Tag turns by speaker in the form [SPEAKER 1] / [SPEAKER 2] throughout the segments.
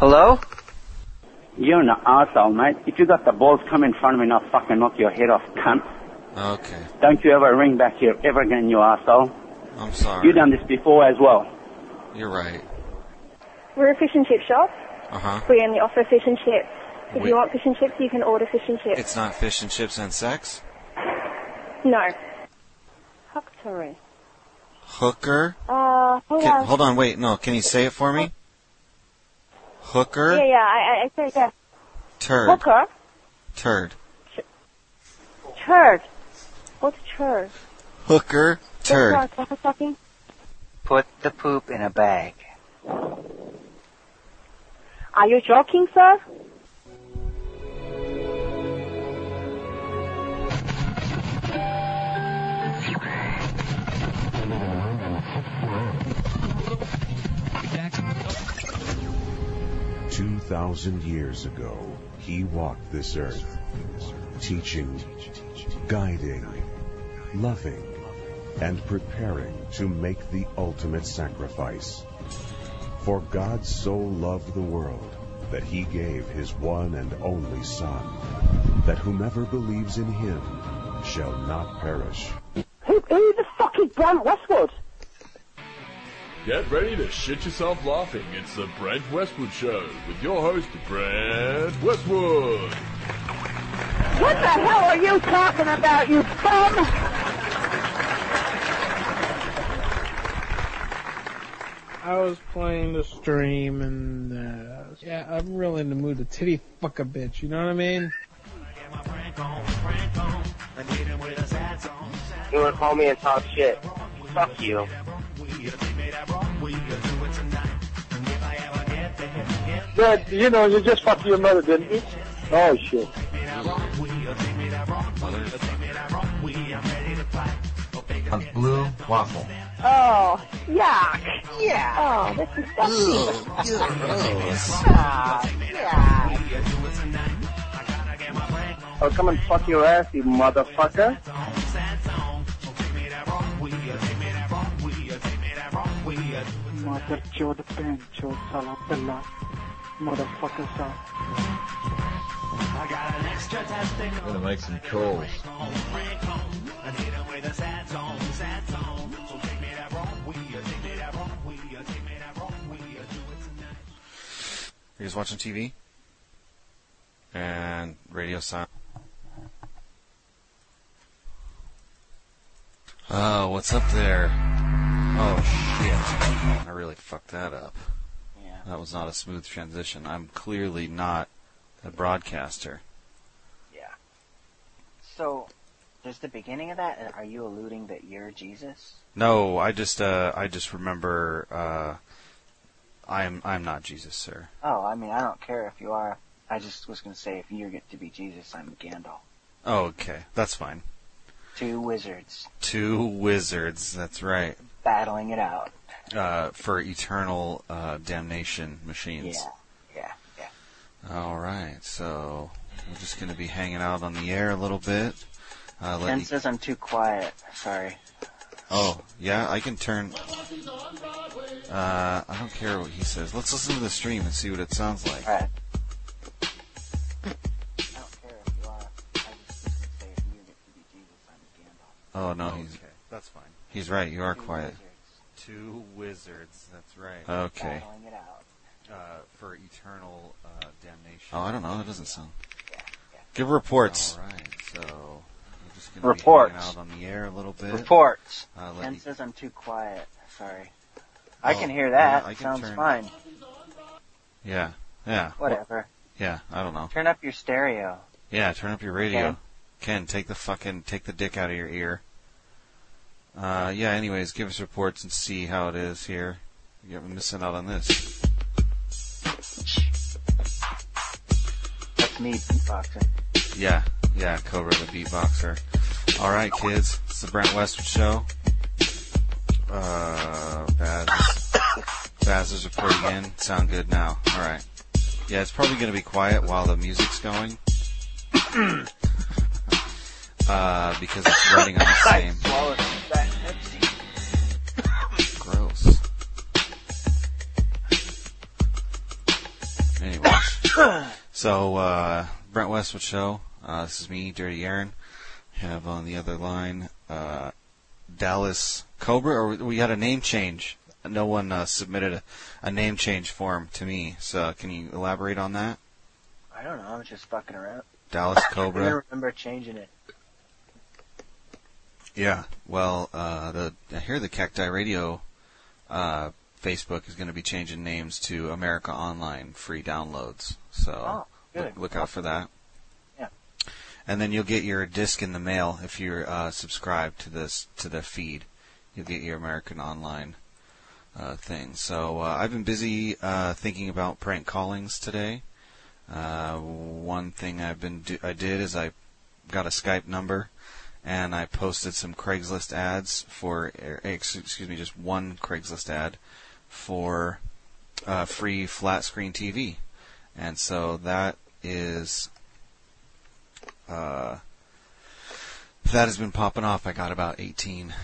[SPEAKER 1] Hello?
[SPEAKER 2] You're an asshole, mate. If you got the balls, come in front of me and I'll fucking knock your head off, cunt.
[SPEAKER 3] Okay.
[SPEAKER 2] Don't you ever ring back here ever again, you asshole.
[SPEAKER 3] I'm sorry.
[SPEAKER 2] You done this before as well.
[SPEAKER 3] You're right.
[SPEAKER 4] We're a fish and chip shop.
[SPEAKER 3] Uh huh.
[SPEAKER 4] We only offer fish and chips. If
[SPEAKER 3] Wait.
[SPEAKER 4] you want fish and chips, you can order fish and chips.
[SPEAKER 3] It's not fish and chips and sex.
[SPEAKER 4] No.
[SPEAKER 5] Hockery.
[SPEAKER 3] Hooker.
[SPEAKER 5] Uh, hold
[SPEAKER 3] Can,
[SPEAKER 5] on.
[SPEAKER 3] hold on. Wait. No. Can you say it for me? Hooker.
[SPEAKER 5] Yeah, yeah, I, I, I said that.
[SPEAKER 3] Turd.
[SPEAKER 5] Hooker?
[SPEAKER 3] Turd.
[SPEAKER 5] Church. What's church?
[SPEAKER 3] Hooker. Turd.
[SPEAKER 5] That's what I'm talking.
[SPEAKER 1] Put the poop in a bag.
[SPEAKER 5] Are you joking, sir?
[SPEAKER 6] Two thousand years ago, he walked this earth, teaching, guiding, loving, and preparing to make the ultimate sacrifice. For God so loved the world that he gave his one and only Son, that whomever believes in him shall not perish.
[SPEAKER 5] Who, who the fuck is Brent Westwood?
[SPEAKER 7] Get ready to shit yourself laughing. It's the Brent Westwood Show with your host, Brent Westwood.
[SPEAKER 5] What the hell are you talking about, you bum?
[SPEAKER 8] I was playing the stream and uh, yeah, I'm really in the mood to titty fuck a bitch. You know what I mean?
[SPEAKER 9] You want to call me and talk shit? Fuck you.
[SPEAKER 10] Dad, you know, you just fucked your mother, didn't you? Oh, shit.
[SPEAKER 11] A blue waffle.
[SPEAKER 5] Oh, yuck. Yeah. Oh, that's disgusting. Ah, yeah.
[SPEAKER 9] I'll Oh, come and fuck your ass, you motherfucker.
[SPEAKER 12] Mother chod pen chod sala bella. Motherfucker sa.
[SPEAKER 7] Gonna make some calls.
[SPEAKER 3] You're just watching TV. And radio silent. Oh, what's up there? Oh shit! I really fucked that up. That was not a smooth transition. I'm clearly not a broadcaster.
[SPEAKER 13] So, there's the beginning of that, and are you alluding that you're Jesus?
[SPEAKER 3] No, I just uh, I just remember uh, I'm I'm not Jesus, sir.
[SPEAKER 13] Oh, I mean, I don't care if you are. I just was going to say, if you get to be Jesus, I'm Gandalf.
[SPEAKER 3] Oh, okay, that's fine.
[SPEAKER 13] Two wizards
[SPEAKER 3] Two wizards, that's right,
[SPEAKER 13] battling it out.
[SPEAKER 3] uh, for eternal uh, damnation machines.
[SPEAKER 13] Yeah, yeah, yeah.
[SPEAKER 3] All right, so we're just gonna be hanging out on the air a little bit. Uh, let
[SPEAKER 13] Ken
[SPEAKER 3] you-
[SPEAKER 13] says I'm too quiet. Sorry.
[SPEAKER 3] oh, yeah, I can turn. Uh, I don't care what he says. Let's listen to the stream and see what it sounds like.
[SPEAKER 13] All right. I don't care if you are. I just was going to say, if you get to be Jesus, I'm Gandalf.
[SPEAKER 3] Oh no, he's
[SPEAKER 13] That's fine.
[SPEAKER 3] he's right. You are quiet.
[SPEAKER 11] Two wizards. That's right.
[SPEAKER 3] Okay.
[SPEAKER 13] Battling it out.
[SPEAKER 11] Uh, for eternal uh, damnation.
[SPEAKER 3] Oh, I don't know. That doesn't sound. Give reports. All right, so we're just gonna
[SPEAKER 13] Reports.
[SPEAKER 3] be hanging out on the air a little bit.
[SPEAKER 13] Reports.
[SPEAKER 3] Uh, let
[SPEAKER 13] Ken
[SPEAKER 3] you-
[SPEAKER 13] says I'm too quiet. Sorry. I
[SPEAKER 3] Oh,
[SPEAKER 13] can hear
[SPEAKER 3] yeah,
[SPEAKER 13] that.
[SPEAKER 3] I can
[SPEAKER 13] Sounds
[SPEAKER 3] turn-
[SPEAKER 13] fine.
[SPEAKER 3] yeah, yeah.
[SPEAKER 13] Whatever.
[SPEAKER 3] Yeah, I don't know.
[SPEAKER 13] Turn up your stereo.
[SPEAKER 3] Yeah, turn up your radio.
[SPEAKER 13] Ken.
[SPEAKER 3] Ken, take the fucking take the dick out of your ear. Uh, yeah. Anyways, give us reports and see how it is here. You're missing out on this.
[SPEAKER 13] That's me beatboxing.
[SPEAKER 3] Yeah, yeah. Cobra the beatboxer. All right, kids. It's the Brent Westwood show. Uh, Baz. Baz is reporting in. Sound good now. All right. Yeah, it's probably gonna be quiet while the music's going. uh, because it's running on the same.
[SPEAKER 13] Swallowed that Pepsi.
[SPEAKER 3] Gross. so, uh, Brent Westwood Show. Uh, this is me, Dirty Aaron. Have on the other line uh, Dallas Cobra, or we had a name change. No one uh, submitted a, a name change form to me. So, can you elaborate on that?
[SPEAKER 14] I don't know. I was just fucking around.
[SPEAKER 3] Dallas
[SPEAKER 14] I
[SPEAKER 3] Cobra.
[SPEAKER 14] don't remember changing it.
[SPEAKER 3] Yeah. Well, uh, the I hear the Cacti Radio uh, Facebook is going to be changing names to America Online Free Downloads. So
[SPEAKER 14] Oh, good.
[SPEAKER 3] look, look out for that.
[SPEAKER 14] Yeah.
[SPEAKER 3] And then you'll get your disc in the mail if you're uh, subscribed to this to the feed. You'll get your American Online uh, thing. So uh, I've been busy uh, thinking about prank callings today. Uh, one thing I've been do- I did is I got a Skype number and I posted some Craigslist ads for er, ex- excuse me, just one Craigslist ad for uh, free flat screen TV, and so that is uh, that has been popping off. I got about 18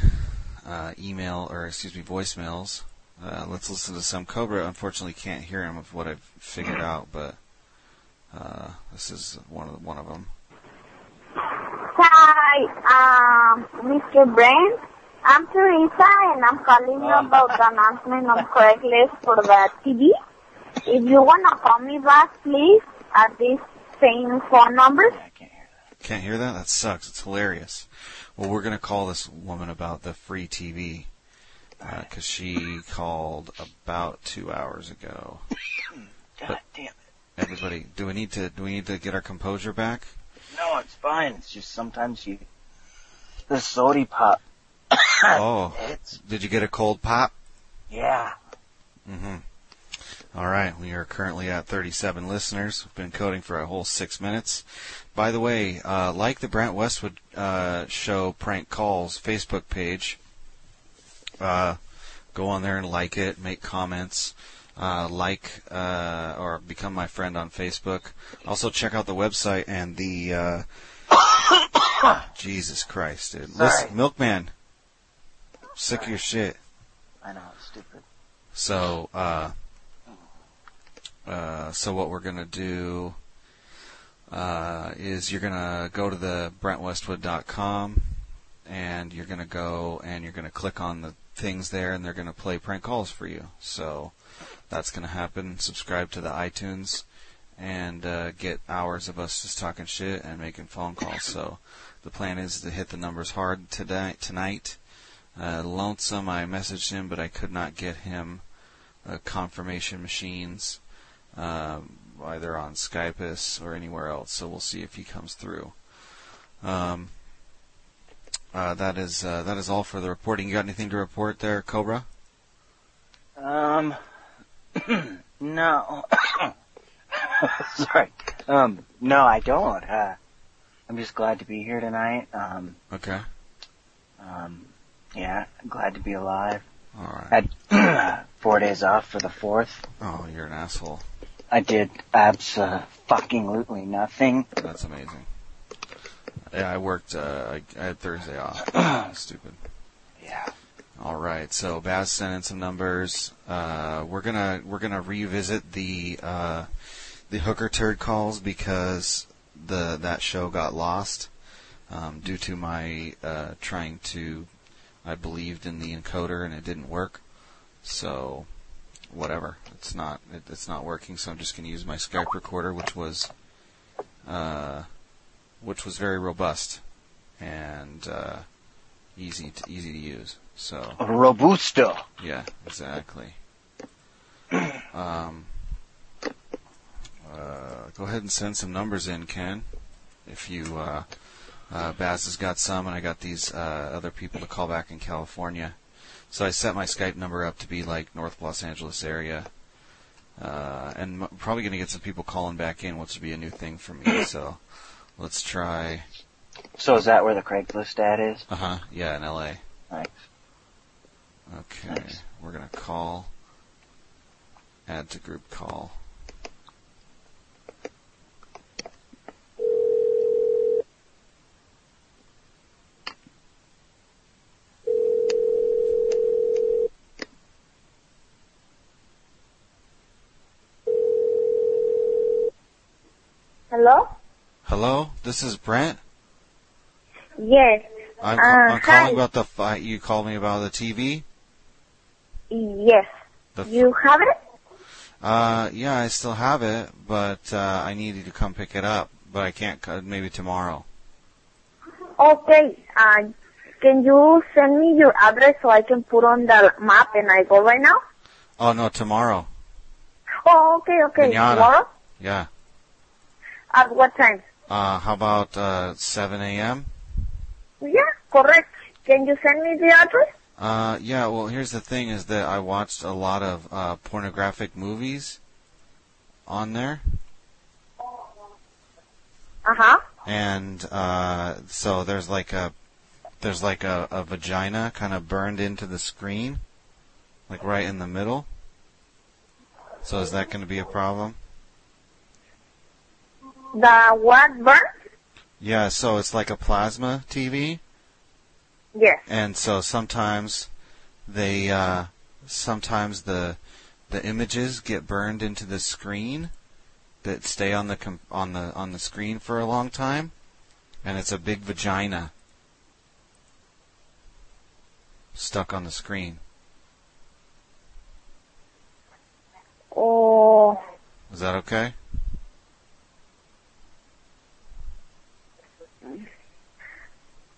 [SPEAKER 3] uh, email or excuse me voicemails. Uh, let's listen to some Cobra. Unfortunately, can't hear him of what I've figured out, but uh, this is one of the, one of them.
[SPEAKER 5] Hi, um, Mr. Brent. I'm Teresa, and I'm calling
[SPEAKER 3] Ah.
[SPEAKER 5] you about the announcement on Craigslist for the TV. If you wanna call me back, please, at this same phone number.
[SPEAKER 3] Can't hear that? That sucks. It's hilarious. Well, we're going to call this woman about the free TV because she called about two hours ago.
[SPEAKER 14] God damn it.
[SPEAKER 3] Everybody, do we need to do we need to get our composure back?
[SPEAKER 14] No, it's fine. It's just sometimes you. The sody pop.
[SPEAKER 3] oh, did you get a cold pop?
[SPEAKER 14] Yeah.
[SPEAKER 3] Mm-hmm. All right, we are currently at 37 listeners. We've been coding for a whole six minutes. By the way, uh, like the Brant Westwood uh, show prank calls Facebook page, uh, go on there and like it, make comments, uh, like uh, or become my friend on Facebook. Also check out the website and the. Uh, Jesus Christ, dude!
[SPEAKER 14] Sorry.
[SPEAKER 3] Listen, Milkman, sick of your shit.
[SPEAKER 14] I know, it's stupid.
[SPEAKER 3] So, uh, uh, so what we're gonna do uh, is you're gonna go to the BrentWestwood.com and you're gonna go and you're gonna click on the things there, and they're gonna play prank calls for you. So that's gonna happen. Subscribe to the iTunes and uh, get hours of us just talking shit and making phone calls. So the plan is to hit the numbers hard today tonight. Uh, lonesome, I messaged him, but I could not get him uh, confirmation machines um, either on Skypus or anywhere else. So we'll see if he comes through. Um, uh, that is uh, that is all for the reporting. You got anything to report there, Cobra?
[SPEAKER 14] Um. no. Sorry. Um. No, I don't. Uh, I'm just glad to be here tonight. Um.
[SPEAKER 3] Okay.
[SPEAKER 14] Um. Yeah, glad to be alive.
[SPEAKER 3] All
[SPEAKER 14] right. Had four days off for the fourth.
[SPEAKER 3] Oh, you're an asshole.
[SPEAKER 14] I did absolutely nothing.
[SPEAKER 3] That's amazing. Yeah, I worked. Uh, I, I had Thursday off. Stupid.
[SPEAKER 14] Yeah.
[SPEAKER 3] All right. So Baz sent in some numbers. Uh, we're gonna we're gonna revisit the uh, the hooker turd calls because the that show got lost um, due to my uh, trying to. I believed in the encoder and it didn't work. So whatever. It's not it, it's not working. So I'm just gonna use my Skype recorder, which was uh, which was very robust and uh, easy to, easy to use. So
[SPEAKER 14] Robusto.
[SPEAKER 3] yeah, exactly. Um, uh, go ahead and send some numbers in, Ken. If you uh, uh, Baz has got some, and I got these uh, other people to call back in California. So I set my Skype number up to be like North Los Angeles area, uh, and m- probably gonna get some people calling back in, which would be a new thing for me. So let's try.
[SPEAKER 14] So is that where the Craigslist ad is?
[SPEAKER 3] Uh huh. Yeah, in LA.
[SPEAKER 14] Thanks.
[SPEAKER 3] Okay, we're gonna call. Add to group call.
[SPEAKER 5] Hello?
[SPEAKER 3] Hello, this is Brent.
[SPEAKER 5] Yes.
[SPEAKER 3] I'm,
[SPEAKER 5] Uh,
[SPEAKER 3] I'm
[SPEAKER 5] hi.
[SPEAKER 3] calling about the fight. You called me about the TV.
[SPEAKER 5] Yes.
[SPEAKER 3] The f-
[SPEAKER 5] You have it?
[SPEAKER 3] uh, yeah, I still have it, but uh, I need you to come pick it up. But I can't. co- Maybe tomorrow.
[SPEAKER 5] Okay. Uh, can you send me your address so I can put on the map and I go right now?
[SPEAKER 3] Oh no, tomorrow.
[SPEAKER 5] Oh, okay, okay.
[SPEAKER 3] Manana.
[SPEAKER 5] Tomorrow?
[SPEAKER 3] Yeah.
[SPEAKER 5] At what time?
[SPEAKER 3] Uh, how about uh, 7 a.m.?
[SPEAKER 5] Yeah, correct. Can you send me the address?
[SPEAKER 3] Uh, yeah. Well, here's the thing: is that I watched a lot of uh, pornographic movies on there,
[SPEAKER 5] Uh-huh.
[SPEAKER 3] and uh, so there's like a there's like a, a vagina kind of burned into the screen, like right in the middle. So is that going to be a problem?
[SPEAKER 5] The what burn?
[SPEAKER 3] Yeah. So it's like a plasma TV.
[SPEAKER 5] Yes.
[SPEAKER 3] and so sometimes they uh, sometimes the the images get burned into the screen that stay on the com- on the on the screen for a long time, and it's a big vagina stuck on the screen.
[SPEAKER 5] Oh,
[SPEAKER 3] Is that okay?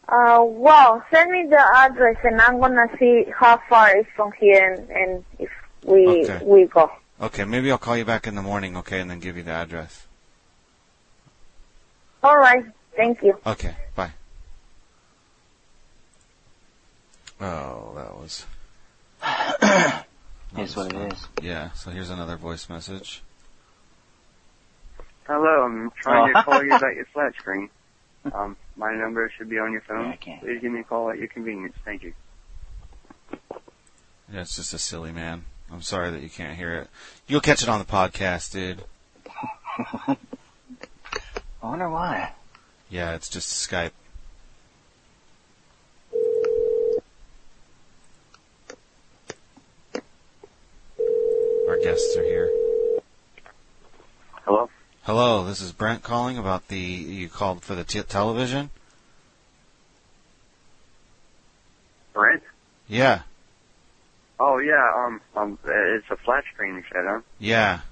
[SPEAKER 5] uh, well, send me the address and I'm gonna see how far it's from here and, and if we,
[SPEAKER 3] Okay.
[SPEAKER 5] we go.
[SPEAKER 3] Okay, maybe I'll call you back in the morning, okay, and then give you the address.
[SPEAKER 5] Alright, thank you.
[SPEAKER 3] Okay, bye. Oh, that was.
[SPEAKER 14] Is what it is.
[SPEAKER 3] Yeah, so here's another voice message.
[SPEAKER 11] Hello, I'm trying
[SPEAKER 14] Oh.
[SPEAKER 11] to call you about your flat screen. Um, my number should be on your phone. Please give me a call at your convenience. Thank you.
[SPEAKER 3] Yeah, it's just a silly man. I'm sorry that you can't hear it. You'll catch it on the podcast, dude.
[SPEAKER 14] I wonder why.
[SPEAKER 3] Yeah, it's just Skype. Our guests are here.
[SPEAKER 11] Hello?
[SPEAKER 3] Hello, this is Brent calling about the. You called for the t- television?
[SPEAKER 11] Brent?
[SPEAKER 3] Yeah,
[SPEAKER 11] Oh, yeah, um, um, it's a flat screen you said, huh?
[SPEAKER 3] yeah.
[SPEAKER 11] How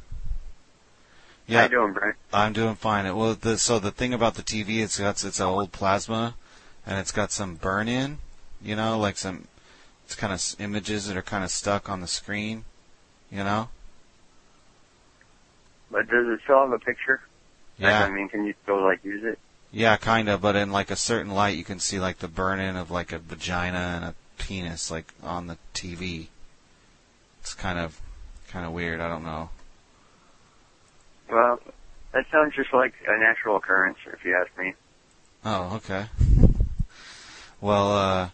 [SPEAKER 3] Yeah,
[SPEAKER 11] you doing, Brent?
[SPEAKER 3] I'm doing fine. Well, the, so the thing about the TV, it's got it's an old plasma, and it's got some burn in, you know, like some it's kind of images that are kind of stuck on the screen, you know.
[SPEAKER 11] But does it still have a picture?
[SPEAKER 3] Yeah.
[SPEAKER 11] I mean, can you still, like, use it?
[SPEAKER 3] Yeah, kind of, but in like a certain light, you can see like the burn in of like a vagina and a penis like on the TV. It's kind of kind of weird. I don't know.
[SPEAKER 11] Well, that sounds just like a natural occurrence, if you ask me.
[SPEAKER 3] Oh, okay. Well, uh,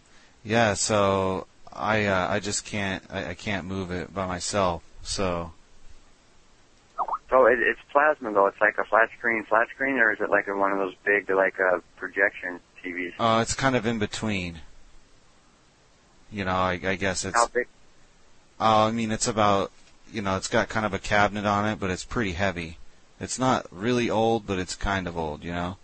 [SPEAKER 3] yeah. So I uh, I just can't I, I can't move it by myself. So
[SPEAKER 11] So it, it's plasma, though. It's like a flat screen, flat screen, or is it like a, one of those big, like, uh, projection TVs?
[SPEAKER 3] uh, it's kind of in between. You know, I, I guess it's.
[SPEAKER 11] How big?
[SPEAKER 3] Uh, I mean, it's about, you know, it's got kind of a cabinet on it, but it's pretty heavy. It's not really old, but it's kind of old, you know?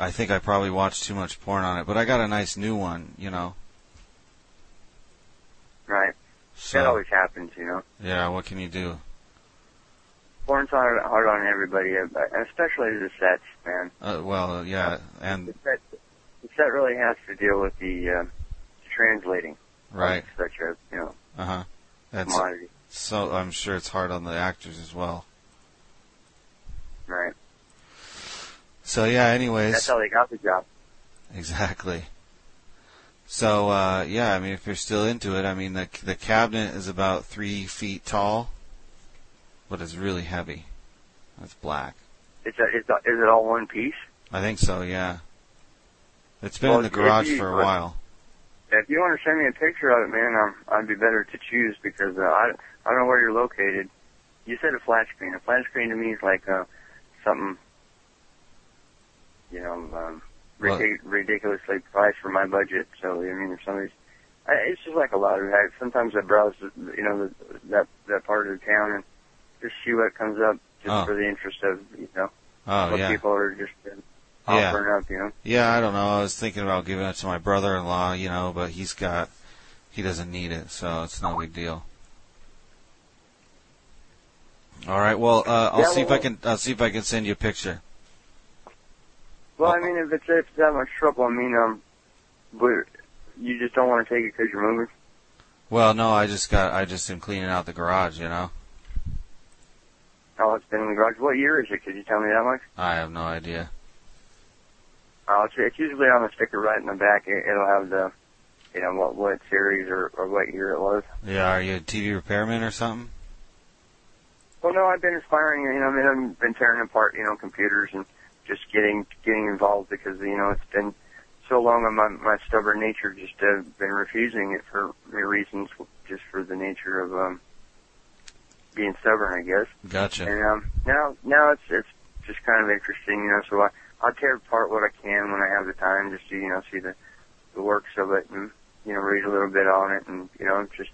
[SPEAKER 3] I think I probably watched too much porn on it, but I got a nice new one, you know?
[SPEAKER 11] Right.
[SPEAKER 3] So-
[SPEAKER 11] that always happens, you know.
[SPEAKER 3] Yeah, what can you do?
[SPEAKER 11] Porn's hard, hard on everybody, but especially the sets, man.
[SPEAKER 3] Uh, well, yeah, and,
[SPEAKER 11] The set, the set really has to deal with the uh, translating
[SPEAKER 3] right,
[SPEAKER 11] such a, you know,
[SPEAKER 3] uh huh. That's,
[SPEAKER 11] commodity.
[SPEAKER 3] so I'm sure it's hard on the actors as well.
[SPEAKER 11] Right.
[SPEAKER 3] So yeah, anyways.
[SPEAKER 11] That's how they got the job.
[SPEAKER 3] Exactly. So uh, yeah, I mean, if you're still into it, I mean, the the cabinet is about three feet tall, but it's really heavy. It's black.
[SPEAKER 11] It's a, it's a, is it all one piece?
[SPEAKER 3] I think so. Yeah. It's been
[SPEAKER 11] Well,
[SPEAKER 3] in the
[SPEAKER 11] if
[SPEAKER 3] garage
[SPEAKER 11] you-
[SPEAKER 3] for a while.
[SPEAKER 11] If you want to send me a picture of it, man, um, I'd be better to choose because uh, I, I don't know where you're located. You said a flat screen. A flat screen to me is like uh, something, you know, um, ridic- ridiculously priced for my budget. So I mean, if somebody's, I, it's just like a lottery. I, sometimes I browse, you know, the, that that part of the town and just see what comes up. just
[SPEAKER 3] Oh.
[SPEAKER 11] for the interest of you know
[SPEAKER 3] Oh,
[SPEAKER 11] what
[SPEAKER 3] yeah.
[SPEAKER 11] people are just been
[SPEAKER 3] Yeah.
[SPEAKER 11] offering up, you know.
[SPEAKER 3] Yeah, I don't know. I was thinking about giving it to my brother-in-law, you know, but he's got, he doesn't need it, so it's no big deal. All right. Well, uh, I'll
[SPEAKER 11] Yeah,
[SPEAKER 3] see if
[SPEAKER 11] well-
[SPEAKER 3] I can. I'll see if I can send you a picture.
[SPEAKER 11] Well, I mean, if it's if it's that much trouble, I mean, um, but you just don't want to take it because you're moving.
[SPEAKER 3] Well, no, I just got. I just am cleaning out the garage. You know,
[SPEAKER 11] Oh, it's been in the garage. What year is it? Could you tell me that much?
[SPEAKER 3] I have no idea.
[SPEAKER 11] Uh, it's, it's usually on the sticker right in the back. It, it'll have the, you know, what what series or, or what year it was.
[SPEAKER 3] Yeah, are you a TV repairman or something?
[SPEAKER 11] Well, no, I've been aspiring. You know, I mean, I've been tearing apart, you know, computers and just getting getting involved because you know it's been so long. and My my stubborn nature just uh, been refusing it for many reasons, just for the nature of um being stubborn, I guess.
[SPEAKER 3] Gotcha.
[SPEAKER 11] And um, now now it's it's just kind of interesting, you know. So I I tear apart what I can when I have the time, just to you know see the the works of it and you know read a little bit on it and you know just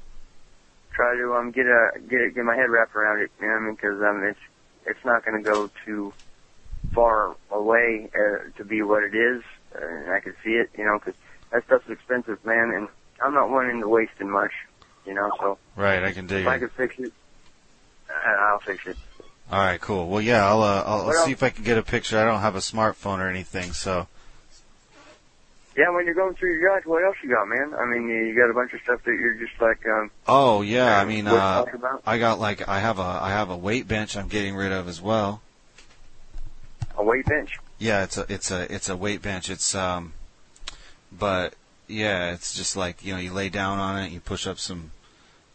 [SPEAKER 11] try to um get a get it, get my head wrapped around it. You know what I mean? Because um it's it's not going to go too far away uh, to be what it is, uh, and I can see it. You know, because that stuff's expensive, man, and I'm not one into wasting much. You know, so
[SPEAKER 3] Right, I can dig
[SPEAKER 11] if I
[SPEAKER 3] it.
[SPEAKER 11] can fix it, I- I'll fix it.
[SPEAKER 3] All right, cool. Well, yeah, I'll uh, I'll, I'll
[SPEAKER 11] Well-
[SPEAKER 3] see if I can get a picture. I don't have a smartphone or anything, so
[SPEAKER 11] Yeah, when you're going through your garage, what else you got, man? I mean, you you got a bunch of stuff that you're just like, um,
[SPEAKER 3] Oh yeah, I mean,
[SPEAKER 11] What
[SPEAKER 3] uh,
[SPEAKER 11] to talk about?
[SPEAKER 3] I got like I have a I have a weight bench I'm getting rid of as well.
[SPEAKER 11] a weight bench.
[SPEAKER 3] Yeah, it's a it's a it's a weight bench. It's um, but yeah, it's just like you know you lay down on it, you push up some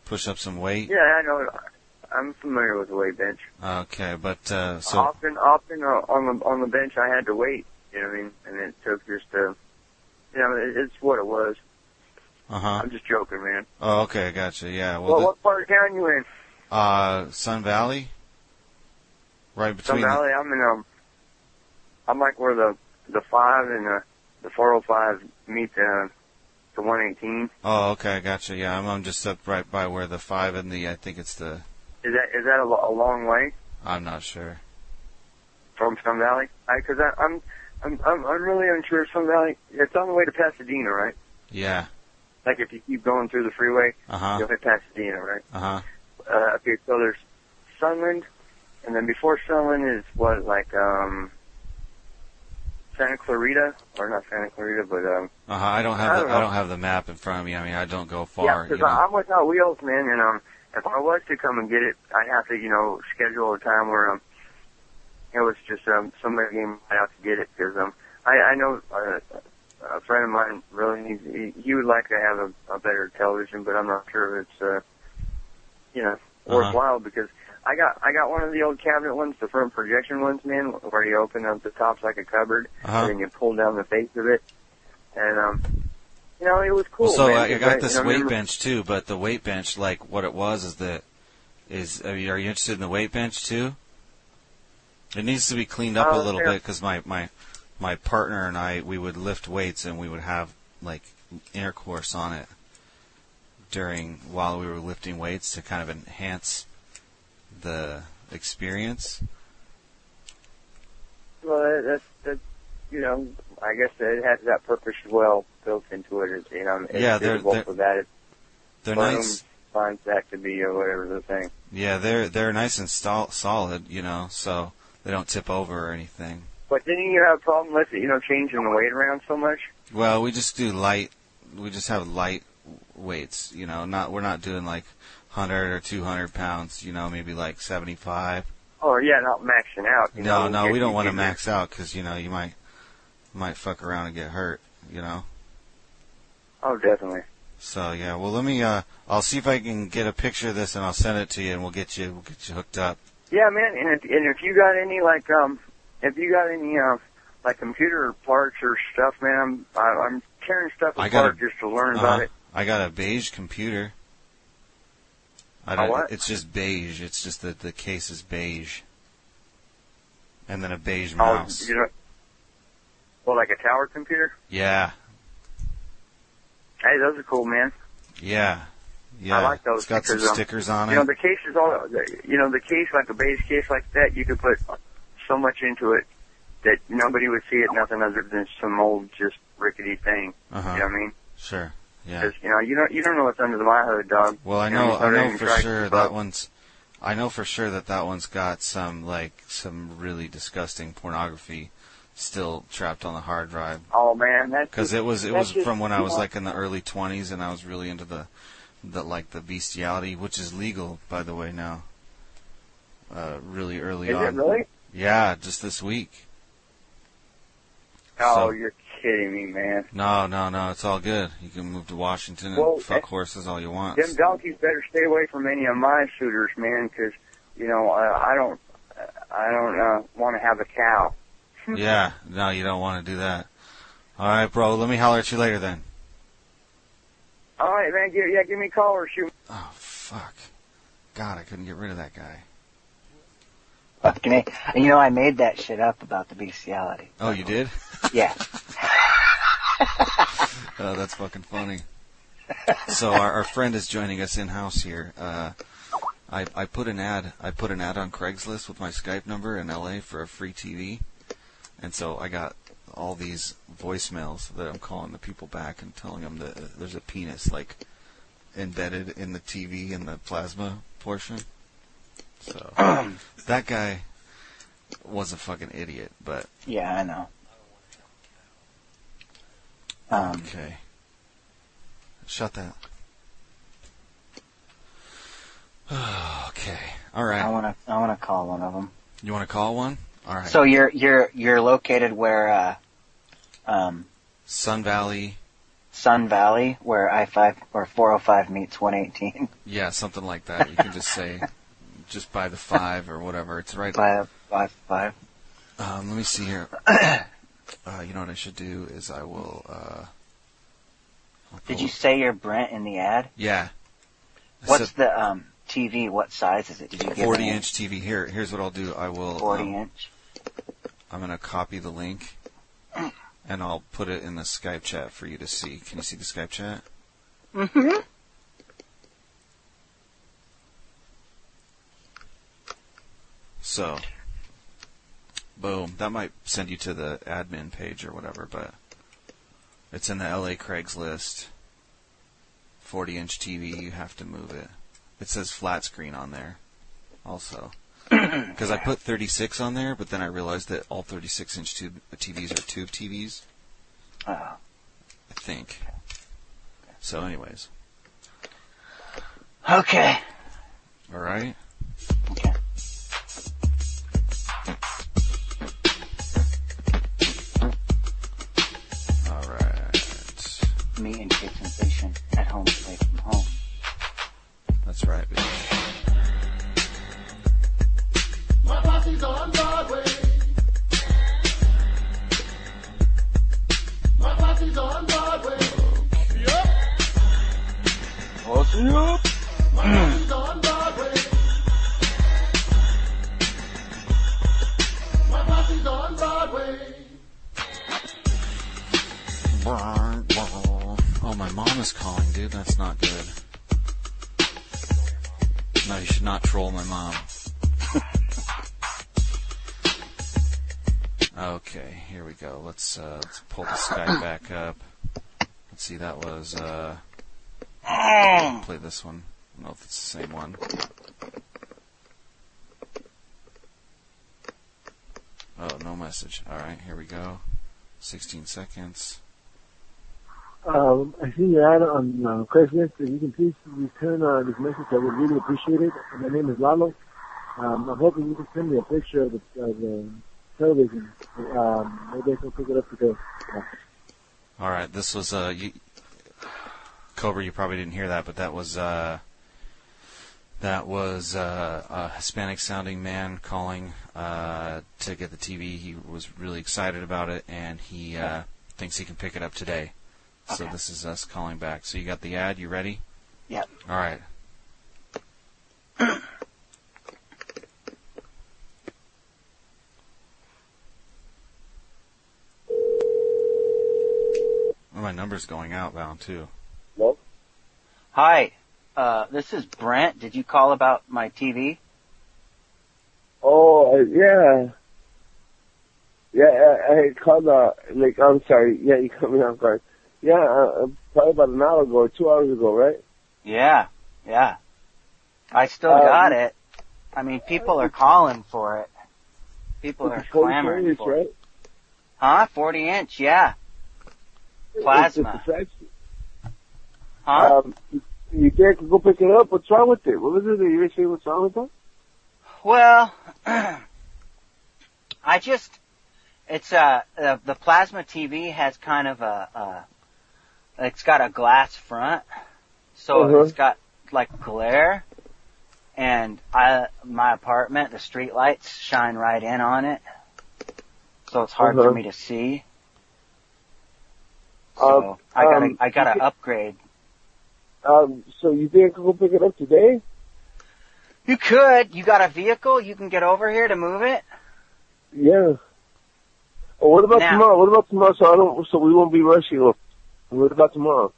[SPEAKER 3] push up some weight.
[SPEAKER 11] Yeah, I know. I'm familiar with the weight bench.
[SPEAKER 3] Okay, but uh, so
[SPEAKER 11] often, often uh, on the on the bench, I had to wait. You know what I mean? And it took just a, you know, it, it's what it was.
[SPEAKER 3] uh huh.
[SPEAKER 11] I'm just joking, man.
[SPEAKER 3] Oh okay, gotcha. Yeah,
[SPEAKER 11] Well,
[SPEAKER 3] well,
[SPEAKER 11] what part of town you in?
[SPEAKER 3] the, uh, Sun Valley, right
[SPEAKER 11] Sun
[SPEAKER 3] between. the-
[SPEAKER 11] Valley. I'm in um, I'm like where the the five and the the 405 meet the the 118.
[SPEAKER 3] Oh okay, gotcha. Yeah, I'm I'm just up right by where the five and the I think it's the
[SPEAKER 11] Is that is that a, lo- a long way?
[SPEAKER 3] I'm not sure.
[SPEAKER 11] from Sun Valley? Because I, 'cause I, I'm, I'm, I'm, I'm really unsure. Sun Valley, it's on the way to Pasadena, right?
[SPEAKER 3] Yeah.
[SPEAKER 11] Like if you keep going through the freeway,
[SPEAKER 3] Uh huh.
[SPEAKER 11] you'll hit Pasadena, right?
[SPEAKER 3] Uh huh.
[SPEAKER 11] Uh, okay, so there's Sunland, and then before Sunland is what, like, um, Santa Clarita, or not Santa Clarita, but um,
[SPEAKER 3] Uh huh. I don't have
[SPEAKER 11] I
[SPEAKER 3] the,
[SPEAKER 11] don't
[SPEAKER 3] I
[SPEAKER 11] know.
[SPEAKER 3] don't have the map in front of me. I mean, I don't go far.
[SPEAKER 11] yeah,
[SPEAKER 3] you
[SPEAKER 11] because
[SPEAKER 3] know?
[SPEAKER 11] I'm without wheels, man, and um, if I was to come and get it, I'd have to, you know, schedule a time where um, it was just um, somebody came out to get it because um, I I know uh, a friend of mine really needs he, he would like to have a, a better television, but I'm not sure if it's uh, you know,
[SPEAKER 3] Uh-huh.
[SPEAKER 11] worthwhile because. I got I got one of the old cabinet ones, the front projection ones, man, where you open up the tops like a cupboard,
[SPEAKER 3] Uh-huh.
[SPEAKER 11] and then you pull down the face of it, and um, you know, it was cool.
[SPEAKER 3] well, so uh,
[SPEAKER 11] man,
[SPEAKER 3] I, I
[SPEAKER 11] 'cause
[SPEAKER 3] got
[SPEAKER 11] you
[SPEAKER 3] this
[SPEAKER 11] know,
[SPEAKER 3] weight
[SPEAKER 11] remember-
[SPEAKER 3] bench too, but the weight bench, like what it was, is that is. I mean, are you interested in the weight bench too? It needs to be cleaned up
[SPEAKER 11] Oh,
[SPEAKER 3] a
[SPEAKER 9] Uh,
[SPEAKER 3] little
[SPEAKER 9] yeah.
[SPEAKER 3] bit because my my my partner and I we would lift weights and we would have like intercourse on it during while we were lifting weights to kind of enhance the experience.
[SPEAKER 11] Well, that- that's that's you know, I guess that it has that purpose well built into it. It's, you know, it's
[SPEAKER 3] Yeah, they're-
[SPEAKER 11] suitable
[SPEAKER 3] they're-
[SPEAKER 11] for that. If
[SPEAKER 3] They're
[SPEAKER 11] Burnham
[SPEAKER 3] nice.
[SPEAKER 11] Finds that to be or whatever the thing.
[SPEAKER 3] Yeah, they're they're nice and stol- solid, you know, so they don't tip over or anything.
[SPEAKER 11] But didn't you have a problem with you know changing the weight around so much?
[SPEAKER 3] Well, we just do light. We just have light weights, you know. Not we're not doing like hundred or two hundred pounds, you know. Maybe like seventy-five.
[SPEAKER 11] Or Oh, yeah, not maxing out. You
[SPEAKER 3] No,
[SPEAKER 11] know,
[SPEAKER 3] no,
[SPEAKER 11] you-
[SPEAKER 3] we don't want to
[SPEAKER 11] you-
[SPEAKER 3] max out because you know you might might fuck around and get hurt, you know.
[SPEAKER 11] Oh, definitely.
[SPEAKER 3] So yeah, well let me. uh I'll see if I can get a picture of this and I'll send it to you and we'll get you we'll get you hooked up.
[SPEAKER 11] Yeah, man. And if and if you got any like um, if you got any uh, like computer parts or stuff, man, I'm I, I'm tearing stuff
[SPEAKER 3] I got
[SPEAKER 11] apart
[SPEAKER 3] a-
[SPEAKER 11] just to learn
[SPEAKER 3] Uh-huh.
[SPEAKER 11] about it.
[SPEAKER 3] I got a beige computer. I
[SPEAKER 11] A
[SPEAKER 3] don't,
[SPEAKER 11] what?
[SPEAKER 3] It's just beige. It's just that the case is beige. And then a beige
[SPEAKER 11] Oh,
[SPEAKER 3] mouse.
[SPEAKER 11] you know, well, like a tower computer.
[SPEAKER 3] Yeah,
[SPEAKER 11] Hey, those are cool, man.
[SPEAKER 3] yeah. Yeah,
[SPEAKER 11] I like those
[SPEAKER 3] it's got some
[SPEAKER 11] stickers. on-
[SPEAKER 3] stickers on
[SPEAKER 11] You know,
[SPEAKER 3] it.
[SPEAKER 11] the case is all. You know, the case like a base case like that, you could put so much into it that nobody would see it nothing other than some old just rickety thing.
[SPEAKER 3] Uh-huh.
[SPEAKER 11] You know what I mean?
[SPEAKER 3] Sure. Yeah.
[SPEAKER 11] 'Cause, you know, you don't you don't know what's under my hood, dog.
[SPEAKER 3] Well, I
[SPEAKER 11] You you
[SPEAKER 3] know, I
[SPEAKER 11] thought
[SPEAKER 3] know
[SPEAKER 11] even
[SPEAKER 3] for
[SPEAKER 11] tried to
[SPEAKER 3] sure
[SPEAKER 11] keep
[SPEAKER 3] that
[SPEAKER 11] up.
[SPEAKER 3] one's. I know for sure that that one's got some like some really disgusting pornography still trapped on the hard drive.
[SPEAKER 11] Oh man, that's
[SPEAKER 3] Because it was it
[SPEAKER 11] that's
[SPEAKER 3] was
[SPEAKER 11] just-
[SPEAKER 3] from when I was like in the early twenties, and I was really into the, the like the bestiality, which is legal by the way now. Uh, really early
[SPEAKER 11] Is it
[SPEAKER 3] on.
[SPEAKER 11] really?
[SPEAKER 3] Yeah, just this week.
[SPEAKER 11] Oh,
[SPEAKER 3] so-
[SPEAKER 11] you're kidding me, man.
[SPEAKER 3] No, no, no, it's all good. You can move to Washington and
[SPEAKER 11] Well,
[SPEAKER 3] fuck
[SPEAKER 11] eh,
[SPEAKER 3] horses all you want.
[SPEAKER 11] Them donkeys better stay away from any of my shooters, man, because you know I, I don't I don't uh, want to have a cow.
[SPEAKER 3] Yeah, no, you don't want to do that. All right, bro. Let me holler at you later then.
[SPEAKER 11] All right, man. Give, yeah, give me a call or shoot.
[SPEAKER 3] Oh fuck! God, I couldn't get rid of that guy.
[SPEAKER 14] Fucking A. And you know, I made that shit up about the bestiality.
[SPEAKER 3] Oh, you did?
[SPEAKER 14] Yeah.
[SPEAKER 3] Oh, that's fucking funny. So our, our friend is joining us in house here. Uh, I I put an ad I put an ad on Craigslist with my Skype number in LA for a free TV, and so I got all these voicemails that I'm calling the people back and telling them that uh, there's a penis like embedded in the TV in the plasma portion. So that guy was a fucking idiot, but
[SPEAKER 14] Yeah, I know. Um,
[SPEAKER 3] okay. Shut that. okay. All right.
[SPEAKER 14] I wanna, I wanna call one of them.
[SPEAKER 3] You want to call one? All right.
[SPEAKER 14] So you're, you're, you're located where, uh, um,
[SPEAKER 3] Sun Valley.
[SPEAKER 14] Sun Valley, where I five or 405 meets 118.
[SPEAKER 3] Yeah, something like that. You can just say, just by the five or whatever. It's right.
[SPEAKER 14] By five five.
[SPEAKER 3] Um, let me see here. Uh, you know what I should do is I will. Uh,
[SPEAKER 14] Did you say you're Brent in the ad?
[SPEAKER 3] yeah. I
[SPEAKER 14] What's
[SPEAKER 3] said
[SPEAKER 14] the um TV? What size is it? Did you give
[SPEAKER 3] forty
[SPEAKER 14] me?
[SPEAKER 3] inch TV. Here, here's what I'll do. I will.
[SPEAKER 14] 40
[SPEAKER 3] um,
[SPEAKER 14] inch.
[SPEAKER 3] I'm gonna copy the link, and I'll put it in the Skype chat for you to see. Can you see the Skype chat?
[SPEAKER 14] Mm-hmm.
[SPEAKER 3] So, boom. That might send you to the admin page or whatever, but it's in the LA Craigslist. 40 inch TV, you have to move it. It says flat screen on there, also. Because I put 36 on there, but then I realized that all 36 inch tube, TVs are tube TVs,
[SPEAKER 14] Oh,
[SPEAKER 3] I think. So, anyways.
[SPEAKER 14] okay.
[SPEAKER 3] Alright?
[SPEAKER 14] Okay.
[SPEAKER 3] Alright.
[SPEAKER 14] Meet and kick sensation at home away from home.
[SPEAKER 3] That's right. baby.
[SPEAKER 15] My posse's on Broadway. My posse's on Broadway. Yup.
[SPEAKER 14] Posse up.
[SPEAKER 15] My posse's on Broadway. My posse's on Broadway.
[SPEAKER 3] Oh, my mom is calling, dude. That's not good. No, you should not troll my mom. okay, here we go. Let's uh, let's pull the Skype back up. Let's see. That was uh, play this one. I don't know if it's the same one. Oh, no message. All right, here we go. 16 seconds.
[SPEAKER 12] Um, I see your ad on uh, Craigslist. If you can please return uh, this message, I would really appreciate it. My name is Lalo. Um, I'm hoping you can send me a picture of the, of the television. Um, maybe I can pick it up today. Yeah.
[SPEAKER 3] All right, this was uh, you, Cobra. You probably didn't hear that, but that was uh, that was uh, a Hispanic-sounding man calling uh, to get the TV. He was really excited about it, and he uh, thinks he can pick it up today. So this is us calling back. So you got the ad. You ready?
[SPEAKER 14] Yep.
[SPEAKER 3] All right. Oh, Well, my number's going outbound too.
[SPEAKER 14] Hi.
[SPEAKER 13] Uh, this is Brent. Did you call about my TV?
[SPEAKER 9] Oh, uh, yeah. Yeah, I, I called, uh, like, I'm sorry. Yeah, you caught me off guard. Yeah, uh, uh, probably about an hour ago, or two hours ago, right?
[SPEAKER 13] Yeah, yeah. I still
[SPEAKER 9] Um,
[SPEAKER 13] got it. I mean, people are calling for it. People are
[SPEAKER 9] It's a 40
[SPEAKER 13] clamoring
[SPEAKER 9] inch,
[SPEAKER 13] for
[SPEAKER 9] right?
[SPEAKER 13] it. Huh? 40 inch, yeah. Plasma.
[SPEAKER 9] It's- it's a
[SPEAKER 13] Huh?
[SPEAKER 9] Um, you- you can't go pick it up. What's wrong with it? What was it that you were saying? What's wrong with it?
[SPEAKER 13] Well, I just, it's, uh, uh, the plasma TV has kind of a, uh, it's got a glass front. So
[SPEAKER 9] Uh-huh.
[SPEAKER 13] it's got like glare. And I, my apartment, the street lights shine right in on it. So it's hard for
[SPEAKER 9] Uh-huh.
[SPEAKER 13] me to see.
[SPEAKER 9] Um,
[SPEAKER 13] So I gotta,
[SPEAKER 9] um,
[SPEAKER 13] I
[SPEAKER 9] you
[SPEAKER 13] gotta
[SPEAKER 9] ca-
[SPEAKER 13] upgrade.
[SPEAKER 9] Um, so you think I could go pick it up today?
[SPEAKER 13] You could, you got a vehicle, you can get over here to move it.
[SPEAKER 9] Yeah. Oh, what about
[SPEAKER 13] Now-
[SPEAKER 9] tomorrow? What about tomorrow? So I don't. So we won't be rushing. Up. What about tomorrow?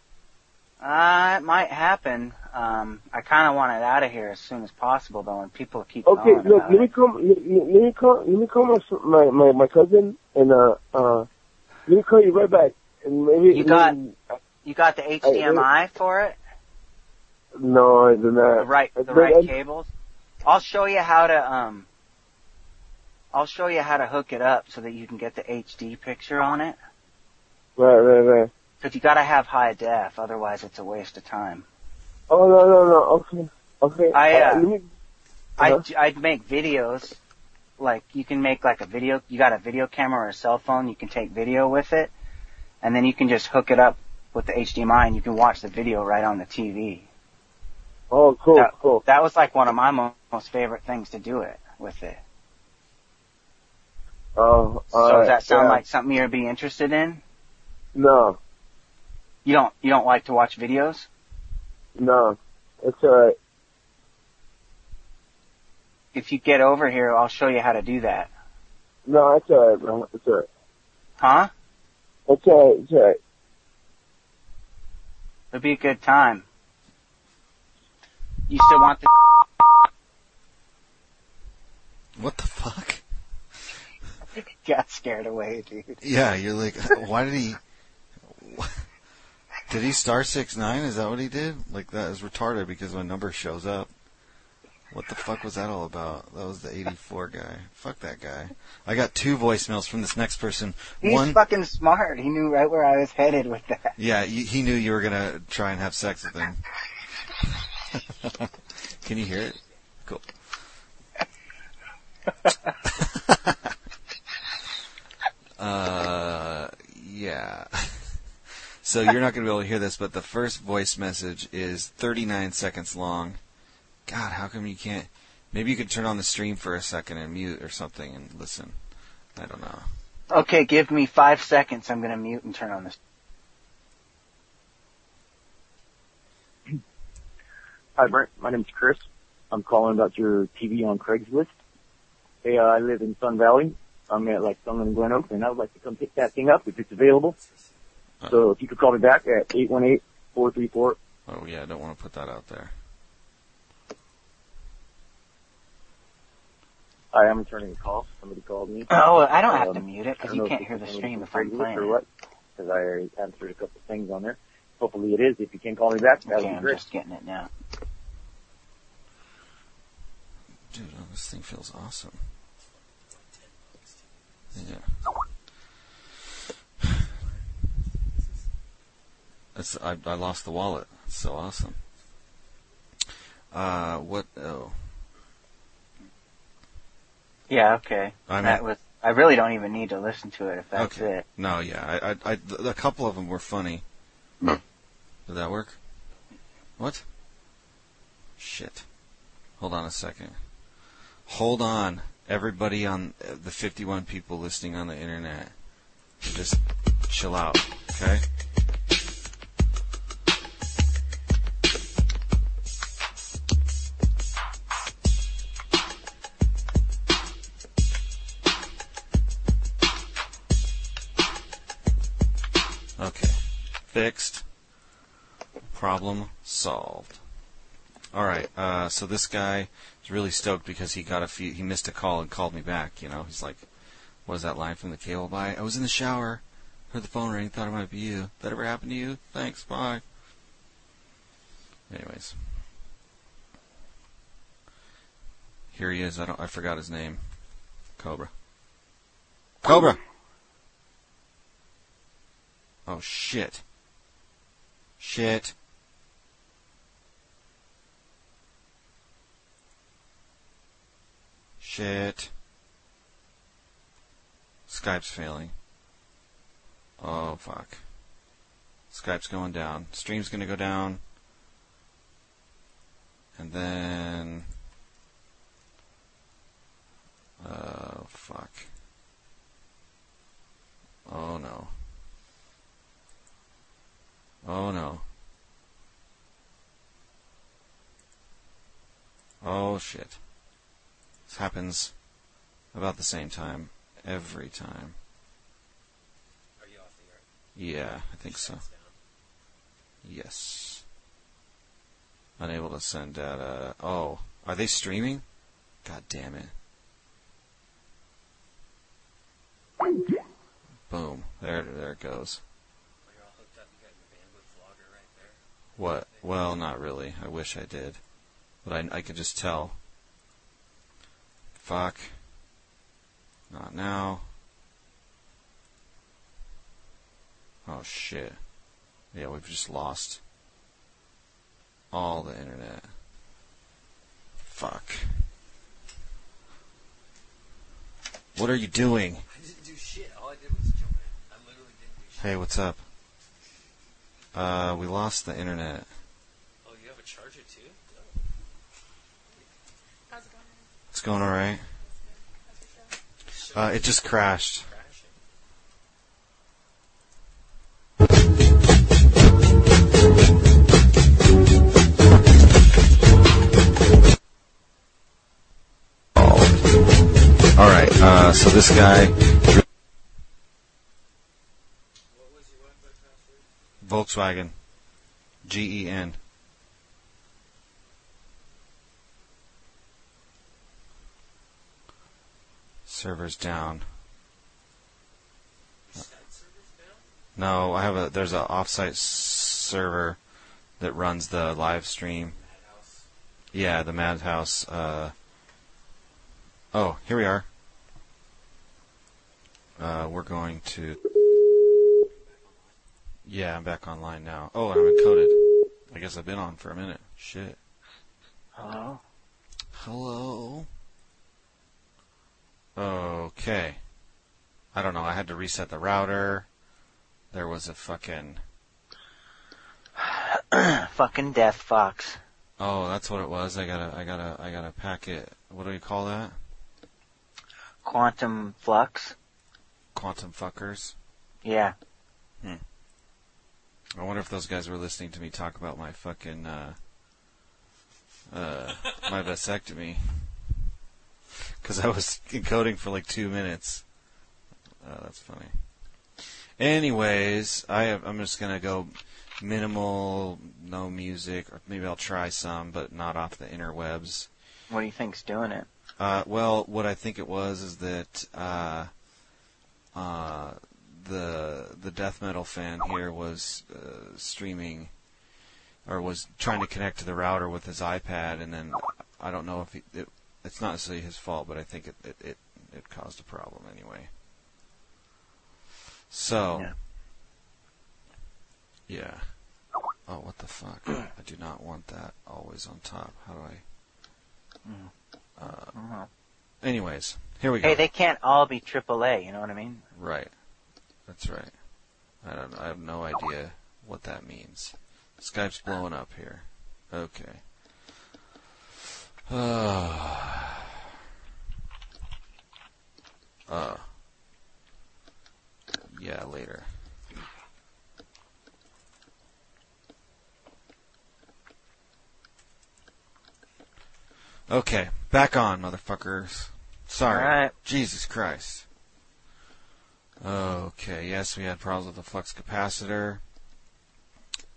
[SPEAKER 13] Uh, it might happen. Um, I kind of want it out of here as soon as possible, though, and people keep
[SPEAKER 9] Okay,
[SPEAKER 13] calling
[SPEAKER 9] look.
[SPEAKER 13] about
[SPEAKER 9] Let
[SPEAKER 13] it.
[SPEAKER 9] me call. Let, let let me call. Let me call my fr- my my, my cousin and uh uh. Let me call you right back. And maybe
[SPEAKER 13] You got you got the HDMI for it,
[SPEAKER 9] No, I do not.
[SPEAKER 13] the right the
[SPEAKER 9] But
[SPEAKER 13] right
[SPEAKER 9] I'm-
[SPEAKER 13] cables. I'll show you how to um. I'll show you how to hook it up so that you can get the HD picture on it.
[SPEAKER 9] Right, right, right.
[SPEAKER 13] Cause you gotta have high def, otherwise it's a waste of time.
[SPEAKER 9] Oh no, no, no. Okay, okay.
[SPEAKER 13] I, uh,
[SPEAKER 9] let me,
[SPEAKER 13] I
[SPEAKER 9] Uh-huh.
[SPEAKER 13] would I'd make videos. Like you can make like a video. You got a video camera or a cell phone. You can take video with it, and then you can just hook it up with the HDMI, and you can watch the video right on the TV.
[SPEAKER 9] oh, cool,
[SPEAKER 13] that,
[SPEAKER 9] cool.
[SPEAKER 13] That was like one of my mo- most favorite things to do it with it.
[SPEAKER 9] Oh,
[SPEAKER 13] So
[SPEAKER 9] all
[SPEAKER 13] does
[SPEAKER 9] right,
[SPEAKER 13] that sound
[SPEAKER 9] yeah.
[SPEAKER 13] like something you'd be interested in?
[SPEAKER 9] No,
[SPEAKER 13] You don't you don't like to watch videos?
[SPEAKER 9] no. It's alright.
[SPEAKER 13] If you get over here, I'll show you how to do that.
[SPEAKER 9] No, it's alright, bro. It's alright.
[SPEAKER 13] Huh?
[SPEAKER 9] It's alright. It's alright.
[SPEAKER 13] It'll be a good time. You still want the
[SPEAKER 3] What the fuck?
[SPEAKER 13] got scared away, dude.
[SPEAKER 3] Yeah, you're like, why did he? Did he star six nine? Is that what he did? Like that is retarded because my number shows up. What the fuck was that all about? That was the eighty four guy. Fuck that guy. I got two voicemails from this next person.
[SPEAKER 13] He's
[SPEAKER 3] One,
[SPEAKER 13] fucking smart. He knew right where I was headed with that.
[SPEAKER 3] yeah, he he knew you were gonna try and have sex with him. Can you hear it? Cool. Uh, yeah. so you're not going to be able to hear this, but the first voice message is 39 seconds long. God, how come you can't? Maybe you could turn on the stream for a second and mute or something and listen. I don't know.
[SPEAKER 13] Okay, give me five seconds. I'm gonna mute and turn on this.
[SPEAKER 16] Hi, Brent. My name's Chris. I'm calling about your TV on Craigslist. Hey, uh, I live in Sun Valley. I'm at like Sun and Glen Oak, and I would like to come pick that thing up if it's available. So if you could call me back at eight one eight four three four.
[SPEAKER 3] Oh yeah, I don't want to put that out there.
[SPEAKER 16] I am returning a call. Somebody called me.
[SPEAKER 13] Oh, I don't have to
[SPEAKER 16] Um,
[SPEAKER 13] mute it,
[SPEAKER 16] I
[SPEAKER 13] 'cause
[SPEAKER 16] don't
[SPEAKER 13] you
[SPEAKER 16] know if
[SPEAKER 13] can't
[SPEAKER 16] this
[SPEAKER 13] hear
[SPEAKER 16] is
[SPEAKER 13] the
[SPEAKER 16] somebody
[SPEAKER 13] stream
[SPEAKER 16] from
[SPEAKER 13] if I'm
[SPEAKER 16] Craigslist
[SPEAKER 13] playing
[SPEAKER 16] Or
[SPEAKER 13] it.
[SPEAKER 16] what? Because I already answered a couple things on there. Hopefully it is. If you can call me back, that
[SPEAKER 13] Okay,
[SPEAKER 16] would be
[SPEAKER 13] I'm
[SPEAKER 16] great.
[SPEAKER 13] just getting it now.
[SPEAKER 3] Dude, oh, this thing feels awesome. Yeah. That's, I, I lost the wallet. It's so awesome. Uh, what? Oh,
[SPEAKER 13] Yeah, okay.
[SPEAKER 3] I'm-
[SPEAKER 13] that was. I really don't even need to listen to it if that's
[SPEAKER 3] okay.
[SPEAKER 13] it.
[SPEAKER 3] No, yeah, I, I, I, th- a couple of them were funny. Did that work? What? Shit. Hold on a second. Hold on, everybody on uh, the 51 people listening on the internet. Just chill out, okay? Okay. Fixed. Problem solved. All right. Uh, so this guy is really stoked because he got a few. He missed a call and called me back. You know, he's like, "What is that line from the cable by? I was in the shower, heard the phone ring, thought it might be you. That ever happened to you? Thanks. Bye." Anyways, here he is. I don't. I forgot his name. Cobra. Cobra. Oh shit. Shit. Shit. Skype's failing. Oh fuck. Skype's going down. Stream's gonna go down. And then. Oh fuck. Oh no. Oh no. Oh shit. This happens about the same time every time.
[SPEAKER 9] Are you off the
[SPEAKER 3] Yeah, I think so. Yes. Unable to send data. Oh, are they streaming? God damn it. Boom. There, there it goes. What? Well, not really. I wish I did, but I, I could just tell. Fuck. Not now. Oh shit. Yeah, we've just lost all the internet. Fuck. What are you doing?
[SPEAKER 9] I didn't do shit. All I did was jump in. I literally didn't do shit.
[SPEAKER 3] Hey, what's up? Uh, we lost the internet.
[SPEAKER 9] Oh, you have a charger too? No.
[SPEAKER 3] It's going alright. Uh, it just crashed. Alright, uh, so this guy. Volkswagen. G E N. Server's down. No, I have a. There's an offsite s- server that runs the live stream. Yeah, the Madhouse. Uh, oh, here we are. Uh, we're going to. Yeah, I'm back online now. Oh, and I'm encoded. I guess I've been on for a minute. Shit.
[SPEAKER 9] Hello?
[SPEAKER 3] Hello? Okay. I don't know. I had to reset the router. There was a fucking.
[SPEAKER 14] Fucking death fox.
[SPEAKER 3] Oh, that's what it was. I got to I got to I got to packet. What do you call that?
[SPEAKER 14] Quantum flux.
[SPEAKER 3] Quantum fuckers.
[SPEAKER 14] Yeah.
[SPEAKER 3] Hmm. I wonder if those guys were listening to me talk about my fucking uh, uh, my vasectomy because I was encoding for like two minutes. Uh, that's funny. Anyways, I have, I'm just gonna go minimal, no music, or maybe I'll try some, but not off the interwebs.
[SPEAKER 14] What do you think's doing it?
[SPEAKER 3] Uh, well, what I think it was is that uh, uh, the the death metal fan here was uh, streaming or was trying to connect to the router with his iPad, and then I don't know if he, it, it's not necessarily his fault, but I think it it, it, it caused a problem anyway. So, yeah. Oh, what the fuck! I do not want that always on top. How do Mm. I? Uh, anyways, here we go.
[SPEAKER 14] Hey, they can't all be AAA. You know what I mean?
[SPEAKER 3] Right. That's right. I don't. I have no idea what that means. Skype's blowing up here. Okay. Uh, uh, yeah, later. Okay, back on, motherfuckers. Sorry.
[SPEAKER 14] Alright.
[SPEAKER 3] Jesus Christ. Okay, yes, we had problems with the flux capacitor.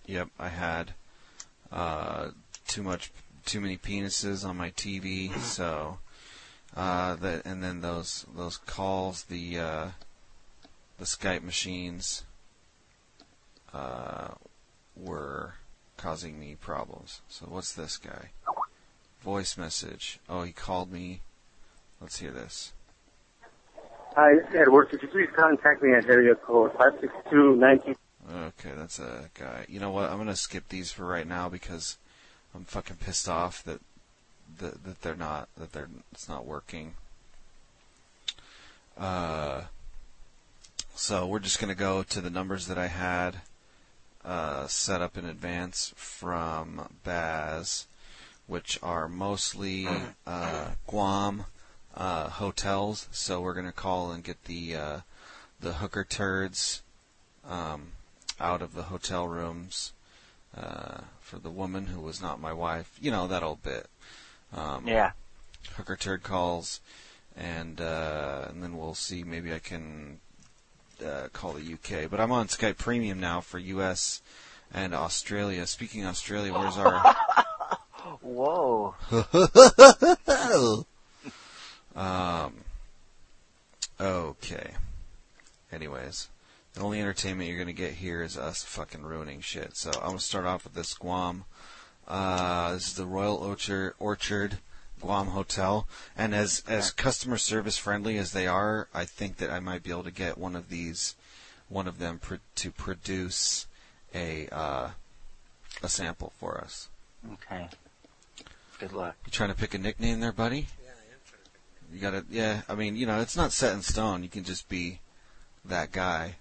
[SPEAKER 3] Yep, I had uh, too much too many penises on my TV, so uh, that and then those those calls, the uh, the Skype machines uh, were causing me problems. So what's this guy? Voice message. Oh, he called me. Let's hear this.
[SPEAKER 7] Hi, this is Edward. Could you please contact me at area code 562
[SPEAKER 3] Okay, that's a guy. You know what? I'm gonna skip these for right now because I'm fucking pissed off that that, that they're not that they're it's not working. Uh, so we're just gonna go to the numbers that I had uh, set up in advance from Baz, which are mostly uh, Guam uh, hotels. So we're gonna call and get the uh, the hooker turds um, out of the hotel rooms uh, for the woman who was not my wife. You know that old bit. Um,
[SPEAKER 14] Yeah.
[SPEAKER 3] Hooker turd calls, and uh, and then we'll see. Maybe I can uh, call the UK, but I'm on Skype Premium now for US and Australia. Speaking of Australia, where's our
[SPEAKER 14] Whoa.
[SPEAKER 3] um, okay. Anyways, the only entertainment you're gonna get here is us fucking ruining shit. So I'm gonna start off with this Guam. Uh, this is the Royal Orchard, Orchard Guam Hotel, and as as customer service friendly as they are, I think that I might be able to get one of these, one of them pr- to produce a uh, a sample for us.
[SPEAKER 14] Okay. Good luck.
[SPEAKER 3] You trying to pick a nickname there, buddy? You gotta, yeah. I mean, you know, it's not set in stone. You can just be that guy.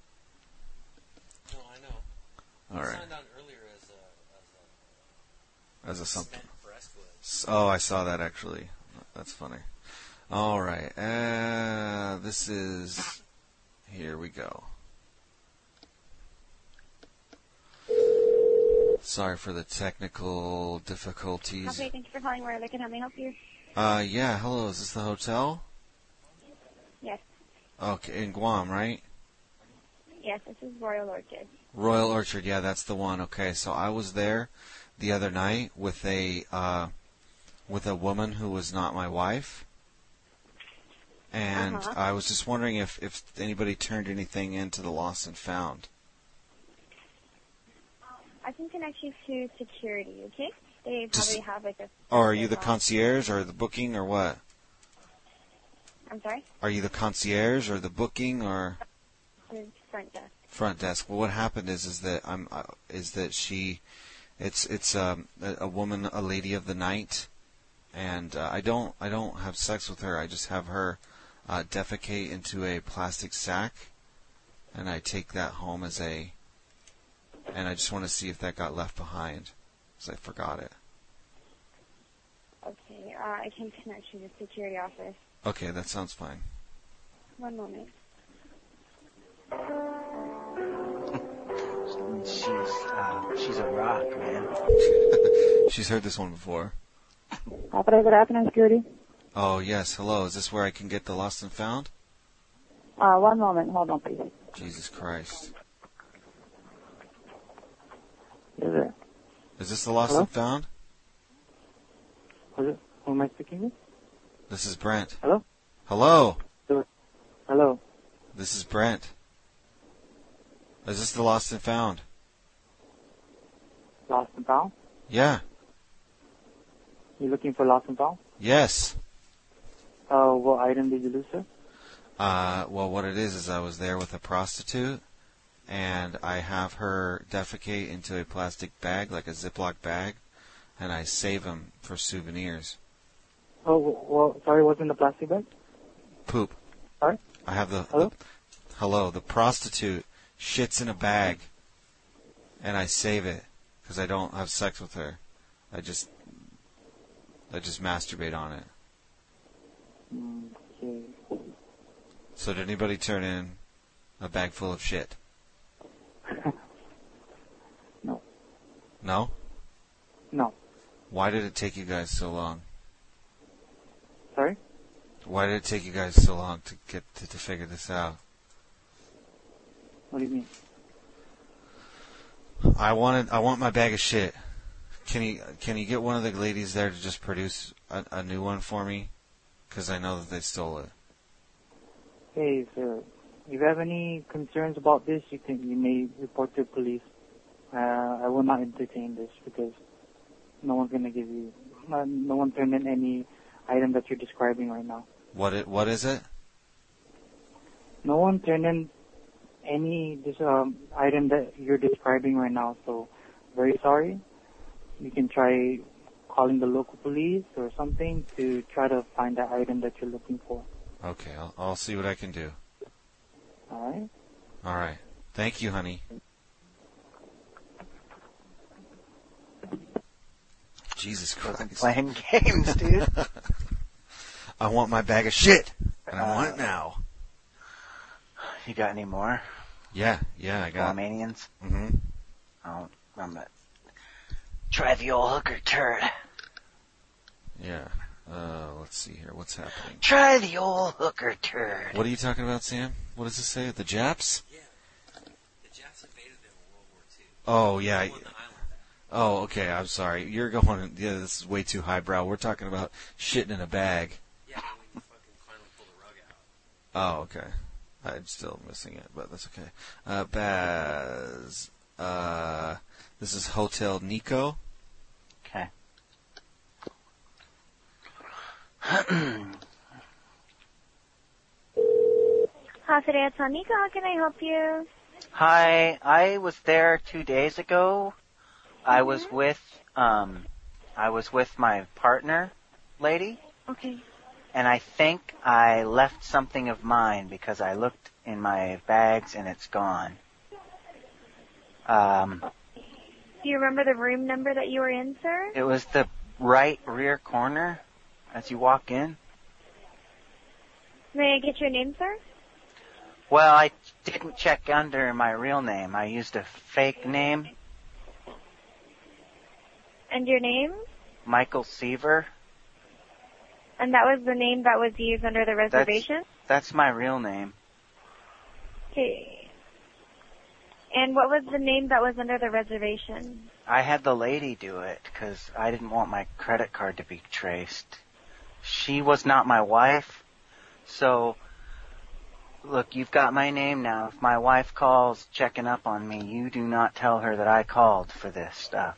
[SPEAKER 9] No, I know.
[SPEAKER 3] All
[SPEAKER 9] I
[SPEAKER 3] right,
[SPEAKER 9] signed on earlier as a, as a
[SPEAKER 3] as a something.
[SPEAKER 9] breastplate.
[SPEAKER 3] S- Oh, I saw that actually. That's funny. All right, uh, this is. Here we go. Sorry for the technical difficulties.
[SPEAKER 17] Okay, thank you for calling Royal Lincoln. How may I help you?
[SPEAKER 3] Uh, yeah. Hello, is this the hotel?
[SPEAKER 17] Yes,
[SPEAKER 3] Okay, in Guam, right?
[SPEAKER 17] yes, this is Royal Orchid.
[SPEAKER 3] Royal Orchard, yeah, that's the one. Okay, so I was there the other night with a uh, with a woman who was not my wife, and
[SPEAKER 17] Uh-huh.
[SPEAKER 3] I was just wondering if if anybody turned anything into the lost and found.
[SPEAKER 17] I can connect you to security, okay? They probably
[SPEAKER 3] Just-
[SPEAKER 17] have like a.
[SPEAKER 3] Or Oh, are you the concierge or the booking or what?
[SPEAKER 17] I'm sorry?
[SPEAKER 3] Are you the concierge or the booking or
[SPEAKER 17] The front desk.
[SPEAKER 3] front desk? Well, what happened is is that I'm uh, is that she, it's it's um, a, a woman, a lady of the night, and uh, I don't I don't have sex with her. I just have her uh, defecate into a plastic sack, and I take that home as a. And I just want to see if that got left behind, because I forgot it.
[SPEAKER 17] Okay, uh, I can connect you to security office.
[SPEAKER 3] Okay, that sounds fine.
[SPEAKER 17] One moment.
[SPEAKER 14] She's uh, she's a rock, man.
[SPEAKER 3] She's heard this one before.
[SPEAKER 18] Operator Athena Security.
[SPEAKER 3] Oh yes, hello. Is this where I can get the lost and found?
[SPEAKER 18] Uh, one moment, hold on, please.
[SPEAKER 3] Jesus Christ.
[SPEAKER 10] Is it?
[SPEAKER 3] Is this the lost
[SPEAKER 10] Hello?
[SPEAKER 3] and found?
[SPEAKER 10] Who is it? Who am I speaking with?
[SPEAKER 3] This is Brent.
[SPEAKER 10] Hello?
[SPEAKER 3] Hello.
[SPEAKER 10] Hello.
[SPEAKER 3] This is Brent. Is this the lost and found?
[SPEAKER 10] Lost and found?
[SPEAKER 3] Yeah.
[SPEAKER 10] You looking for lost and found?
[SPEAKER 3] Yes.
[SPEAKER 12] Oh,
[SPEAKER 10] Uh, what item did you lose, sir?
[SPEAKER 3] Uh, well, what it is is I was there with a prostitute, and I have her defecate into a plastic bag, like a Ziploc bag, and I save them for souvenirs.
[SPEAKER 10] Oh, w- well, sorry, what's in the plastic bag?
[SPEAKER 3] Poop.
[SPEAKER 10] Sorry?
[SPEAKER 3] I have the
[SPEAKER 10] Hello?
[SPEAKER 3] the- hello. The prostitute shits in a bag, and I save it because I don't have sex with her. I just I just masturbate on it.
[SPEAKER 10] Okay.
[SPEAKER 3] So did anybody turn in a bag full of shit?
[SPEAKER 10] No.
[SPEAKER 3] No?
[SPEAKER 10] No.
[SPEAKER 3] Why did it take you guys so long?
[SPEAKER 10] Sorry?
[SPEAKER 3] Why did it take you guys so long to get to, to figure this out?
[SPEAKER 10] What do you mean?
[SPEAKER 3] I wanted I want my bag of shit. Can he can he get one of the ladies there to just produce a, a new one for me? Because I know that they stole it.
[SPEAKER 12] Hey, sir. If you have any concerns about this, you can you may report to police. Uh, I will not entertain this because no one's gonna give you, uh, no one permit any item that you're describing right now.
[SPEAKER 3] What it what is it?
[SPEAKER 12] No one turned in any this um, item that you're describing right now. So, very sorry. You can try calling the local police or something to try to find the item that you're looking for.
[SPEAKER 3] Okay, I'll, I'll see what I can do.
[SPEAKER 12] All right.
[SPEAKER 3] All right. Thank you, honey. Jesus Christ.
[SPEAKER 13] Playing games, dude.
[SPEAKER 3] I want my bag of shit, and
[SPEAKER 13] Uh,
[SPEAKER 3] I want it now.
[SPEAKER 13] You got any more?
[SPEAKER 3] Yeah, yeah, I got.
[SPEAKER 13] Romanians?
[SPEAKER 3] hmm
[SPEAKER 13] Oh, I'm a try the old hooker turd.
[SPEAKER 3] Yeah. Uh, let's see here. What's happening?
[SPEAKER 13] Try the old hooker turd.
[SPEAKER 3] What are you talking about, Sam? What does it say? The Japs? Oh yeah. I- Oh okay. I'm sorry. You're going. Yeah, this is way too highbrow. We're talking about shitting in a bag. Oh okay. I'm still missing it, but that's okay. Uh, Baz. Uh, this is Hotel Nico.
[SPEAKER 13] Okay.
[SPEAKER 5] Positive Tony, how can I help you?
[SPEAKER 13] Hi, I was there two days ago. I was with um, I was with my partner, lady,
[SPEAKER 5] Okay.
[SPEAKER 13] and I think I left something of mine because I looked in my bags and it's gone. Um,
[SPEAKER 5] Do you remember the room number that you were in, sir?
[SPEAKER 13] it was the right rear corner as you walk in.
[SPEAKER 5] May I get your name, sir?
[SPEAKER 13] Well, I didn't check under my real name. I used a fake name,
[SPEAKER 5] And your name?
[SPEAKER 13] Michael Seaver.
[SPEAKER 5] And that was the name that was used under the reservation?
[SPEAKER 13] That's my real name.
[SPEAKER 5] Okay. And what was the name that was under the reservation?
[SPEAKER 13] I had the lady do it because I didn't want my credit card to be traced. She was not my wife, so look, you've got my name now. If my wife calls checking up on me, you do not tell her that I called for this stuff.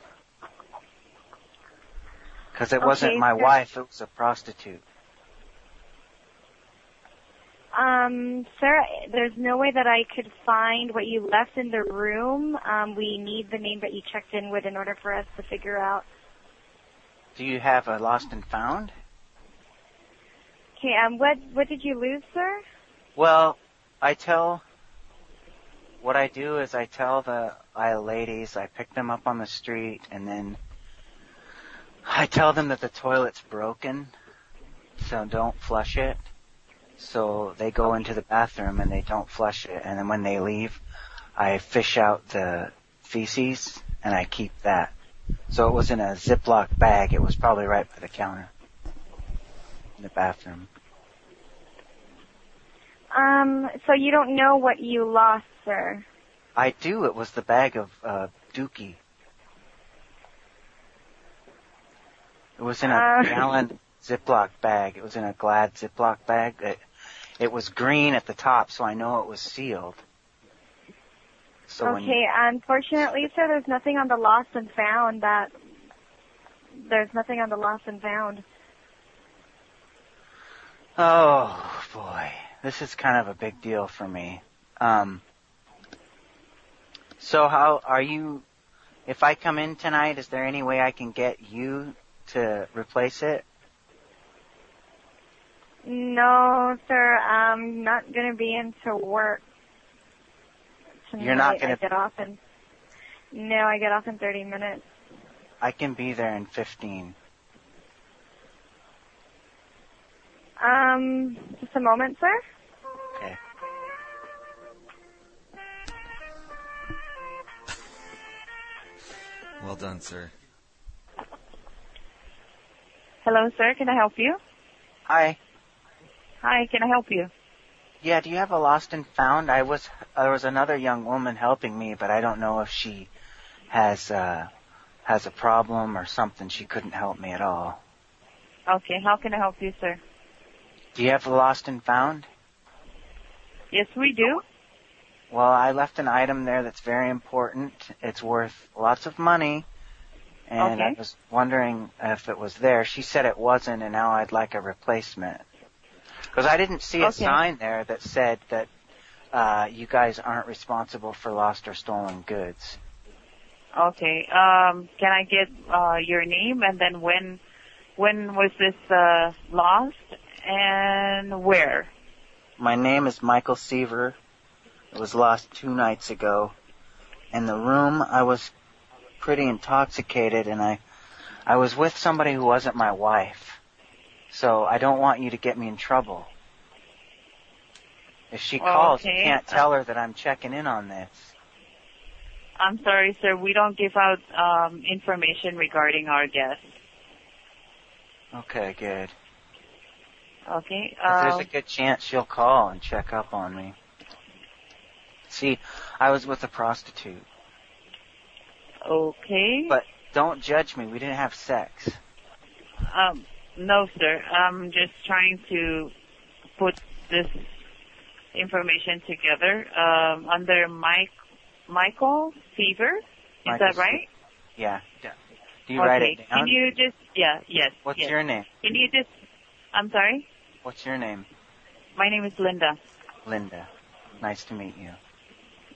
[SPEAKER 13] Because it wasn't
[SPEAKER 5] Okay,
[SPEAKER 13] my
[SPEAKER 5] sir.
[SPEAKER 13] wife, it was a prostitute.
[SPEAKER 5] Um, sir, there's no way that I could find what you left in the room. Um, we need the name that you checked in with in order for us to figure out.
[SPEAKER 13] Do you have a lost and found?
[SPEAKER 5] Okay, um, what, what did you lose, sir?
[SPEAKER 13] Well, I tell. What I do is I tell the I ladies I pick them up on the street and then I tell them that the toilet's broken, so don't flush it. So they go into the bathroom and they don't flush it, and then when they leave, I fish out the feces and I keep that. So it was in a Ziploc bag. It was probably right by the counter in the bathroom.
[SPEAKER 5] Um, so you don't know what you lost, sir.
[SPEAKER 13] I do. It was the bag of uh, Dookie. It was in a
[SPEAKER 5] Uh.
[SPEAKER 13] gallon Ziploc bag. It was in a Glad Ziploc bag. It, it was green at the top, so I know it was sealed. So when
[SPEAKER 5] okay, unfortunately, sir, there's nothing on the lost and found that. There's nothing on the lost and found.
[SPEAKER 13] oh boy, this is kind of a big deal for me. Um, so how are you? If I come in tonight, is there any way I can get you to replace it?
[SPEAKER 5] No, sir, I'm not going to be into work. Tonight.
[SPEAKER 13] You're not gonna-
[SPEAKER 5] I get off in. No, I get off in 30 minutes.
[SPEAKER 13] I can be there in 15.
[SPEAKER 5] Um, just a moment, sir.
[SPEAKER 13] Okay.
[SPEAKER 3] Well done, sir.
[SPEAKER 19] Hello, sir. Can I help you?
[SPEAKER 13] Hi.
[SPEAKER 19] Hi. Can I help you?
[SPEAKER 13] Yeah, do you have a lost and found? I was there was another young woman helping me, but I don't know if she has uh has a problem or something. She couldn't help me at all.
[SPEAKER 19] Okay, how can I help you, sir?
[SPEAKER 13] Do you have lost and found?
[SPEAKER 19] Yes, we do.
[SPEAKER 13] Well, I left an item there that's very important. It's worth lots of money. And I
[SPEAKER 19] Okay.
[SPEAKER 13] was wondering if it was there. She said it wasn't, and now I'd like a replacement. Because I didn't see a
[SPEAKER 19] Okay.
[SPEAKER 13] sign there that said that uh, you guys aren't responsible for lost or stolen goods.
[SPEAKER 19] Okay. Um, can I get uh, your name and then when when was this uh, lost and where?
[SPEAKER 13] My name is Michael Seaver. It was lost two nights ago. In the room, I was pretty intoxicated, and I, I was with somebody who wasn't my wife. So I don't want you to get me in trouble. If she
[SPEAKER 19] Oh,
[SPEAKER 13] calls,
[SPEAKER 19] okay.
[SPEAKER 13] you can't tell her that I'm checking in on this.
[SPEAKER 19] I'm sorry, sir. We don't give out um, information regarding our guests.
[SPEAKER 13] Okay, good.
[SPEAKER 19] Okay.
[SPEAKER 13] 'Cause
[SPEAKER 19] Uh,
[SPEAKER 13] there's a good chance she'll call and check up on me. See, I was with a prostitute.
[SPEAKER 19] okay.
[SPEAKER 13] But don't judge me. We didn't have sex.
[SPEAKER 19] Um, no, sir. I'm just trying to put this information together um, under Mike Michael Seaver. Is
[SPEAKER 13] Michael
[SPEAKER 19] that right?
[SPEAKER 13] Yeah. Do you write it
[SPEAKER 19] Okay.
[SPEAKER 13] down?
[SPEAKER 19] Can you just yeah yes.
[SPEAKER 13] What's
[SPEAKER 19] yes.
[SPEAKER 13] your name?
[SPEAKER 19] Can you just? I'm sorry.
[SPEAKER 13] What's your name?
[SPEAKER 19] My name is Linda.
[SPEAKER 13] Linda. Nice to meet you.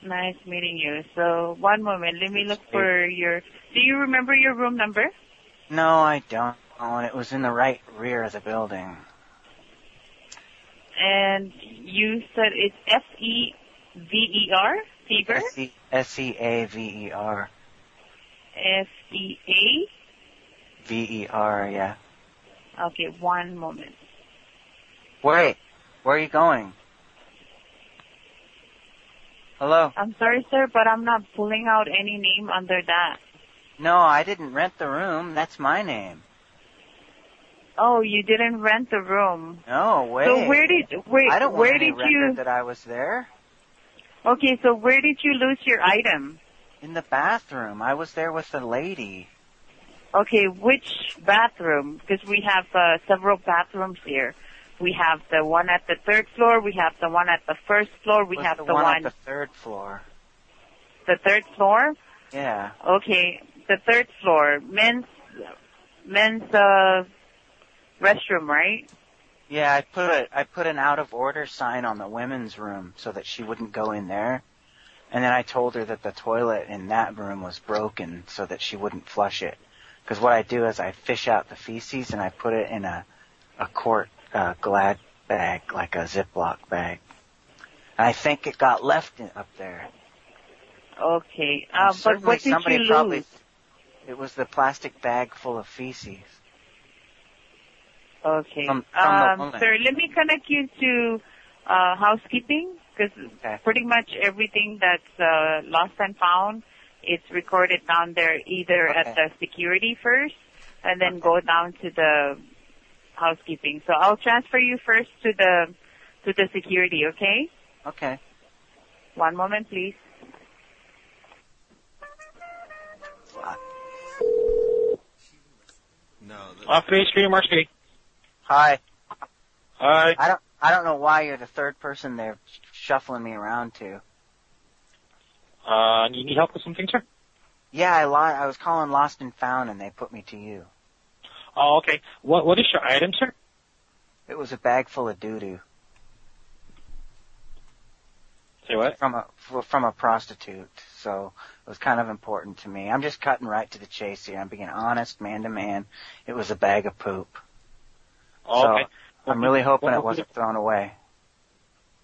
[SPEAKER 19] Nice meeting you. So one moment, let me look for your. Do you remember your room number?
[SPEAKER 13] No, I don't. Oh, and it was in the right rear of the building.
[SPEAKER 19] And you said it's F E V E R Seaver.
[SPEAKER 13] S-E- E S-E-A-V-E-R.
[SPEAKER 19] F E A.
[SPEAKER 13] V-E-R, E yeah.
[SPEAKER 19] Okay, one moment.
[SPEAKER 13] Wait, where are you going? Hello?
[SPEAKER 19] I'm sorry, sir, but I'm not pulling out any name under that.
[SPEAKER 13] No, I didn't rent the room. That's my name.
[SPEAKER 19] Oh, you didn't rent the room.
[SPEAKER 13] No, wait.
[SPEAKER 19] So where did wait?
[SPEAKER 13] I don't want
[SPEAKER 19] where
[SPEAKER 13] any
[SPEAKER 19] did
[SPEAKER 13] record
[SPEAKER 19] you?
[SPEAKER 13] that I was there.
[SPEAKER 19] Okay, so where did you lose your item?
[SPEAKER 13] In the bathroom. I was there with the lady.
[SPEAKER 19] Okay, which bathroom? Because we have uh, several bathrooms here. We have the one at the third floor. We have the one at the first floor. We
[SPEAKER 13] Was
[SPEAKER 19] have
[SPEAKER 13] the,
[SPEAKER 19] the
[SPEAKER 13] one,
[SPEAKER 19] one
[SPEAKER 13] on the third floor.
[SPEAKER 19] the third floor.
[SPEAKER 13] Yeah.
[SPEAKER 19] Oh, Okay, the third floor, men's men's uh, restroom, right?
[SPEAKER 13] Yeah, I put a I put an out of order sign on the women's room so that she wouldn't go in there. And then I told her that the toilet in that room was broken so that she wouldn't flush it. Because what I do is I fish out the feces and I put it in a a quart uh, glad bag, like a Ziploc bag. And I think it got left in, up there.
[SPEAKER 19] Okay, uh, but
[SPEAKER 13] Certainly
[SPEAKER 19] what did
[SPEAKER 13] somebody
[SPEAKER 19] you lose?
[SPEAKER 13] probably it was the plastic bag full of feces.
[SPEAKER 19] Okay.
[SPEAKER 13] From, from the
[SPEAKER 19] Um,
[SPEAKER 13] woman.
[SPEAKER 19] sir, let me connect you to uh, housekeeping because pretty much everything that's uh, lost and found is recorded down there either at the security first and then go down to the housekeeping. So I'll transfer you first to the to the security. Okay.
[SPEAKER 13] Okay.
[SPEAKER 19] One moment, please.
[SPEAKER 3] No.
[SPEAKER 13] Off Main Street, Marcy. Hi. Hi. I don't. I don't know why you're the third person they're shuffling me around to.
[SPEAKER 2] Uh, you need help with something, sir?
[SPEAKER 13] Yeah, I lo- I was calling Lost and Found, and they put me to you.
[SPEAKER 2] Oh, okay. What What is your item, sir?
[SPEAKER 13] It was a bag full of doo doo.
[SPEAKER 2] Say what?
[SPEAKER 13] From a f- from a prostitute. So it was kind of important to me. I'm just cutting right to the chase here. I'm being honest, man to man. It was a bag of poop.
[SPEAKER 2] Oh,
[SPEAKER 13] so
[SPEAKER 2] okay.
[SPEAKER 13] I'm really hoping
[SPEAKER 2] what-
[SPEAKER 13] it wasn't thrown away.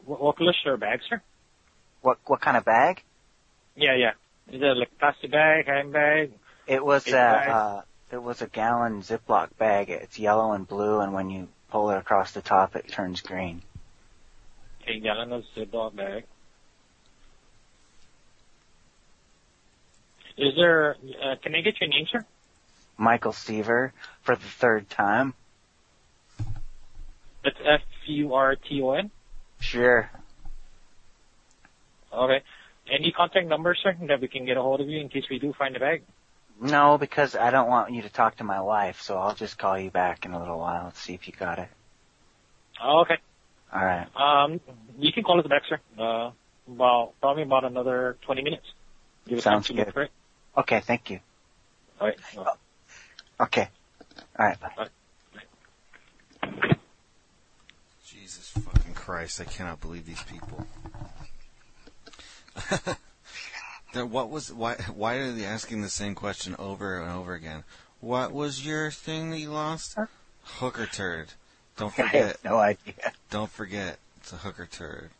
[SPEAKER 2] What, what color is your bag, sir?
[SPEAKER 13] What what kind of bag?
[SPEAKER 2] Yeah, yeah. Is it like plastic bag, handbag?
[SPEAKER 13] It was
[SPEAKER 2] paper
[SPEAKER 13] a
[SPEAKER 2] bag?
[SPEAKER 13] uh, it was a gallon Ziploc bag. It's yellow and blue, and when you pull it across the top, it turns green.
[SPEAKER 2] A gallon of Ziploc bag. Is there? Uh, can I get your name, sir?
[SPEAKER 13] Michael Seaver for the third time.
[SPEAKER 2] That's F U R T O N.
[SPEAKER 13] Sure.
[SPEAKER 2] Okay. Any contact number, sir, that we can get a hold of you in case we do find the bag?
[SPEAKER 13] No, because I don't want you to talk to my wife, so I'll just call you back in a little while and see if you got it.
[SPEAKER 20] Oh, okay.
[SPEAKER 13] All right.
[SPEAKER 20] Um, you can call us back, sir. Uh, about probably about another 20 minutes. Give us time
[SPEAKER 13] Sounds
[SPEAKER 20] to look
[SPEAKER 13] good.
[SPEAKER 20] for it.
[SPEAKER 13] Okay, thank you.
[SPEAKER 20] All right.
[SPEAKER 9] Uh,
[SPEAKER 13] Okay. All right, bye.
[SPEAKER 3] Jesus fucking Christ! I cannot believe these people. Then what was why? Why are they asking the same question over and over again? What was your thing that you lost? Hooker turd. Don't
[SPEAKER 13] I have
[SPEAKER 3] forget.
[SPEAKER 13] no idea.
[SPEAKER 3] Don't forget, it's a hooker turd.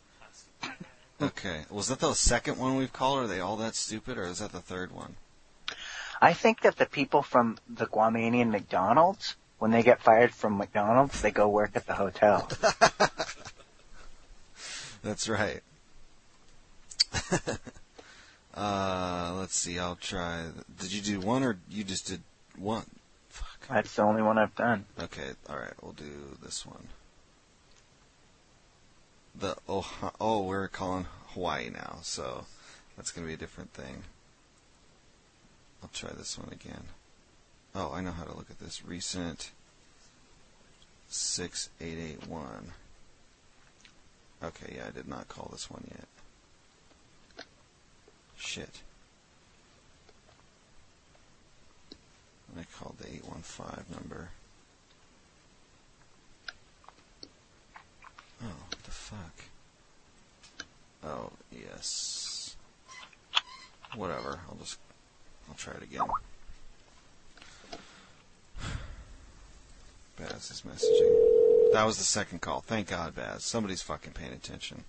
[SPEAKER 3] Okay, was that the second one we've called? Are they all that stupid, or is that the third one?
[SPEAKER 13] I think that the people from the Guamanian McDonald's, when they get fired from McDonald's, they go work at the hotel.
[SPEAKER 3] That's right. uh, let's see. I'll try. Did you do one or you just did one? Fuck.
[SPEAKER 13] That's the only one I've done.
[SPEAKER 3] Okay. All right. We'll do this one. The oh oh we're calling Hawaii now, so that's gonna be a different thing. I'll try this one again. Oh, I know how to look at this. Recent six eight eight one. Okay, yeah, I did not call this one yet. Shit. I called the 815 number. Oh, what the fuck? Oh, yes. Whatever, I'll just. I'll try it again. Baz is messaging. That was the second call. Thank God, Baz. Somebody's fucking paying attention.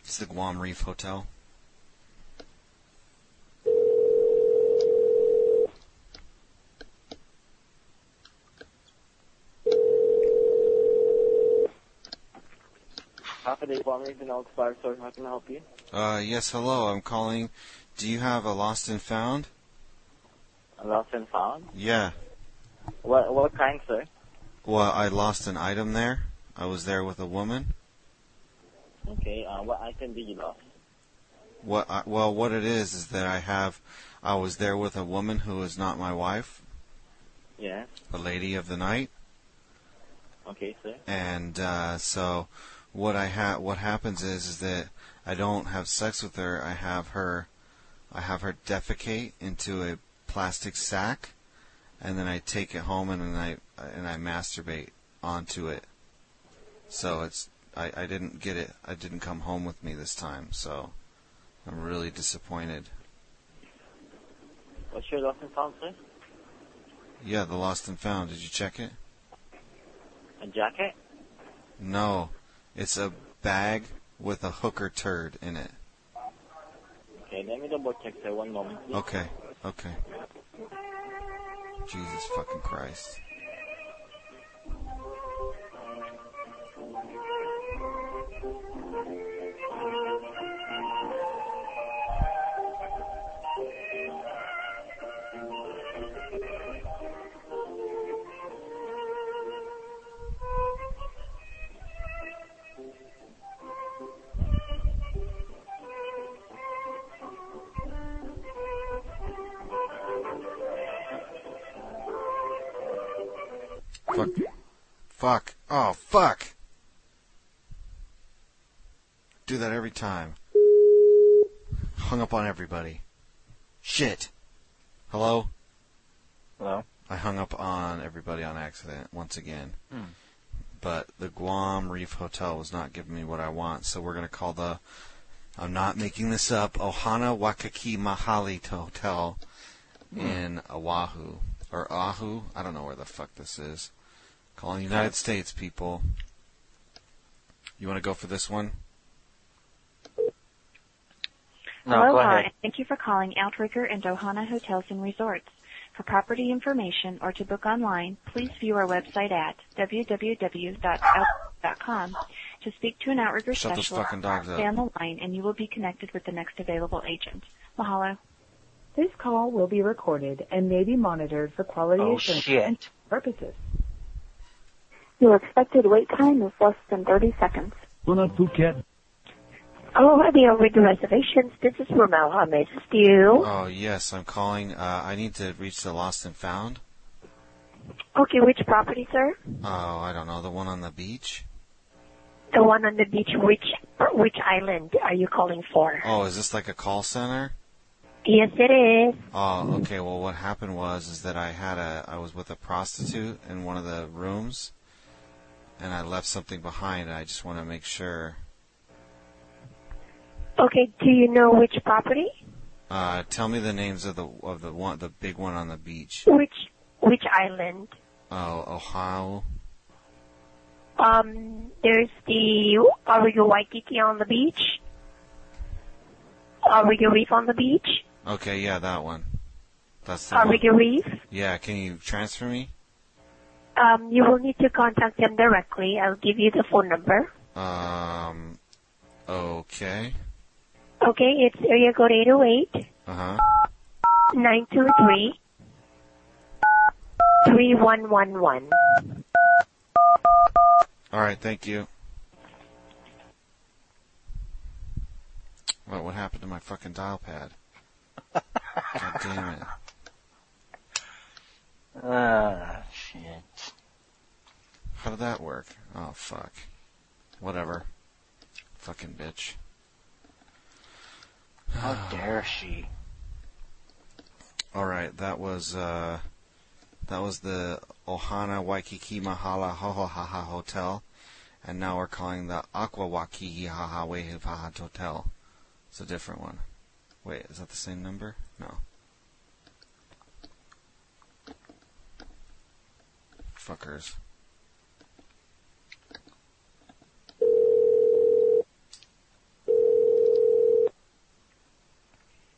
[SPEAKER 3] It's the Guam Reef Hotel.
[SPEAKER 9] Holiday Bomber, the Knowledge Fire Store, how can I help you?
[SPEAKER 3] Uh, yes, hello. I'm calling. Do you have a lost and found?
[SPEAKER 9] Lost and found.
[SPEAKER 3] Yeah.
[SPEAKER 9] What, what kind, sir?
[SPEAKER 3] Well, I lost an item there. I was there with a woman.
[SPEAKER 9] Okay, uh, what item did you lost?
[SPEAKER 3] What? I, well, what it is is that I have. I was there with a woman who is not my wife,
[SPEAKER 9] Yeah.
[SPEAKER 3] a lady of the night,
[SPEAKER 9] Okay, sir.
[SPEAKER 3] and uh, so what I ha- what happens is is that I don't have sex with her. I have her. I have her defecate into a plastic sack, and then I take it home and then I and I masturbate onto it. So it's I, I didn't get it. I didn't come home with me this time. So I'm really disappointed.
[SPEAKER 9] What's your lost and found, sir?
[SPEAKER 3] Yeah, the lost and found. Did you check it?
[SPEAKER 9] A jacket?
[SPEAKER 3] No, it's a bag with a hooker turd in it.
[SPEAKER 9] Okay, let me double check, sir. One moment, please.
[SPEAKER 3] Okay, okay. Jesus fucking Christ. Fuck. Fuck. Oh, fuck. Do that every time. Hung up on everybody. Shit. Hello?
[SPEAKER 13] Hello?
[SPEAKER 3] I hung up on everybody on accident once again.
[SPEAKER 13] Hmm.
[SPEAKER 3] But the Guam Reef Hotel was not giving me what I want, so we're going to call the. I'm not making this up. Ohana Wakaki Mahali Hotel
[SPEAKER 13] Hmm.
[SPEAKER 3] in Oahu. Or Ahu. I don't know where the fuck this is. Calling United States people. You want to go for this one?
[SPEAKER 5] Aloha, and thank you for calling Outrigger and Ohana Hotels and Resorts. For property information or to book online, please view our website at www.outrigger.com. To speak to an Outrigger
[SPEAKER 3] Shut those
[SPEAKER 5] specialist,
[SPEAKER 3] fucking dogs up.
[SPEAKER 5] stay on the line and you will be connected with the next available agent. Mahalo. This call will be recorded and may be monitored for quality Oh, assurance shit. and purposes.
[SPEAKER 17] Your expected wait time is less than 30 seconds.
[SPEAKER 21] Phuket.
[SPEAKER 22] Oh, hi there, with the reservations. This is Ramel. How may I assist you?
[SPEAKER 3] Oh yes, I'm calling. Uh, I need to reach the lost and found.
[SPEAKER 22] Okay, which property, sir?
[SPEAKER 3] Oh, I don't know the one on the beach.
[SPEAKER 22] The one on the beach. Which which island are you calling for?
[SPEAKER 3] Oh, is this like a call center?
[SPEAKER 22] Yes, it is.
[SPEAKER 3] Oh, okay. Well, what happened was is that I had a I was with a prostitute in one of the rooms, and I left something behind. I just want to make sure.
[SPEAKER 22] Okay, do you know which property?
[SPEAKER 3] Uh, tell me the names of the of the one the big one on the beach.
[SPEAKER 22] Which which island?
[SPEAKER 3] Oh, Ohio.
[SPEAKER 22] Um, there's the Origo Waikiki on the beach. Origo Reef on the beach.
[SPEAKER 3] Okay, yeah, that one. That's the one.
[SPEAKER 22] Origo Reef.
[SPEAKER 3] Yeah, can you transfer me?
[SPEAKER 22] Um, you will need to contact them directly. I'll give you the phone number.
[SPEAKER 3] Um, okay.
[SPEAKER 22] Okay, it's area code 808
[SPEAKER 3] Uh huh.
[SPEAKER 22] 923 3111.
[SPEAKER 3] All right, thank you. What what happened to my fucking dial pad? God damn it.
[SPEAKER 13] Ah, shit.
[SPEAKER 3] How did that work? Oh fuck. Whatever. Fucking bitch.
[SPEAKER 13] How dare she?
[SPEAKER 3] All right, that was uh, that was the Ohana Waikiki Mahala Hohohaha Hotel, and now we're calling the Aqua Waikiki Haha Wehipaha Hotel. It's a different one. Wait, is that the same number? No. Fuckers.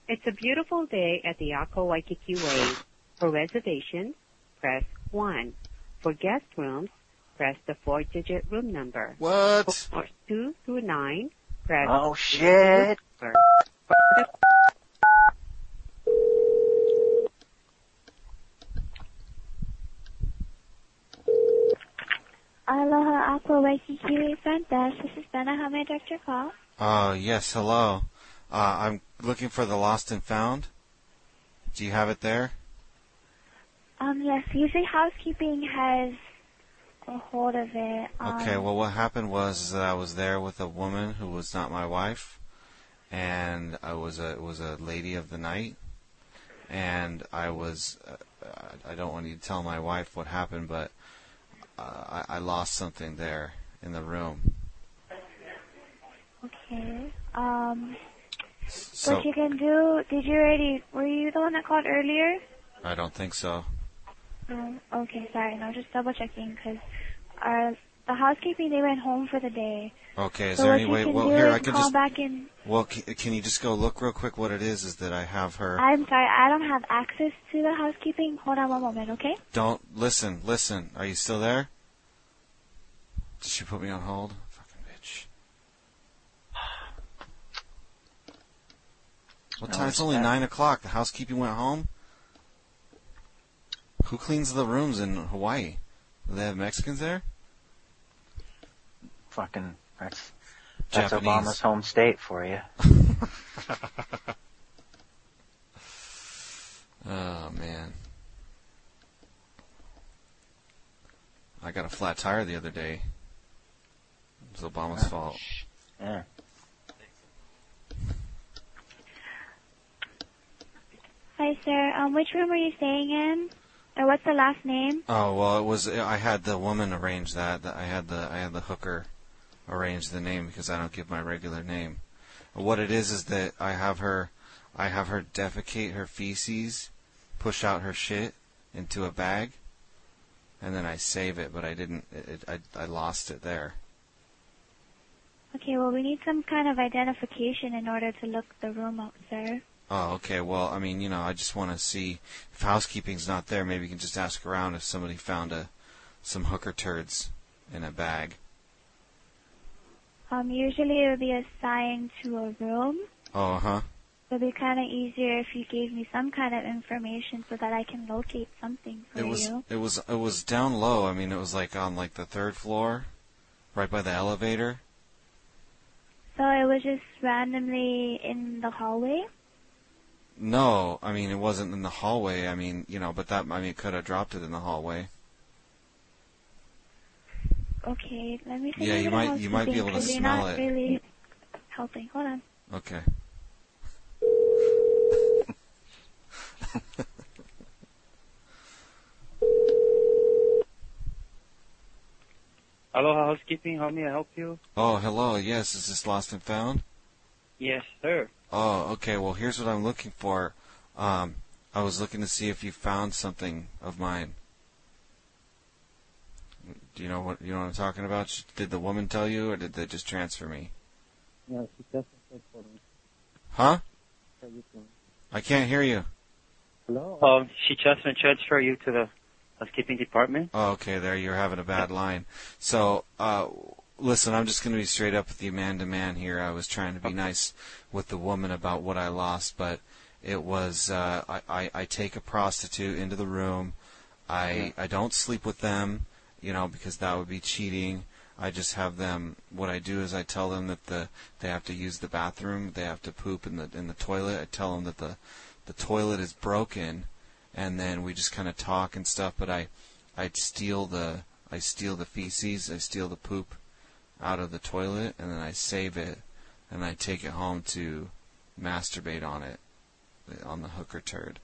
[SPEAKER 23] It's a beautiful day at the Ako Waikiki Way. For reservations, press 1. For guest rooms, press the four-digit room number.
[SPEAKER 3] What?
[SPEAKER 23] For 2 through 9, press...
[SPEAKER 13] Oh, shit.
[SPEAKER 23] Number.
[SPEAKER 24] Aloha Apple Waikiki front desk. This is Benna. How may I direct your call?
[SPEAKER 3] Uh, yes, hello. Uh, I'm looking for the lost and found. Do you have it there?
[SPEAKER 24] Um, yes, usually housekeeping has a hold of it. Um,
[SPEAKER 3] Okay, well, what happened was is that I was there with a woman who was not my wife, and I was a was a lady of the night, and I was uh, I- I don't want you to tell my wife what happened, but uh, I, I lost something there in the room.
[SPEAKER 24] Okay. Um,
[SPEAKER 3] So
[SPEAKER 24] what you can do? Did you already? Were you the one that called earlier?
[SPEAKER 3] I don't think so.
[SPEAKER 24] Um, okay, sorry. No, just double checking because uh, the housekeeping they went home for the day.
[SPEAKER 3] Okay, is
[SPEAKER 24] so
[SPEAKER 3] there
[SPEAKER 24] what
[SPEAKER 3] any
[SPEAKER 24] you
[SPEAKER 3] way?
[SPEAKER 24] Can
[SPEAKER 3] Well,
[SPEAKER 24] do
[SPEAKER 3] here
[SPEAKER 24] is
[SPEAKER 3] I can
[SPEAKER 24] call
[SPEAKER 3] just.
[SPEAKER 24] back in.
[SPEAKER 3] Well, can, can you just go look real quick? What it is is that I have her.
[SPEAKER 24] I'm sorry, I don't have access to the housekeeping. Hold on one moment, okay?
[SPEAKER 3] Don't listen, listen. Are you still there? Did she put me on hold? Fucking bitch. What
[SPEAKER 13] No,
[SPEAKER 3] time? It's
[SPEAKER 13] it's
[SPEAKER 3] only
[SPEAKER 13] that-
[SPEAKER 3] nine o'clock. The housekeeping went home. Who cleans the rooms in Hawaii? Do they have Mexicans there?
[SPEAKER 13] Fucking, that's, that's
[SPEAKER 3] Japanese.
[SPEAKER 13] Obama's home state for you.
[SPEAKER 3] Oh man. I got a flat tire the other day. It was Obama's
[SPEAKER 13] Oh,
[SPEAKER 3] fault.
[SPEAKER 13] Yeah.
[SPEAKER 24] Hi, sir. Um, which room were you staying in? Or what's the last name?
[SPEAKER 3] Oh well, it was I had the woman arrange that. that I had the I had the hooker arrange the name because I don't give my regular name. What it is is that I have her, I have her defecate her feces, push out her shit into a bag, and then I save it. But I didn't. It, it, I I lost it there.
[SPEAKER 24] Okay, well, we need some kind of identification in order to look the room up, sir.
[SPEAKER 3] Oh, okay. Well, I mean, you know, I just want to see if housekeeping's not there. Maybe you can just ask around if somebody found a some hooker turds in a bag.
[SPEAKER 24] Um, usually it would be assigned to a room.
[SPEAKER 3] Oh, uh huh.
[SPEAKER 24] It would be kind of easier if you gave me some kind of information so that I can locate something for
[SPEAKER 3] It was
[SPEAKER 24] you.
[SPEAKER 3] it was it was down low. I mean, it was like on like the third floor, right by the elevator.
[SPEAKER 24] So it was just randomly in the hallway.
[SPEAKER 3] No, I mean it wasn't in the hallway. I mean, you know, but that I mean could have dropped it in the hallway.
[SPEAKER 24] Okay, let me.
[SPEAKER 3] Yeah, you might- you might be able to smell
[SPEAKER 24] not
[SPEAKER 3] it.
[SPEAKER 24] Really helping. Hold on.
[SPEAKER 3] Okay.
[SPEAKER 15] Hello, housekeeping. How may I help you?
[SPEAKER 3] Oh, hello. Yes, is this lost and found?
[SPEAKER 15] Yes, sir.
[SPEAKER 3] Oh, okay. Well, here's what I'm looking for. Um, I was looking to see if you found something of mine. Do you know what you know what I'm talking about? Did the woman tell you, or did they just transfer me?
[SPEAKER 15] No, she just said for me.
[SPEAKER 3] Huh?
[SPEAKER 15] For you to-
[SPEAKER 3] I can't hear you.
[SPEAKER 15] Hello. Um, she just transferred you to the housekeeping department.
[SPEAKER 3] Oh, okay, there you're having a bad line. So, uh, listen, I'm just going to be straight up with you, man to man here. I was trying to be nice with the woman about what I lost, but it was uh, I, I I take a prostitute into the room. I I don't sleep with them, you know, because that would be cheating. I just have them. What I do is I tell them that the they have to use the bathroom. They have to poop in the in the toilet. I tell them that the the toilet is broken, and then we just kind of talk and stuff. But I I'd steal the I steal the feces, I steal the poop out of the toilet, and then I save it, and I take it home to masturbate on it, on the hooker turd.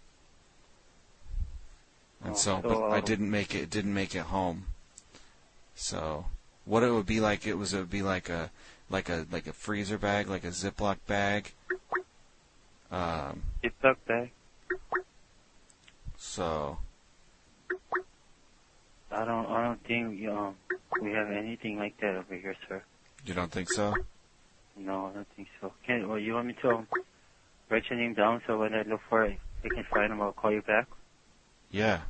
[SPEAKER 3] And
[SPEAKER 15] Oh,
[SPEAKER 3] so, but
[SPEAKER 15] so,
[SPEAKER 3] I
[SPEAKER 15] uh,
[SPEAKER 3] didn't make it. Didn't make it home. So, what it would be like? It was. It would be like a, like a, like a freezer bag, like a Ziploc bag. Um,
[SPEAKER 15] It's okay.
[SPEAKER 3] so,
[SPEAKER 15] I don't. I don't think you, um, we have anything like that over here, sir.
[SPEAKER 3] you don't think so?
[SPEAKER 15] No, I don't think so. Can well, you want me to um, write your name down so when I look for it, I can find them. I'll call you back.
[SPEAKER 3] Yeah.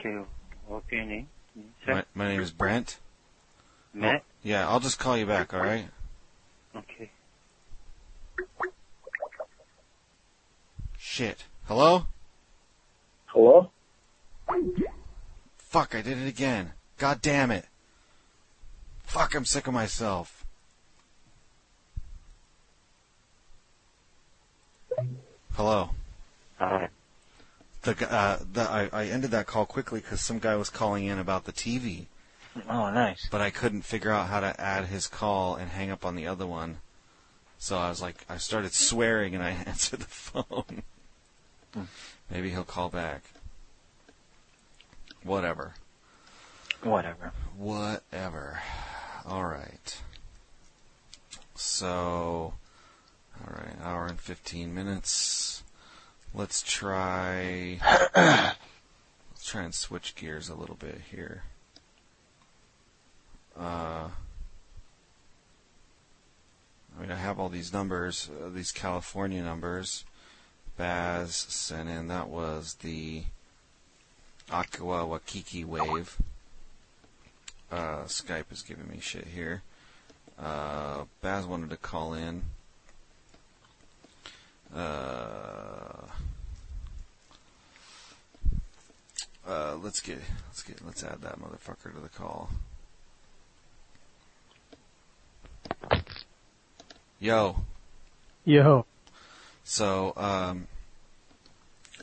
[SPEAKER 15] Okay. What's your name? Sir?
[SPEAKER 3] My, my name is Brent.
[SPEAKER 15] Matt?
[SPEAKER 3] Oh, yeah, I'll just call you back, alright?
[SPEAKER 15] Okay.
[SPEAKER 3] Shit. Hello?
[SPEAKER 10] Hello?
[SPEAKER 3] Fuck, I did it again. God damn it. Fuck, I'm sick of myself. Hello.
[SPEAKER 15] Hi.
[SPEAKER 3] The, gu- uh, the, I, I ended that call quickly because some guy was calling in about the TV.
[SPEAKER 13] Oh, nice.
[SPEAKER 3] But I couldn't figure out how to add his call and hang up on the other one. So I was like, I started swearing and I answered the phone.
[SPEAKER 13] Hmm.
[SPEAKER 3] Maybe he'll call back. Whatever.
[SPEAKER 13] Whatever.
[SPEAKER 3] Whatever. All right. So, all right, hour and 15 minutes. Let's try. let's try and switch gears a little bit here. Uh, I mean, I have all these numbers, uh, these California numbers. Baz sent in that was the Aqua Wakiki wave. Uh, Skype is giving me shit here. Uh, Baz wanted to call in. Uh, uh, let's get let's get let's add that motherfucker to the call. Yo.
[SPEAKER 8] Yo.
[SPEAKER 3] So, um,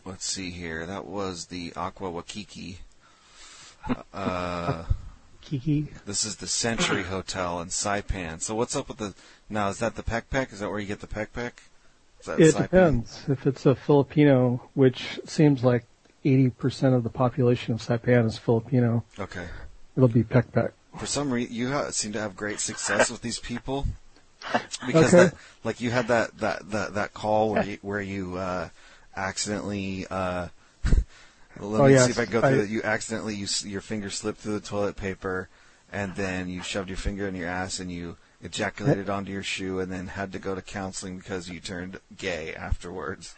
[SPEAKER 3] let's see here. That was the Aqua Wakiki. Uh,
[SPEAKER 8] Kiki.
[SPEAKER 3] this is the Century Hotel in Saipan. So, what's up with the. Now, is that the Peck Peck? Is that where you get the Peck Peck? Is that
[SPEAKER 8] It
[SPEAKER 3] Saipan?
[SPEAKER 8] depends. If it's a Filipino, which seems like 80% of the population of Saipan is Filipino,
[SPEAKER 3] Okay.
[SPEAKER 8] it'll be Peck Peck.
[SPEAKER 3] For some reason, you ha- seem to have great success with these people. Because
[SPEAKER 8] Okay.
[SPEAKER 3] that, like you had that, that, that, that call where you, where you, uh, accidentally, uh, let
[SPEAKER 8] Oh,
[SPEAKER 3] me
[SPEAKER 8] yes.
[SPEAKER 3] see if I can go through
[SPEAKER 8] I-
[SPEAKER 3] it. You accidentally, you, s- your finger slipped through the toilet paper and then you shoved your finger in your ass and you ejaculated onto your shoe and then had to go to counseling because you turned gay afterwards.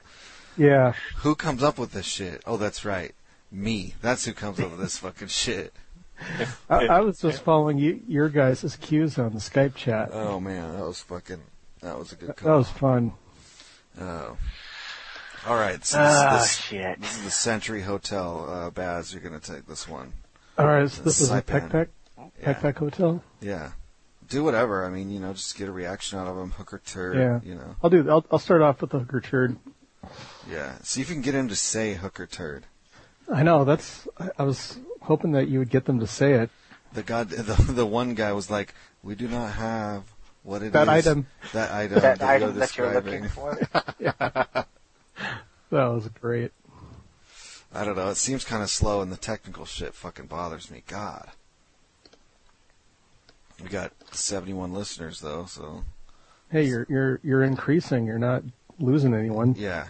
[SPEAKER 8] Yeah.
[SPEAKER 3] Who comes up with this shit? Oh, that's right. Me. That's who comes up with this fucking shit.
[SPEAKER 8] I, I was just following you, your guys' cues on the Skype chat.
[SPEAKER 3] Oh man, that was fucking. That was a good
[SPEAKER 8] That
[SPEAKER 3] call.
[SPEAKER 8] was fun.
[SPEAKER 3] Oh. All right. So this,
[SPEAKER 8] Ah,
[SPEAKER 3] this,
[SPEAKER 8] shit.
[SPEAKER 3] this is the Century Hotel. Uh, Baz, you're gonna take this one.
[SPEAKER 8] All right, so this is a
[SPEAKER 3] Saipan.
[SPEAKER 8] Peck Peck? Peck
[SPEAKER 3] Yeah.
[SPEAKER 8] Peck Hotel?
[SPEAKER 3] Yeah. do whatever. I mean, you know, just get a reaction out of them, hook or turd.
[SPEAKER 8] Yeah.
[SPEAKER 3] You know.
[SPEAKER 8] I'll do. I'll, I'll start off with the hooker turd.
[SPEAKER 3] Yeah. See if you can get him to say hook or turd.
[SPEAKER 8] I know that's. I- I was hoping that you would get them to say it.
[SPEAKER 3] The god, the, the one guy was like, "We do not have what it is
[SPEAKER 8] That item.
[SPEAKER 3] That item.
[SPEAKER 8] That
[SPEAKER 3] you're
[SPEAKER 8] item that you're looking
[SPEAKER 3] describing."
[SPEAKER 8] for. Yeah. That was great.
[SPEAKER 3] I don't know. It seems kind of slow, and the technical shit fucking bothers me. God. We got 71 listeners though, so
[SPEAKER 8] Hey, you're you're you're increasing. You're not losing anyone.
[SPEAKER 3] yeah.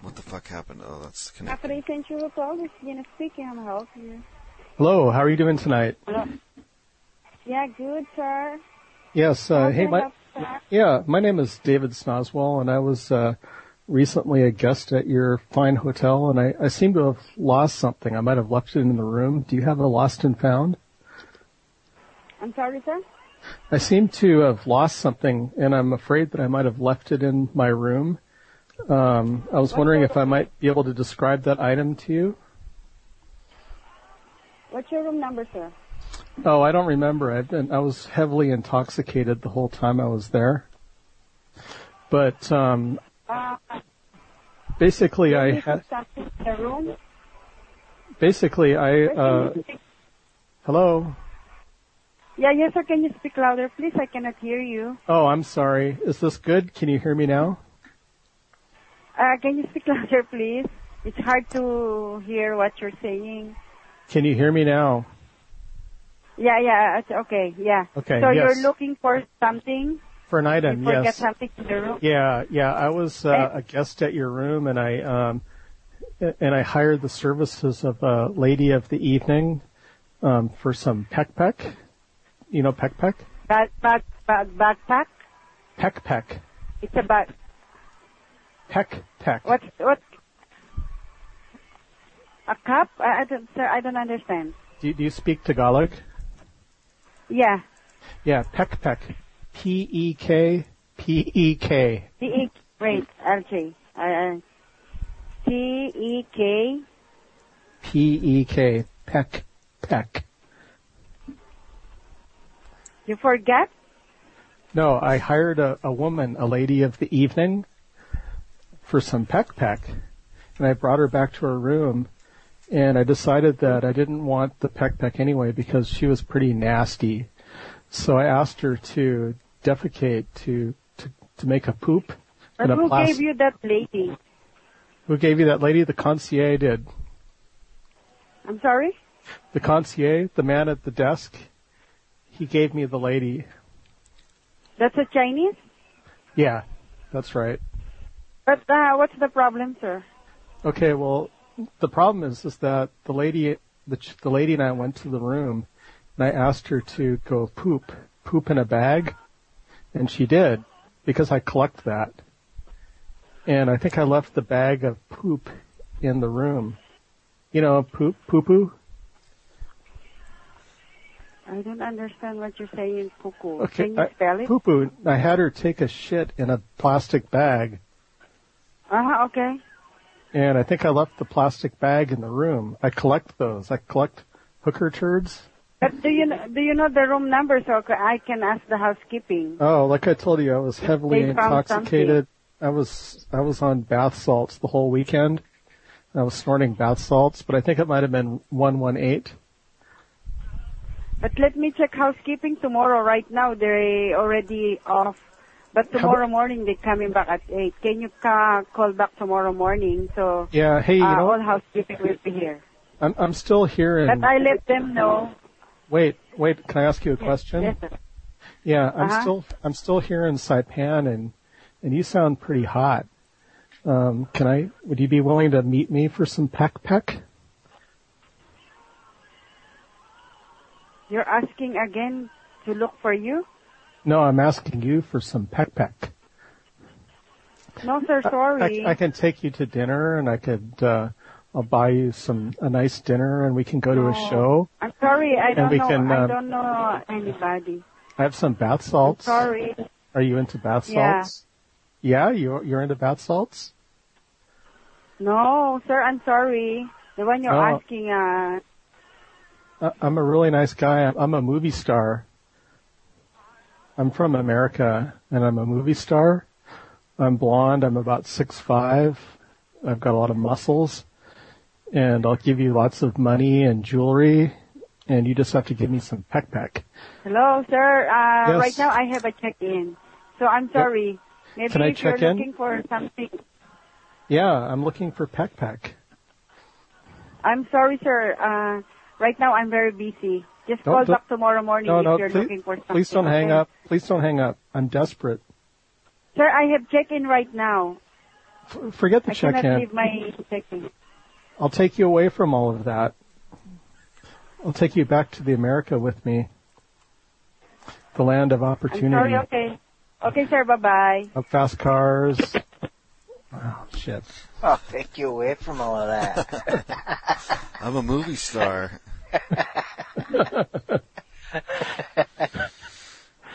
[SPEAKER 3] What the fuck happened? Oh, that's connected.
[SPEAKER 23] After they sent you a call, this is Jenna speaking. I'm help you.
[SPEAKER 8] Hello, how are you doing tonight?
[SPEAKER 23] Yeah, good, sir.
[SPEAKER 8] Yes. Uh,
[SPEAKER 23] can
[SPEAKER 8] hey,
[SPEAKER 23] I
[SPEAKER 8] my
[SPEAKER 23] help, sir?
[SPEAKER 8] yeah, my name is David Snoswell, and I was uh, recently a guest at your fine hotel, and I, I seem to have lost something. I might have left it in the room. Do you have a lost and found?
[SPEAKER 23] I'm sorry, sir.
[SPEAKER 8] I seem to have lost something, and I'm afraid that I might have left it in my room. Um, I was wondering if I might be able to describe that item to you.
[SPEAKER 23] What's your room number, sir?
[SPEAKER 8] Oh, I don't remember. I've been, I was heavily intoxicated the whole time I was there. But, um,
[SPEAKER 23] Uh,
[SPEAKER 8] basically
[SPEAKER 23] did
[SPEAKER 8] I
[SPEAKER 23] you
[SPEAKER 8] had,
[SPEAKER 23] put something in the room.
[SPEAKER 8] basically I, uh, hello?
[SPEAKER 23] Yeah, yes, sir. Can you speak louder, please? I cannot hear you.
[SPEAKER 8] Oh, I'm sorry. Is this good? Can you hear me now?
[SPEAKER 23] Uh, can you speak louder, please? It's hard to hear what you're saying.
[SPEAKER 8] Can you hear me now?
[SPEAKER 23] Yeah, yeah. it's Okay, yeah.
[SPEAKER 8] Okay,
[SPEAKER 23] So
[SPEAKER 8] yes.
[SPEAKER 23] you're looking for something?
[SPEAKER 8] For an item,
[SPEAKER 23] you
[SPEAKER 8] yes.
[SPEAKER 23] forget something in the room?
[SPEAKER 8] Yeah, yeah. I was uh, a guest at your room, and I um, and I hired the services of a lady of the evening um, for some peck peck. You know peck peck,
[SPEAKER 23] Back, back, back, backpack?
[SPEAKER 8] peck peck,
[SPEAKER 23] It's a back.
[SPEAKER 8] peck peck.
[SPEAKER 23] What? What? A cup? I, I don't, sir. I don't understand.
[SPEAKER 8] Do you, do you speak Tagalog?
[SPEAKER 23] Yeah.
[SPEAKER 8] Yeah, peck peck, P E K P E K.
[SPEAKER 23] T E. Wait. Okay. Uh, T E K.
[SPEAKER 8] P E K peck peck.
[SPEAKER 23] You forget?
[SPEAKER 8] No, I hired a, a woman, a lady of the evening, for some peck peck, and I brought her back to her room, and I decided that I didn't want the peck peck anyway because she was pretty nasty, so I asked her to defecate to to, to make a poop
[SPEAKER 23] But
[SPEAKER 8] in a
[SPEAKER 23] who
[SPEAKER 8] plas-
[SPEAKER 23] gave you that lady?
[SPEAKER 8] Who gave you that lady? The concierge did.
[SPEAKER 23] I'm sorry.
[SPEAKER 8] The concierge, the man at the desk, he gave me the lady.
[SPEAKER 23] That's a Chinese.
[SPEAKER 8] Yeah, that's right.
[SPEAKER 23] But uh, what's the problem, sir?
[SPEAKER 8] Okay, well, the problem is is that the lady, the, ch- the lady and I went to the room, and I asked her to go poop, poop in a bag, and she did because I collect that, and I think I left the bag of poop in the room. You know, poop, poo poo.
[SPEAKER 23] I don't understand what you're saying, Cuckoo.
[SPEAKER 8] Okay, uh,
[SPEAKER 23] Can you spell it?
[SPEAKER 8] poo poo. I had her take a shit in a plastic bag,
[SPEAKER 23] Uh huh. Okay.
[SPEAKER 8] and I think I left the plastic bag in the room. I collect those. I collect hooker turds.
[SPEAKER 23] But do you know, do you know the room number so I can ask the housekeeping?
[SPEAKER 8] Oh, like I told you, I was heavily
[SPEAKER 23] They found
[SPEAKER 8] intoxicated. I was I was on bath salts the whole weekend. I was snorting bath salts, but I think it might have been one one eight.
[SPEAKER 23] But let me check housekeeping tomorrow. Right now they already off, but
[SPEAKER 8] How
[SPEAKER 23] tomorrow morning they coming back at eight. Can you ca- call back tomorrow morning? So
[SPEAKER 8] Yeah, hey, you
[SPEAKER 23] uh,
[SPEAKER 8] know-
[SPEAKER 23] all housekeeping will be here.
[SPEAKER 8] I'm I'm still here. And
[SPEAKER 23] But I let them know.
[SPEAKER 8] wait, wait. Can I ask you a question?
[SPEAKER 23] Yes, sir.
[SPEAKER 8] Yeah, I'm
[SPEAKER 23] Uh-huh.
[SPEAKER 8] still I'm still here in Saipan, and and you sound pretty hot. Um, can I? Would you be willing to meet me for some peck peck?
[SPEAKER 23] You're asking again to look for you?
[SPEAKER 8] No, I'm asking you for some peck peck.
[SPEAKER 23] No, sir. Sorry.
[SPEAKER 8] I, I can take you to dinner, and I could uh, I'll buy you some a nice dinner, and we can go to a
[SPEAKER 23] No. Oh,
[SPEAKER 8] show.
[SPEAKER 23] I'm sorry. I
[SPEAKER 8] And
[SPEAKER 23] don't
[SPEAKER 8] we
[SPEAKER 23] know.
[SPEAKER 8] can,
[SPEAKER 23] I
[SPEAKER 8] uh,
[SPEAKER 23] don't know anybody.
[SPEAKER 8] I have some bath salts.
[SPEAKER 23] Sorry.
[SPEAKER 8] Are you into bath
[SPEAKER 23] Yeah.
[SPEAKER 8] salts? Yeah, you're you're into bath salts.
[SPEAKER 23] No, sir. I'm sorry. The one you're
[SPEAKER 8] No.
[SPEAKER 23] asking. Uh,
[SPEAKER 8] I- I'm a really nice guy. I'm- I'm a movie star. I'm from America and I'm a movie star. I'm blonde. I'm about six five. I've got a lot of muscles and I'll give you lots of money and jewelry and you just have to give me some peck peck.
[SPEAKER 23] Hello, sir. Uh,
[SPEAKER 8] Yes.
[SPEAKER 23] Right now I have a check-in, so I'm sorry. Maybe
[SPEAKER 8] Can I
[SPEAKER 23] if
[SPEAKER 8] check
[SPEAKER 23] you're
[SPEAKER 8] in?
[SPEAKER 23] looking for something,
[SPEAKER 8] Yeah, I'm looking for peck peck.
[SPEAKER 23] I'm sorry, sir. Uh, right now I'm very busy. Just
[SPEAKER 8] Don't-
[SPEAKER 23] call
[SPEAKER 8] don't-
[SPEAKER 23] back tomorrow morning
[SPEAKER 8] No,
[SPEAKER 23] if
[SPEAKER 8] no,
[SPEAKER 23] you're
[SPEAKER 8] please,
[SPEAKER 23] looking for something.
[SPEAKER 8] please don't hang
[SPEAKER 23] okay?
[SPEAKER 8] up. Please don't hang up. I'm desperate.
[SPEAKER 23] Sir, I have check-in right now.
[SPEAKER 8] F- forget the
[SPEAKER 23] I
[SPEAKER 8] check
[SPEAKER 23] cannot
[SPEAKER 8] in.
[SPEAKER 23] leave my check-in.
[SPEAKER 8] I'll take you away from all of that. I'll take you back to the America with me. The land of
[SPEAKER 23] I'm
[SPEAKER 8] opportunity.
[SPEAKER 23] sorry, okay. Okay, sir, bye-bye.
[SPEAKER 8] Of fast cars. Oh, shit.
[SPEAKER 13] I'll take you away from all of that.
[SPEAKER 3] I'm a movie star.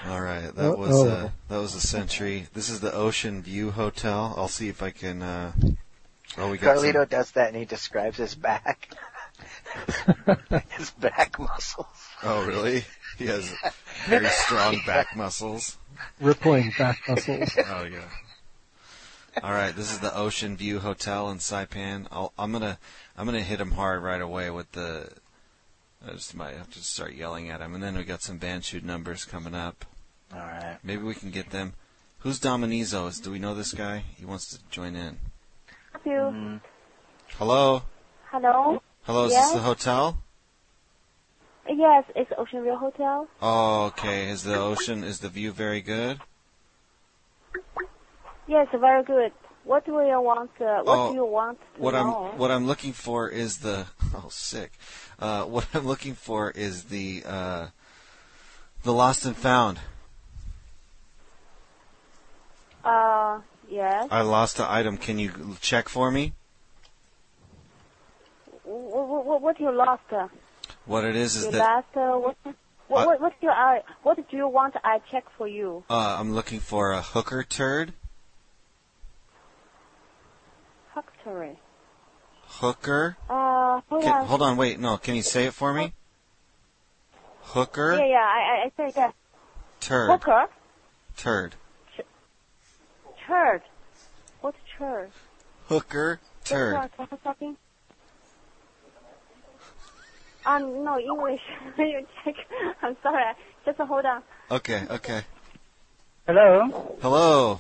[SPEAKER 3] All right, that was uh,
[SPEAKER 8] Uh-oh.
[SPEAKER 3] that was a century. This is the Ocean View Hotel. I'll see if I can. Uh, oh, we got
[SPEAKER 13] Carlito
[SPEAKER 3] some,
[SPEAKER 13] does that and he describes his back. his back muscles.
[SPEAKER 3] Oh, really? He has very strong back muscles.
[SPEAKER 8] Rippling back muscles.
[SPEAKER 3] Oh yeah. All right, this is the Ocean View Hotel in Saipan. I'll, I'm gonna I'm gonna hit him hard right away with the. I just might have to start yelling at him, and then we got some Banshee numbers coming up.
[SPEAKER 13] All right.
[SPEAKER 3] Maybe we can get them. Who's Dominizo's? Do we know this guy? He wants to join in.
[SPEAKER 5] Two.
[SPEAKER 3] Hello,
[SPEAKER 5] Hello?
[SPEAKER 3] Mm. hello. Is
[SPEAKER 5] Yes?
[SPEAKER 3] this the hotel?
[SPEAKER 5] Yes, it's Ocean View Hotel.
[SPEAKER 3] Oh, okay. Is the ocean is the view very good?
[SPEAKER 5] Yes, very good. What do you want? Uh, what
[SPEAKER 3] Oh,
[SPEAKER 5] do you want to
[SPEAKER 3] What I'm
[SPEAKER 5] know?
[SPEAKER 3] what I'm looking for is the oh sick. Uh, what I'm looking for is the uh, the lost and found.
[SPEAKER 5] Uh, yes.
[SPEAKER 3] I lost the item. Can you check for me?
[SPEAKER 5] What, what, what you lost? Uh,
[SPEAKER 3] What it is is
[SPEAKER 5] you
[SPEAKER 3] that
[SPEAKER 5] lost? Uh, what, what, what, what, do I, what do you want I check for you?
[SPEAKER 3] uh, I'm looking for a hooker turd.
[SPEAKER 5] Factory.
[SPEAKER 3] Hooker.
[SPEAKER 5] Uh, hold
[SPEAKER 3] Can,
[SPEAKER 5] on.
[SPEAKER 3] hold on. Wait. No. Can you say it for me? Hooker
[SPEAKER 5] Yeah, yeah, I, I, I said that.
[SPEAKER 3] turd
[SPEAKER 5] Hooker?
[SPEAKER 3] turd
[SPEAKER 5] Church. What church?
[SPEAKER 3] hooker turd.
[SPEAKER 5] Which one? Talking? Um, no, English. you check. I'm sorry. Just hold on.
[SPEAKER 3] Okay. Okay.
[SPEAKER 12] Hello.
[SPEAKER 3] Hello.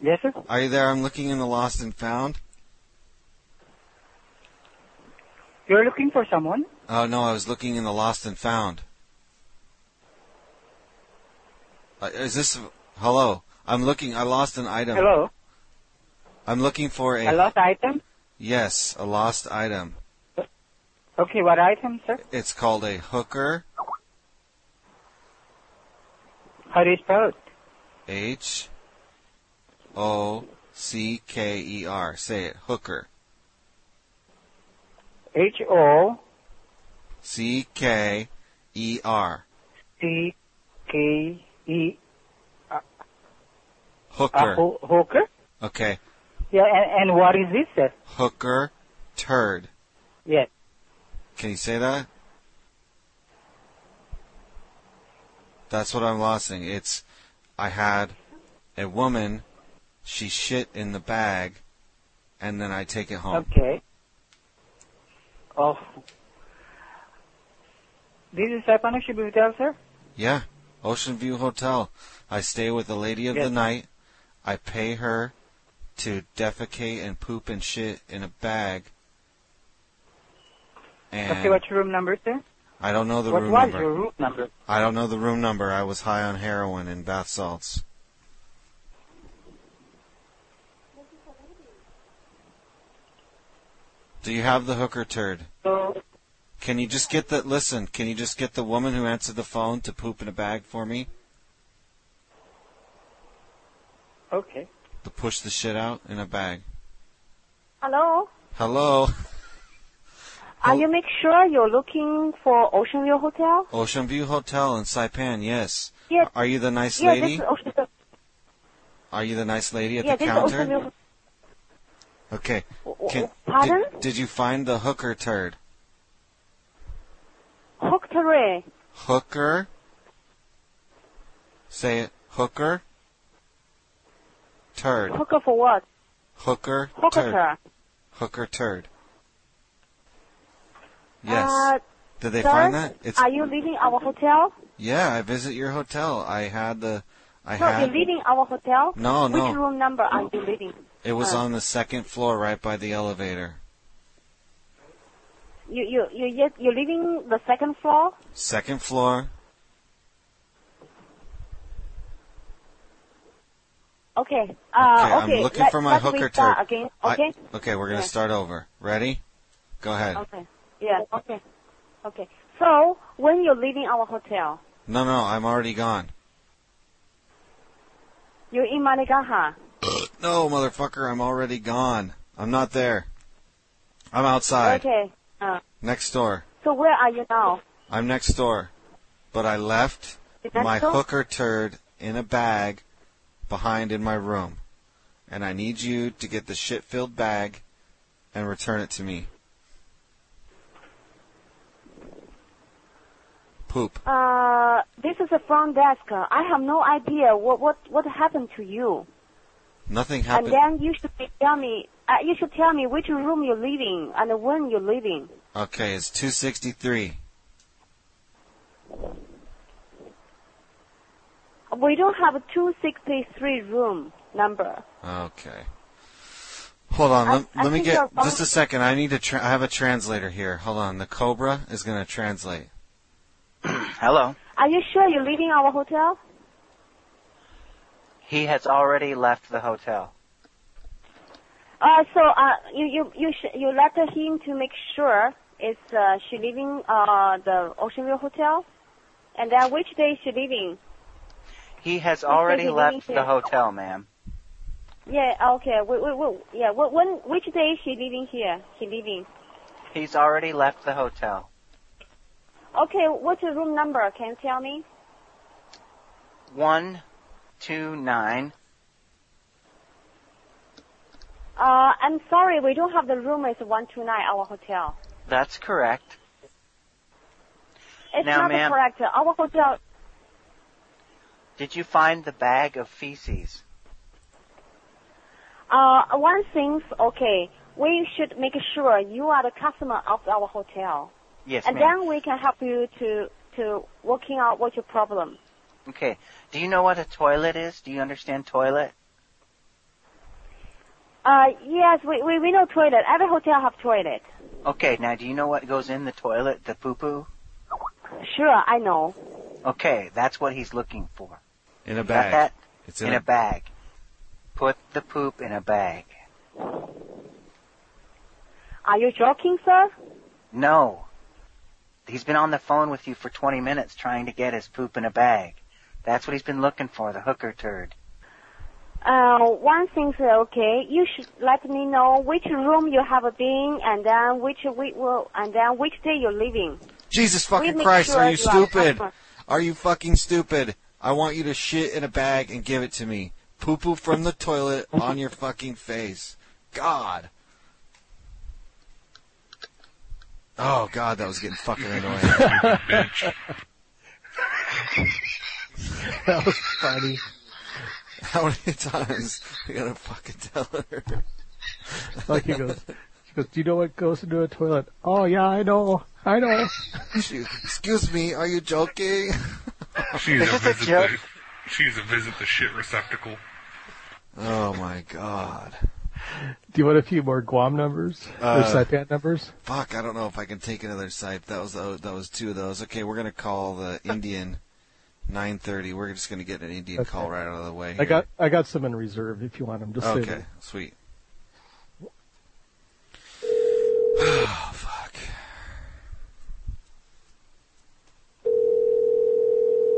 [SPEAKER 12] Yes, sir.
[SPEAKER 3] Are you there? I'm looking in the lost and found.
[SPEAKER 12] You're looking for someone?
[SPEAKER 3] Oh no, I was looking in the lost and found. Uh, is this hello? I'm looking. I lost an item.
[SPEAKER 12] Hello.
[SPEAKER 3] I'm looking for a
[SPEAKER 12] A lost item.
[SPEAKER 3] yes, a lost item.
[SPEAKER 12] Okay, what item, sir?
[SPEAKER 3] It's called a hooker.
[SPEAKER 12] How do you spell it?
[SPEAKER 3] H O C K E R. Say it. Hooker.
[SPEAKER 12] H O
[SPEAKER 3] C K E R.
[SPEAKER 12] C K E
[SPEAKER 3] Hooker.
[SPEAKER 12] uh, ho- hooker.
[SPEAKER 3] okay.
[SPEAKER 12] Yeah, and, and what is this, sir?
[SPEAKER 3] Hooker turd.
[SPEAKER 12] Yes.
[SPEAKER 3] Can you say that? That's what I'm losing. It's I had a woman, she shit in the bag, and then I take it home.
[SPEAKER 12] Okay. Oh. This is Saipan Shibu Hotel, sir.
[SPEAKER 3] Yeah. Ocean View Hotel. I stay with the lady of the
[SPEAKER 12] Yes.
[SPEAKER 3] night. I pay her to defecate and poop and shit in a bag. And
[SPEAKER 12] okay, what's your room number, sir?
[SPEAKER 3] I don't know the
[SPEAKER 12] what
[SPEAKER 3] room
[SPEAKER 12] was
[SPEAKER 3] number.
[SPEAKER 12] your room number?
[SPEAKER 3] I don't know the room number. I was high on heroin and bath salts. Do you have the hooker turd?
[SPEAKER 12] So,
[SPEAKER 3] Can you just get the listen? Can you just get the woman who answered the phone to poop in a bag for me
[SPEAKER 12] okay.
[SPEAKER 3] to push the shit out in a bag?
[SPEAKER 5] Hello?
[SPEAKER 3] Hello,
[SPEAKER 5] Are
[SPEAKER 3] Oh.
[SPEAKER 5] you make sure you're looking for Ocean View Hotel?
[SPEAKER 3] Ocean View Hotel in Saipan. Yes.
[SPEAKER 5] Yes.
[SPEAKER 3] Are you the nice
[SPEAKER 5] yeah,
[SPEAKER 3] lady?
[SPEAKER 5] this is Ocean View.
[SPEAKER 3] Are you the nice lady at
[SPEAKER 5] yeah,
[SPEAKER 3] the
[SPEAKER 5] this is Ocean
[SPEAKER 3] counter?
[SPEAKER 5] View.
[SPEAKER 3] Okay.
[SPEAKER 5] w-
[SPEAKER 3] Can,
[SPEAKER 5] pardon?
[SPEAKER 3] Did, did you find the hooker turd?
[SPEAKER 5] Hooray.
[SPEAKER 3] Hooker. Say it. Hooker. Turd.
[SPEAKER 5] Hooker for what?
[SPEAKER 3] Hooker.
[SPEAKER 5] Hooker.
[SPEAKER 3] Turd.
[SPEAKER 5] car.
[SPEAKER 3] Hooker turd. Yes.
[SPEAKER 5] Uh,
[SPEAKER 3] Did they
[SPEAKER 5] sir,
[SPEAKER 3] find that? It's
[SPEAKER 5] Are you leaving our hotel?
[SPEAKER 3] yeah. I visit your hotel. I had the. I
[SPEAKER 5] no,
[SPEAKER 3] had.
[SPEAKER 5] you're leaving our hotel?
[SPEAKER 3] No, no.
[SPEAKER 5] Which room number are you leaving?
[SPEAKER 3] It was on the second floor, right by the elevator.
[SPEAKER 5] You, you, you, yet, you're leaving the second floor?
[SPEAKER 3] Second floor.
[SPEAKER 5] Okay. Uh,
[SPEAKER 3] I'm
[SPEAKER 5] okay.
[SPEAKER 3] looking
[SPEAKER 5] let-
[SPEAKER 3] for my
[SPEAKER 5] let me
[SPEAKER 3] hooker
[SPEAKER 5] start
[SPEAKER 3] turd.
[SPEAKER 5] Again.
[SPEAKER 3] I-
[SPEAKER 5] Okay?
[SPEAKER 3] okay, we're gonna
[SPEAKER 5] Okay.
[SPEAKER 3] start over. Ready? Go ahead.
[SPEAKER 5] Okay. Yeah, okay. Okay. So, when you're leaving our hotel,
[SPEAKER 3] No, no, I'm already gone.
[SPEAKER 5] you're in Manigahara.
[SPEAKER 3] No, motherfucker, I'm already gone. I'm not there. I'm outside.
[SPEAKER 5] Okay. Uh,
[SPEAKER 3] Next door.
[SPEAKER 5] so where are you now?
[SPEAKER 3] I'm next door. But I left
[SPEAKER 5] Is that
[SPEAKER 3] my
[SPEAKER 5] so?
[SPEAKER 3] hooker turd in a bag behind in my room. And I need you to get the shit filled bag and return it to me. Poop.
[SPEAKER 5] Uh, this is the front desk. Uh, I have no idea what what what happened to you.
[SPEAKER 3] Nothing happened.
[SPEAKER 5] And then you should be- tell me. Uh, you should tell me which room you're leaving and when you're leaving.
[SPEAKER 3] Okay, it's 263.
[SPEAKER 5] We don't have a 263 room number.
[SPEAKER 3] Okay. Hold on.
[SPEAKER 5] I-
[SPEAKER 3] Let,
[SPEAKER 5] I
[SPEAKER 3] let me
[SPEAKER 5] think
[SPEAKER 3] get
[SPEAKER 5] you're wrong.
[SPEAKER 3] just a second. I need to. Tra- I have a translator here. Hold on. The Cobra is going to translate.
[SPEAKER 13] Hello.
[SPEAKER 5] Are you sure you're leaving our hotel?
[SPEAKER 13] He has already left the hotel.
[SPEAKER 5] Uh, so uh, you you you sh- you let him to make sure is uh, she leaving uh the Ocean View Hotel, and then which day is she leaving?
[SPEAKER 13] He has
[SPEAKER 5] said
[SPEAKER 13] already
[SPEAKER 5] he
[SPEAKER 13] left
[SPEAKER 5] didn't hear.
[SPEAKER 13] the hotel, ma'am.
[SPEAKER 5] Yeah, okay. We, we, we, yeah, wh- when which day is she leaving here? She leaving.
[SPEAKER 13] He's already left the hotel.
[SPEAKER 5] Okay, what's your room number? Can you tell me?
[SPEAKER 13] One, two, nine.
[SPEAKER 5] Uh, I'm sorry, we don't have the room. It's one two nine our hotel.
[SPEAKER 13] That's correct.
[SPEAKER 5] It's
[SPEAKER 13] Now,
[SPEAKER 5] not
[SPEAKER 13] ma'am-
[SPEAKER 5] correct. Our hotel.
[SPEAKER 13] Did you find the bag of feces?
[SPEAKER 5] Uh, one thing's okay. We should make sure you are the customer of our hotel,
[SPEAKER 13] Yes,
[SPEAKER 5] and
[SPEAKER 13] ma'am.
[SPEAKER 5] then we can help you to to working out what's your problem.
[SPEAKER 13] Okay. Do you know what a toilet is? Do you understand toilet?
[SPEAKER 5] Uh, yes, we, we, we know toilet. Every hotel have toilet.
[SPEAKER 13] Okay, now do you know what goes in the toilet, the poo poo?
[SPEAKER 5] Sure, I know.
[SPEAKER 13] Okay, that's what he's looking for.
[SPEAKER 3] In a
[SPEAKER 13] Got
[SPEAKER 3] bag.
[SPEAKER 13] that?
[SPEAKER 3] It's in,
[SPEAKER 13] a bag. Put the poop in a bag.
[SPEAKER 5] Are you joking, sir?
[SPEAKER 13] No. He's been on the phone with you for 20 minutes trying to get his poop in a bag. That's what he's been looking for, the hooker turd.
[SPEAKER 5] Uh, one thing's okay. You should let me know which room you have been, and then which we will, and then which day you're leaving.
[SPEAKER 3] Jesus fucking
[SPEAKER 5] make
[SPEAKER 3] Christ!
[SPEAKER 5] sure
[SPEAKER 3] are you
[SPEAKER 5] you are
[SPEAKER 3] stupid?
[SPEAKER 5] proper.
[SPEAKER 3] Are you fucking stupid? I want you to shit in a bag and give it to me. Poo poo from the toilet on your fucking face. God. Oh God, that was getting fucking annoying.
[SPEAKER 8] That was funny.
[SPEAKER 3] How many times we gotta fucking tell her?
[SPEAKER 8] Like he goes, he goes, do you know what goes into a toilet? Oh yeah, I know, I know.
[SPEAKER 3] She- Excuse me, are you joking?
[SPEAKER 25] She's a visit the, she's a visit the shit receptacle.
[SPEAKER 3] Oh my god.
[SPEAKER 8] Do you want a few more Guam numbers
[SPEAKER 3] Uh,
[SPEAKER 8] or Saipan numbers?
[SPEAKER 3] Fuck, I don't know if I can take another site. That was oh, that was two of those. Okay, we're gonna call the Indian 9:30. We're just gonna get an Indian
[SPEAKER 8] Okay.
[SPEAKER 3] call right out of the way.
[SPEAKER 8] I
[SPEAKER 3] here.
[SPEAKER 8] got I got some in reserve if you want them. Just
[SPEAKER 3] okay,
[SPEAKER 8] save it.
[SPEAKER 3] sweet.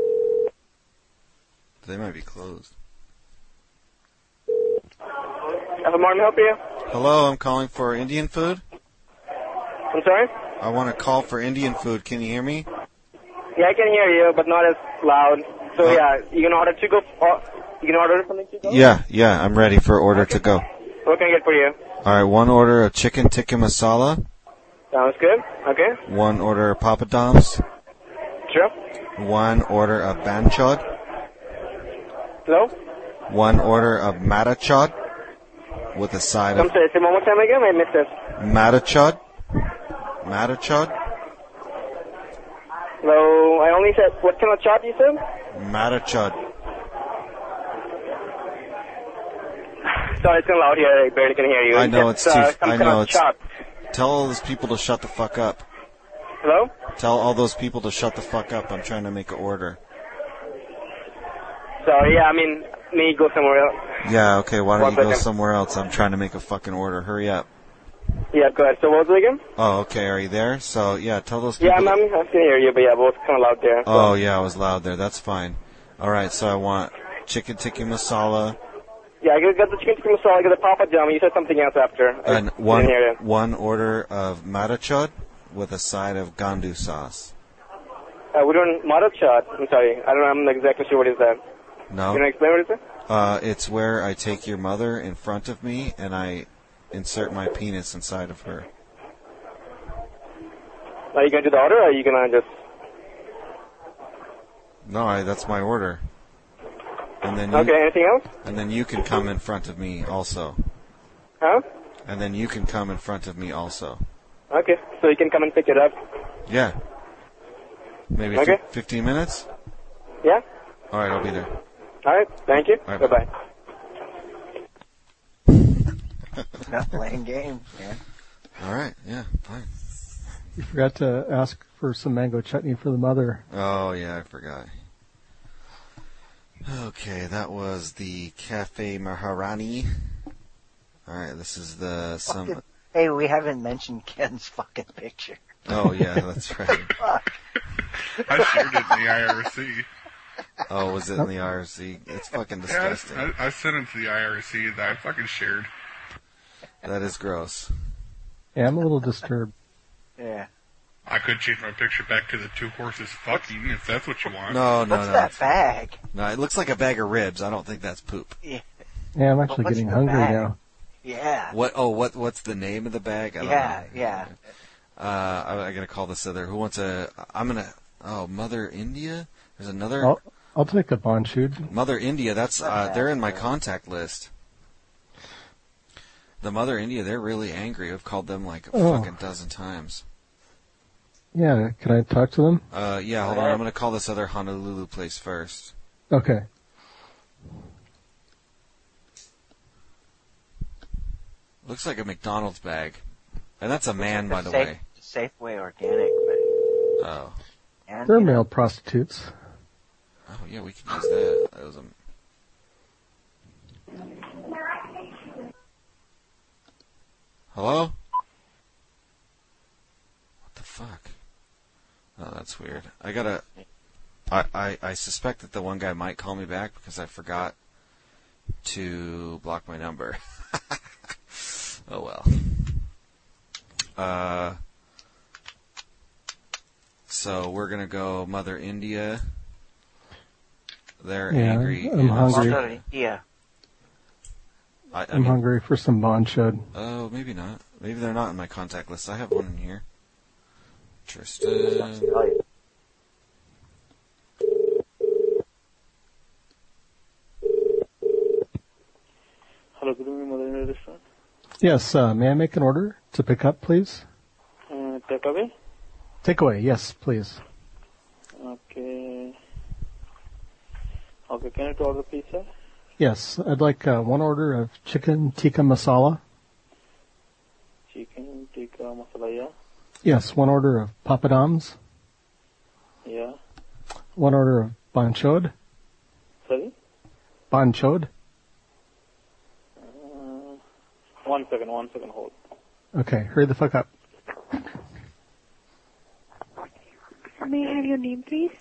[SPEAKER 3] oh, fuck. They might be closed.
[SPEAKER 9] Hello, Uh, Martin, help you?
[SPEAKER 3] Hello, I'm calling for Indian food.
[SPEAKER 9] I'm sorry?
[SPEAKER 3] I want to call for Indian food. Can you hear me?
[SPEAKER 9] Yeah, I can hear you, but not as loud. So
[SPEAKER 3] Oh.
[SPEAKER 9] yeah, you can order to go. Or, you can order something to go.
[SPEAKER 3] Yeah, yeah, I'm ready for order to go.
[SPEAKER 9] What can I get for you?
[SPEAKER 3] All right, one order of chicken tikka masala,
[SPEAKER 9] Sounds good. Okay.
[SPEAKER 3] one order of papadoms, one order of banchod,
[SPEAKER 9] Hello?
[SPEAKER 3] one order of matachod, with a side
[SPEAKER 9] I'm
[SPEAKER 3] of
[SPEAKER 9] sorry, say one more time again, I missed it.
[SPEAKER 3] matachod, matachod,
[SPEAKER 9] Hello, I only said, what kind of chart you said?
[SPEAKER 3] matachod.
[SPEAKER 9] Sorry, it's so loud here, I barely can hear you.
[SPEAKER 3] I know it's too.
[SPEAKER 9] uh, some
[SPEAKER 3] I
[SPEAKER 9] kind
[SPEAKER 3] know
[SPEAKER 9] of
[SPEAKER 3] it's.
[SPEAKER 9] chart.
[SPEAKER 3] Tell all those people to shut the fuck up.
[SPEAKER 9] Hello?
[SPEAKER 3] Tell all those people to shut the fuck up. I'm trying to make an order.
[SPEAKER 9] Sorry, yeah, I mean, me go somewhere else.
[SPEAKER 3] Yeah, okay, why don't
[SPEAKER 9] One
[SPEAKER 3] you go
[SPEAKER 9] second.
[SPEAKER 3] somewhere else? I'm trying to make a fucking order. Hurry up.
[SPEAKER 9] Yeah, go ahead. So what was it again?
[SPEAKER 3] Oh, okay, are you there? So, yeah, tell those people.
[SPEAKER 9] Yeah, I'm, I'm, I can hear you, but yeah, but it's kind of loud there.
[SPEAKER 3] oh, yeah, I was loud there. That's fine. All right, so I want chicken tikka masala
[SPEAKER 9] Yeah, I got the chicken tikka masala, I got the papa jama, you said something else after. I
[SPEAKER 3] and one
[SPEAKER 9] didn't hear you.
[SPEAKER 3] one order of matachod with a side of gandu sauce.
[SPEAKER 9] Uh, we don't, model chart, I'm sorry, I don't know, I'm not exactly sure what is that.
[SPEAKER 3] No.
[SPEAKER 9] You want to explain what it is?
[SPEAKER 3] Uh, it's where I take your mother in front of me and I insert my penis inside of her.
[SPEAKER 9] Are you going to do the order, or are you going to just...
[SPEAKER 3] No, I, that's my order. And then you,
[SPEAKER 9] Okay, anything else?
[SPEAKER 3] and then you can come in front of me also.
[SPEAKER 9] Huh?
[SPEAKER 3] And then you can come in front of me also.
[SPEAKER 9] Okay, so you can come and pick it up.
[SPEAKER 3] Yeah. Maybe
[SPEAKER 9] Okay.
[SPEAKER 3] fif- 15 minutes?
[SPEAKER 9] Yeah?
[SPEAKER 3] All right, I'll be there.
[SPEAKER 9] All right, thank you.
[SPEAKER 3] All right,
[SPEAKER 9] Bye-bye.
[SPEAKER 13] Not playing games, man.
[SPEAKER 3] All right, yeah, fine.
[SPEAKER 8] You forgot to ask for some mango chutney for the mother.
[SPEAKER 3] Oh, yeah, I forgot. Okay, that was the Cafe Maharani. All right, this is the some.
[SPEAKER 13] Hey, we haven't mentioned Ken's fucking picture.
[SPEAKER 3] Oh yeah, that's right.
[SPEAKER 25] I shared it in the IRC.
[SPEAKER 3] Oh, was it in the IRC? It's fucking
[SPEAKER 25] Yeah,
[SPEAKER 3] disgusting.
[SPEAKER 25] I, I, I sent it to the IRC that I fucking shared.
[SPEAKER 3] That is gross.
[SPEAKER 8] Yeah, I'm a little disturbed.
[SPEAKER 13] Yeah.
[SPEAKER 25] I could change my picture back to the two horses fucking if that's what you want.
[SPEAKER 3] No, no,
[SPEAKER 13] What's
[SPEAKER 3] no.
[SPEAKER 13] that
[SPEAKER 3] it's-
[SPEAKER 13] bag?
[SPEAKER 3] No, it looks like a bag of ribs. I don't think that's poop.
[SPEAKER 13] Yeah.
[SPEAKER 8] Yeah, I'm actually getting hungry now.
[SPEAKER 13] Yeah.
[SPEAKER 3] What? Oh, what? What's the name of the bag? I don't
[SPEAKER 13] Yeah,
[SPEAKER 3] know.
[SPEAKER 13] yeah.
[SPEAKER 3] Uh, I, I gotta call this other. Who wants a? I'm gonna. Oh, Mother India. There's another
[SPEAKER 8] I'll, I'll take a bonchud.
[SPEAKER 3] Mother India. That's uh, they're in my contact list. The Mother India. They're really angry. I've called them like a
[SPEAKER 8] Oh.
[SPEAKER 3] fucking dozen times.
[SPEAKER 8] Yeah, can I talk to them?
[SPEAKER 3] Uh, yeah. Hold on. I'm gonna call this other Honolulu place first.
[SPEAKER 8] Okay.
[SPEAKER 3] Looks like a McDonald's bag, and that's a man, by the
[SPEAKER 13] Safe-
[SPEAKER 3] way.
[SPEAKER 13] Safeway organic, but
[SPEAKER 3] Oh.
[SPEAKER 13] and
[SPEAKER 8] They're
[SPEAKER 13] you know,
[SPEAKER 8] male prostitutes.
[SPEAKER 3] Oh yeah, we can use that. That was a. Hello. What the fuck? Oh, that's weird. I gotta. I, I I suspect that the one guy might call me back because I forgot to block my number. oh well. Uh. So we're gonna go Mother India. They're
[SPEAKER 8] Yeah,
[SPEAKER 3] angry.
[SPEAKER 8] I'm
[SPEAKER 3] in
[SPEAKER 8] hungry.
[SPEAKER 3] Australia.
[SPEAKER 13] yeah.
[SPEAKER 3] I, I
[SPEAKER 8] I'm
[SPEAKER 3] mean,
[SPEAKER 8] hungry for some bonchud.
[SPEAKER 3] Oh, maybe not. Maybe they're not in my contact list. I have one in here. Tristan.
[SPEAKER 26] Hello, good evening, Mother India Restaurant.
[SPEAKER 8] Yes, uh, may I make an order to pick up, please?
[SPEAKER 26] Uh, takeaway?
[SPEAKER 8] Takeaway, yes, please.
[SPEAKER 26] Okay. Okay, can I order pizza?
[SPEAKER 8] Yes, I'd like uh, one order of chicken tikka masala.
[SPEAKER 26] Chicken, tikka, masala, yeah?
[SPEAKER 8] Yes, one order of papadams.
[SPEAKER 26] Yeah.
[SPEAKER 8] One order of banchod.
[SPEAKER 26] Sorry?
[SPEAKER 8] Banchod.
[SPEAKER 26] Uh, one second, one second, hold.
[SPEAKER 8] Okay, hurry the fuck up.
[SPEAKER 22] May I have your name, please?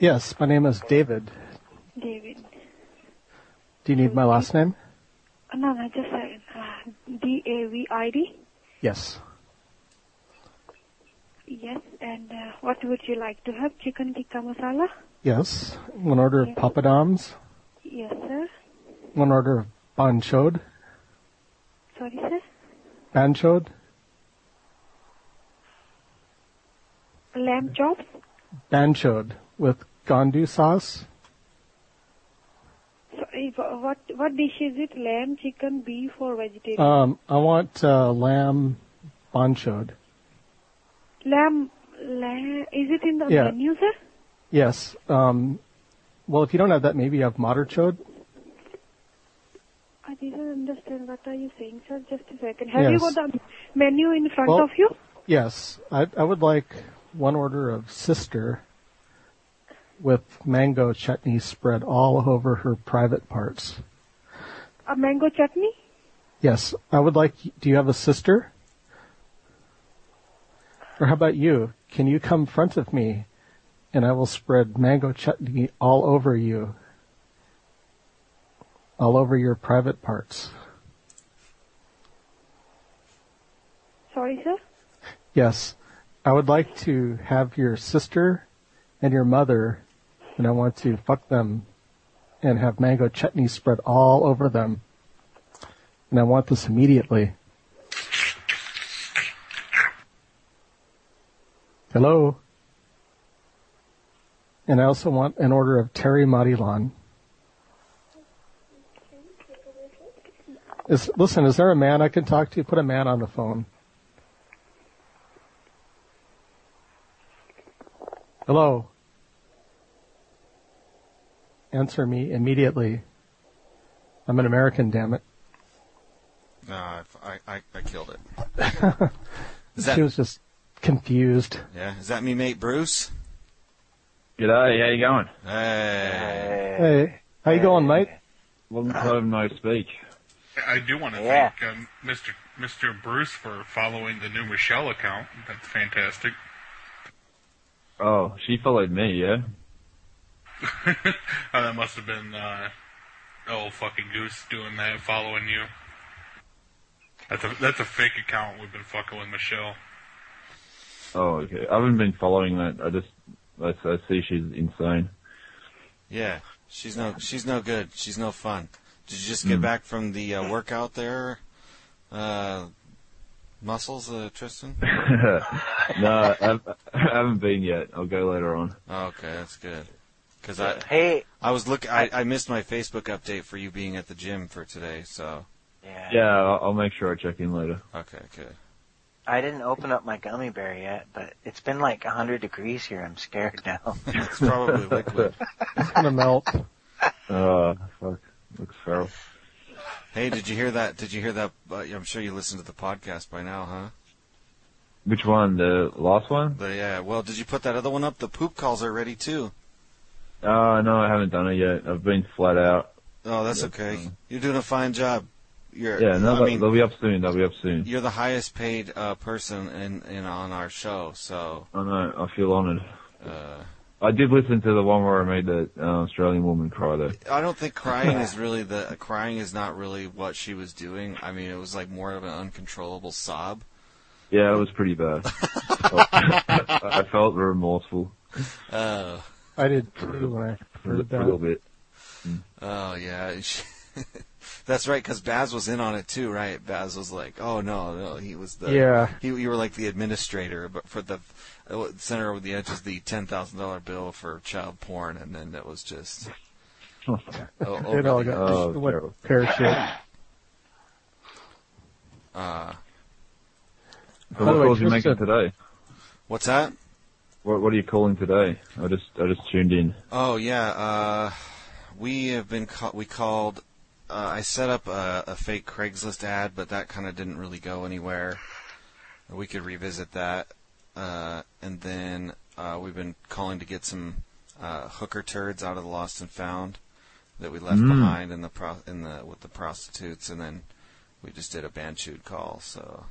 [SPEAKER 8] Yes, my name is David.
[SPEAKER 22] David.
[SPEAKER 8] Do you need my last name?
[SPEAKER 22] Uh, No, no, just a second. Uh, D A V I D.
[SPEAKER 8] Yes.
[SPEAKER 22] Yes, and uh, what would you like to have? Chicken tikka masala?
[SPEAKER 8] Yes. One order of papadams.
[SPEAKER 22] Yes, sir.
[SPEAKER 8] One order of banchod.
[SPEAKER 22] Sorry, sir.
[SPEAKER 8] Banchod.
[SPEAKER 22] Lamb chops?
[SPEAKER 8] Banchod with gandu sauce.
[SPEAKER 9] So if, what what dish is it? Lamb, chicken, beef, or vegetarian?
[SPEAKER 8] Um, I want uh, lamb banchod.
[SPEAKER 9] Lamb, lamb. Is it in the
[SPEAKER 8] Yeah.
[SPEAKER 9] menu, sir?
[SPEAKER 8] Yes. Um, well, if you don't have that, maybe you have moderchod.
[SPEAKER 9] I didn't understand what are you saying, sir. Just a second. Have you
[SPEAKER 8] Yes.
[SPEAKER 9] got the menu in front
[SPEAKER 8] Well-
[SPEAKER 9] of you?
[SPEAKER 8] Yes, I, I would like one order of sister with mango chutney spread all over her private parts.
[SPEAKER 9] A mango chutney?
[SPEAKER 8] Yes, I would like. Do you have a sister? Or how about you? Can you come front of me, and I will spread mango chutney all over you, all over your private parts.
[SPEAKER 9] Sorry, sir.
[SPEAKER 8] Yes, I would like to have your sister and your mother, and I want to fuck them, and have mango chutney spread all over them, and I want this immediately. Hello. And I also want an order of Terry Marilan. Is, listen, is there a man I can talk to? Put a man on the phone. Hello. Answer me immediately. I'm an American, damn it.
[SPEAKER 3] No, I, Ah, I, I- I killed it. Is that-
[SPEAKER 8] she was just confused.
[SPEAKER 3] Yeah, is that me, mate, Bruce?
[SPEAKER 7] G'day, how you going?
[SPEAKER 3] Hey.
[SPEAKER 8] Hey, how you going, mate?
[SPEAKER 7] Long time no speak.
[SPEAKER 25] I do want to thank um, Mr. Mr. Bruce for following the new Michelle account. That's fantastic.
[SPEAKER 7] Oh, she followed me, yeah?
[SPEAKER 25] uh, that must have been uh, old fucking Goose doing that, following you. That's a that's a fake account. We've been fucking with Michelle.
[SPEAKER 7] Oh, okay. I haven't been following that. I just, I, I see she's insane.
[SPEAKER 3] Yeah, she's no she's no good. She's no fun. Did you
[SPEAKER 8] Hmm.
[SPEAKER 3] just get
[SPEAKER 7] Mm.
[SPEAKER 3] back from the uh, workout there, uh, muscles, uh, Tristan?
[SPEAKER 7] no, I, haven't- I haven't been yet. I'll go later on.
[SPEAKER 3] Okay, that's good. Because I
[SPEAKER 13] hey
[SPEAKER 3] I was look I, I missed my Facebook update for you being at the gym for today. So
[SPEAKER 7] Yeah, I'll, I'll make sure I check in later.
[SPEAKER 3] okay, good.
[SPEAKER 13] I didn't open up my gummy bear yet, but it's been like 100 degrees here. I'm scared now.
[SPEAKER 3] it's probably liquid.
[SPEAKER 8] It's gonna melt.
[SPEAKER 7] Uh, fuck. Looks feral.
[SPEAKER 3] Hey, did you hear that? Did you hear that? Uh, I'm sure you listened to the podcast by now, huh?
[SPEAKER 7] Which one? The last one?
[SPEAKER 3] The, yeah. Well, did you put that other one up? The poop calls are ready too.
[SPEAKER 7] Uh, no, I haven't done it yet. I've been flat out.
[SPEAKER 3] Oh, that's okay. You're doing a fine job. You're,
[SPEAKER 7] Mm-hmm. Yeah, no,
[SPEAKER 3] Uh, I
[SPEAKER 7] but
[SPEAKER 3] mean,
[SPEAKER 7] they'll be up soon. They'll be up soon.
[SPEAKER 3] you're the highest paid uh, person in, in on our show. So
[SPEAKER 7] I know. I feel honoured.
[SPEAKER 3] uh,
[SPEAKER 7] I did listen to the one where I made that uh, Australian woman cry though.
[SPEAKER 3] I don't think crying is really the crying is not really what she was doing. I mean, it was like more of an uncontrollable sob.
[SPEAKER 7] Yeah, it was pretty bad. I felt remorseful
[SPEAKER 3] Oh,
[SPEAKER 8] I did too when I
[SPEAKER 7] a li-
[SPEAKER 8] heard
[SPEAKER 7] a little
[SPEAKER 8] that.
[SPEAKER 7] bit.
[SPEAKER 3] oh yeah. She- That's right, because Baz was in on it too, right? Baz was like, "Oh no, no, he was the
[SPEAKER 8] Yeah.
[SPEAKER 3] He, you were like the administrator, but for the uh, center over the edge is the ten thousand dollar bill for child porn, and then it was just
[SPEAKER 7] oh,
[SPEAKER 8] It all got
[SPEAKER 3] oh,
[SPEAKER 8] what pear shaped.
[SPEAKER 3] uh,
[SPEAKER 7] So
[SPEAKER 8] By
[SPEAKER 7] what
[SPEAKER 8] the way,
[SPEAKER 7] calls you making
[SPEAKER 8] Tristan-
[SPEAKER 7] today?
[SPEAKER 3] what's that?
[SPEAKER 7] What What are you calling today? I just I just tuned in.
[SPEAKER 3] Oh yeah, uh, we have been call- we called. Uh, I set up a, a fake Craigslist ad, but that kind of didn't really go anywhere. We could revisit that, uh, and then uh, we've been calling to get some uh, hooker turds out of the lost and found that we left
[SPEAKER 7] Mm.
[SPEAKER 3] behind in the pro- in the with the prostitutes, and then we just did a banshud call. So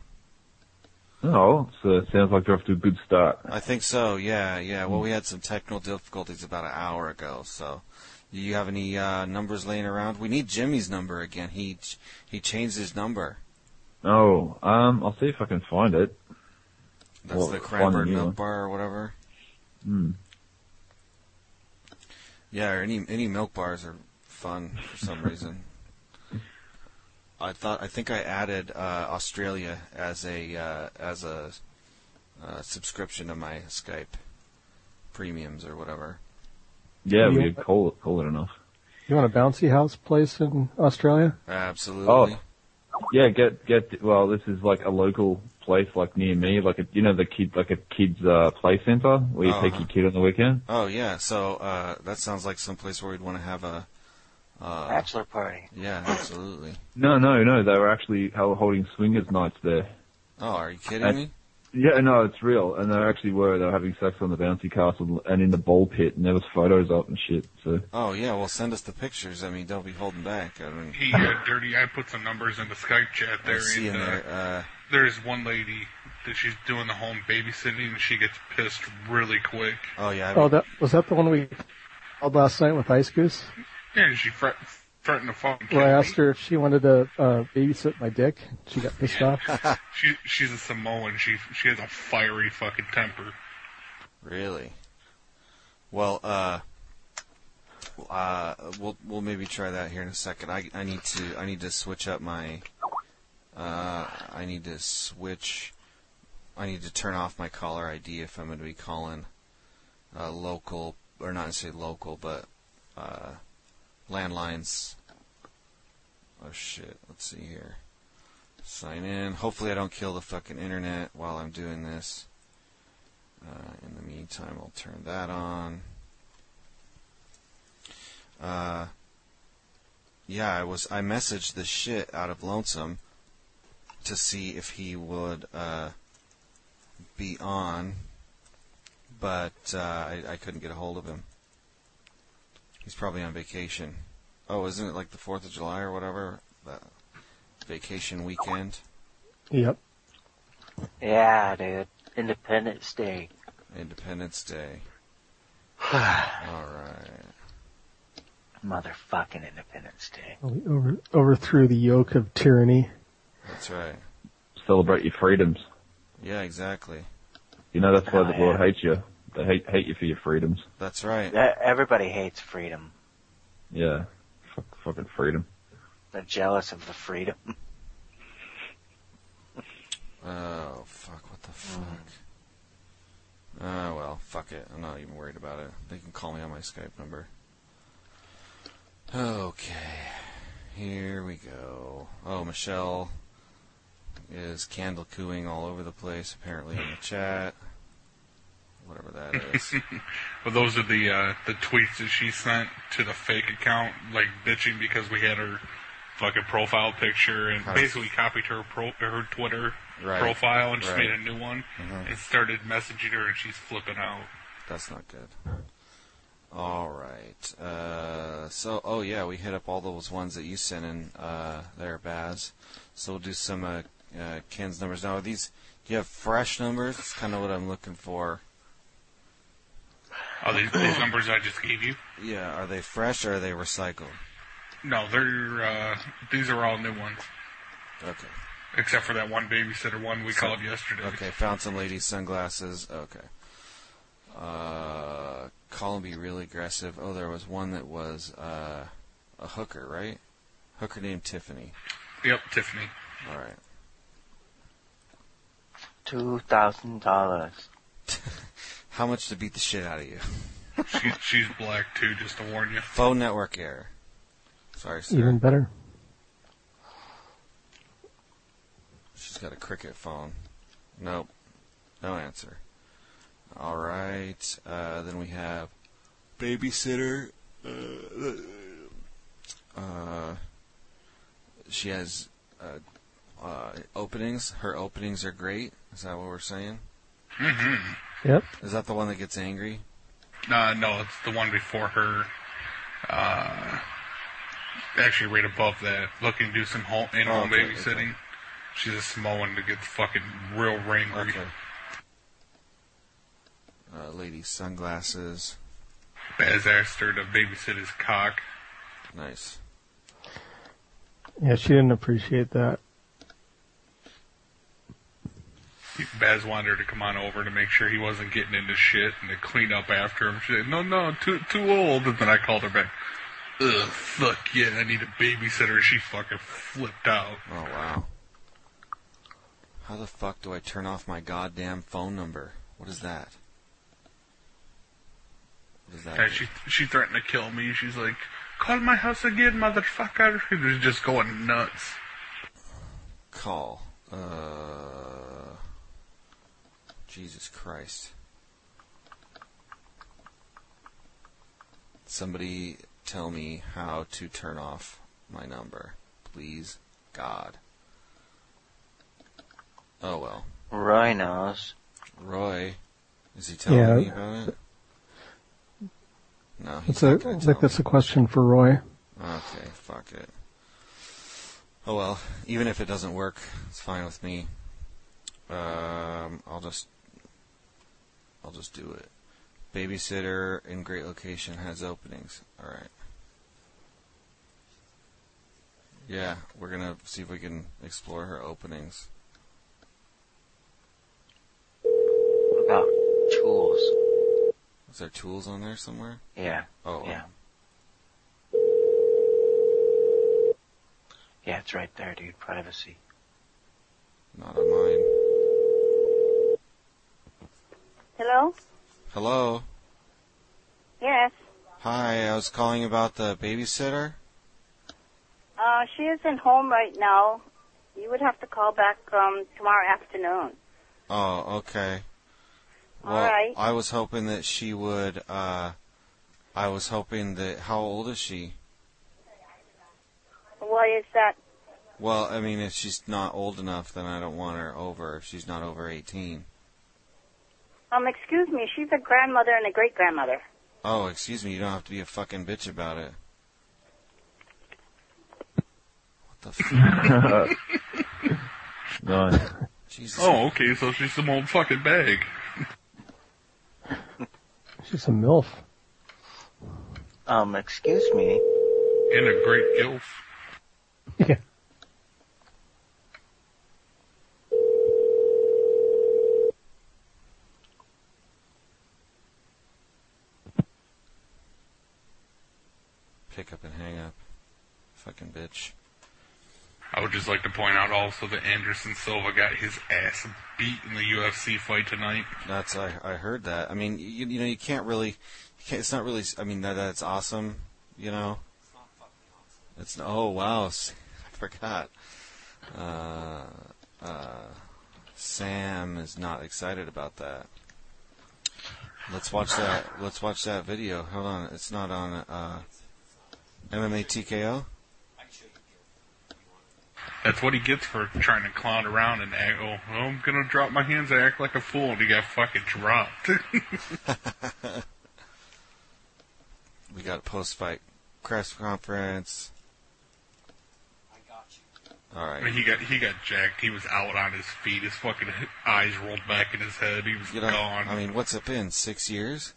[SPEAKER 7] Oh, so sounds like you're off to a good start.
[SPEAKER 3] I think so. Yeah, yeah. Well, we had some technical difficulties about an hour ago. So, do you have any uh, numbers laying around? We need Jimmy's number again. He ch- he changed his number.
[SPEAKER 7] Oh, um, I'll see if I can find it.
[SPEAKER 3] That's
[SPEAKER 7] Well,
[SPEAKER 3] the
[SPEAKER 7] find a
[SPEAKER 3] Cranberry
[SPEAKER 7] new
[SPEAKER 3] Milk
[SPEAKER 7] one.
[SPEAKER 3] Bar or whatever.
[SPEAKER 7] Hmm.
[SPEAKER 3] Yeah, or any any milk bars are fun for some reason. I thought I think I added uh, Australia as a uh, as a uh, subscription to my Skype premiums or whatever.
[SPEAKER 7] Yeah,
[SPEAKER 8] You-
[SPEAKER 7] we had coal, coal it enough.
[SPEAKER 8] You want a bouncy house place in Australia?
[SPEAKER 7] Absolutely. Oh, yeah. Get get. Well, this is like a local place, like near me, like a you know the kid, like a kids uh, play center where you take
[SPEAKER 3] Uh-huh.
[SPEAKER 7] your kid on the weekend.
[SPEAKER 3] Oh yeah, so uh, that sounds like some place where we'd want to have a uh,
[SPEAKER 13] bachelor party.
[SPEAKER 3] Yeah, absolutely.
[SPEAKER 7] No, no, no. They were actually held- holding swingers nights there.
[SPEAKER 3] Oh, are you kidding
[SPEAKER 7] And-
[SPEAKER 3] me?
[SPEAKER 7] Yeah, no, it's real, and they actually were. They were having sex on the bouncy castle and in the ball pit, and there was photos up and shit. So
[SPEAKER 3] Oh yeah, well send us the pictures. I mean, don't be holding back. I mean,
[SPEAKER 25] He uh, dirty. I put some numbers in the Skype chat there.
[SPEAKER 3] I see
[SPEAKER 25] and,
[SPEAKER 3] in
[SPEAKER 25] uh,
[SPEAKER 3] there. Uh,
[SPEAKER 25] There's one lady that she's doing the home babysitting, and she gets pissed really quick.
[SPEAKER 3] oh yeah. I
[SPEAKER 8] Oh, that was that the one we called last night with Ice Goose,
[SPEAKER 25] Yeah, and she threat, threatened to fucking kill
[SPEAKER 8] where I
[SPEAKER 25] me.
[SPEAKER 8] asked her if she wanted to uh, babysit my dick. She got pissed off.
[SPEAKER 25] She she's a Samoan. She she has a fiery fucking temper.
[SPEAKER 3] Really? Well, uh, uh, we'll we'll maybe try that here in a second. I I need to I need to switch up my. Uh, I need to switch. I need to turn off my caller ID if I'm going to be calling uh, local or not say local, but uh, landlines. Oh shit! Let's see here. Sign in. Hopefully, I don't kill the fucking internet while I'm doing this. Uh, in the meantime, I'll turn that on. Uh, yeah, I was I messaged the shit out of Lonesome to see if he would uh, be on, but uh, I, I couldn't get a hold of him. He's probably on vacation. Oh, isn't it like the Fourth of July or whatever? The vacation weekend.
[SPEAKER 8] Yep.
[SPEAKER 14] Yeah, dude. Independence Day.
[SPEAKER 3] Independence Day. All right.
[SPEAKER 14] Motherfucking Independence Day.
[SPEAKER 8] We over, overthrew the yoke of tyranny.
[SPEAKER 3] That's right.
[SPEAKER 7] celebrate your freedoms.
[SPEAKER 3] Yeah, exactly.
[SPEAKER 7] You know that's why
[SPEAKER 3] Oh,
[SPEAKER 7] the world hates you. They hate hate you for your freedoms.
[SPEAKER 3] That's right.
[SPEAKER 14] Yeah, Everybody hates freedom.
[SPEAKER 7] Yeah, Fuck, fucking freedom.
[SPEAKER 14] They're jealous of the freedom.
[SPEAKER 3] Oh fuck! What the fuck? Oh well, fuck it. I'm not even worried about it. They can call me on my Skype number. Okay, here we go. Oh, Michelle is candle cooing all over the place. Apparently in the chat, whatever that is.
[SPEAKER 25] Well, those are the uh, the tweets that she sent to the fake account, like bitching because we had her fucking profile picture and
[SPEAKER 3] Huh.
[SPEAKER 25] basically copied her pro- her Twitter
[SPEAKER 3] Right.
[SPEAKER 25] profile and just
[SPEAKER 3] Right.
[SPEAKER 25] made a new one
[SPEAKER 3] Mhm.
[SPEAKER 25] and started messaging her, and she's flipping out.
[SPEAKER 3] That's not good. All right. Uh, so, oh yeah, we hit up all those ones that you sent in uh, there, Baz. So we'll do some uh, uh, Ken's numbers now. Are these? Do you have fresh numbers? That's kind of what I'm looking for.
[SPEAKER 25] Oh, these, these numbers I just gave you?
[SPEAKER 3] Yeah. Are they fresh or are they recycled?
[SPEAKER 25] No, they're uh, these are all new ones,
[SPEAKER 3] Okay.
[SPEAKER 25] except for that one babysitter one we
[SPEAKER 3] So-
[SPEAKER 25] called yesterday.
[SPEAKER 3] Okay. Found some lady sunglasses. Okay. Uh, call and be really aggressive. Oh, there was one that was uh, a hooker, right? Hooker named Tiffany.
[SPEAKER 25] Yep, Tiffany.
[SPEAKER 3] All right.
[SPEAKER 14] Two thousand dollars.
[SPEAKER 3] How much to beat the shit out of you?
[SPEAKER 25] She, she's black too, just to warn you.
[SPEAKER 3] Phone network error. Sorry, sir.
[SPEAKER 8] Even better.
[SPEAKER 3] She's got a cricket phone. Nope. No answer. All right. Uh, then we have babysitter. Uh, uh, she has uh, uh, openings. Her openings are great. Is that what we're saying?
[SPEAKER 25] Mm-hmm.
[SPEAKER 8] Yep.
[SPEAKER 3] Is that the one that gets angry?
[SPEAKER 25] Uh, no, it's the one before her. Uh, actually, right above that, looking to do some home in-home
[SPEAKER 3] Oh, okay,
[SPEAKER 25] babysitting. She's a Samoan that gets fucking real angry.
[SPEAKER 3] Uh, lady sunglasses.
[SPEAKER 25] Baz asked her to babysit his cock.
[SPEAKER 3] Nice.
[SPEAKER 8] Yeah, she didn't appreciate that.
[SPEAKER 25] Baz wanted her to come on over to make sure he wasn't getting into shit and to clean up after him. She said, "No, no, too too old." And then I called her back. Ugh, fuck yeah, I need a babysitter. She fucking flipped out.
[SPEAKER 3] Oh wow. How the fuck do I turn off my goddamn phone number? What is that? Is that
[SPEAKER 25] And she she threatened to kill me. She's like, "Call my house again, motherfucker!" It was just going nuts.
[SPEAKER 3] call? Uh, Jesus Christ. Somebody tell me how to turn off my number. Please, God. Oh well.
[SPEAKER 14] Roy knows.
[SPEAKER 3] Roy, is he telling
[SPEAKER 8] Yeah.
[SPEAKER 3] me about it? No, he's
[SPEAKER 8] It's a,
[SPEAKER 3] not gonna
[SPEAKER 8] I think that's a question for Roy.
[SPEAKER 3] Okay, fuck it. Oh well, even if it doesn't work, it's fine with me. Um, I'll just, I'll just do it. Babysitter in great location has openings. All right. Yeah, we're gonna see if we can explore her openings.
[SPEAKER 14] What about tools?
[SPEAKER 3] Is there tools on there somewhere?
[SPEAKER 14] Yeah.
[SPEAKER 3] Oh.
[SPEAKER 14] Yeah. Yeah, it's right there, dude. Privacy.
[SPEAKER 3] Not on mine.
[SPEAKER 11] Hello?
[SPEAKER 3] Hello.
[SPEAKER 11] Yes.
[SPEAKER 3] Hi, I was calling about the babysitter.
[SPEAKER 11] Uh, she isn't home right now. You would have to call back um, tomorrow afternoon.
[SPEAKER 3] Oh, okay.
[SPEAKER 11] All
[SPEAKER 3] Well,
[SPEAKER 11] right.
[SPEAKER 3] I was hoping that she would. uh I was hoping that. How old is she?
[SPEAKER 11] What is that?
[SPEAKER 3] Well, I mean, if she's not old enough, then I don't want her over. If she's not over eighteen.
[SPEAKER 11] Um, excuse me, she's a grandmother and a great grandmother.
[SPEAKER 3] Oh, excuse me. You don't have to be a fucking bitch about it. What the fuck?
[SPEAKER 7] nice.
[SPEAKER 3] Jesus.
[SPEAKER 25] Oh, okay. So she's some old fucking bag.
[SPEAKER 8] She's a MILF.
[SPEAKER 14] Um, excuse me.
[SPEAKER 25] And a great gilf.
[SPEAKER 8] Yeah.
[SPEAKER 3] Pick up and hang up. Fucking bitch.
[SPEAKER 25] I would just like to point out also that Anderson Silva got his ass beat in the UFC fight tonight.
[SPEAKER 3] That's I I heard that. I mean, you, you know, you can't really. You can't, it's not really. I mean, that that's awesome. You know. It's oh wow, s- I forgot. Uh, uh, Sam is not excited about that. Let's watch that. Let's watch that video. Hold on, it's not on uh, MMA TKO.
[SPEAKER 25] That's what he gets for trying to clown around and act, oh, well, I'm gonna drop my hands and act like a fool, and he got fucking dropped.
[SPEAKER 3] We got post-fight press conference. I got you. All right.
[SPEAKER 25] I mean, he got he got jacked. He was out on his feet. His fucking eyes rolled back in his head. He was
[SPEAKER 3] You know,
[SPEAKER 25] gone.
[SPEAKER 3] I mean, what's it been? Six years?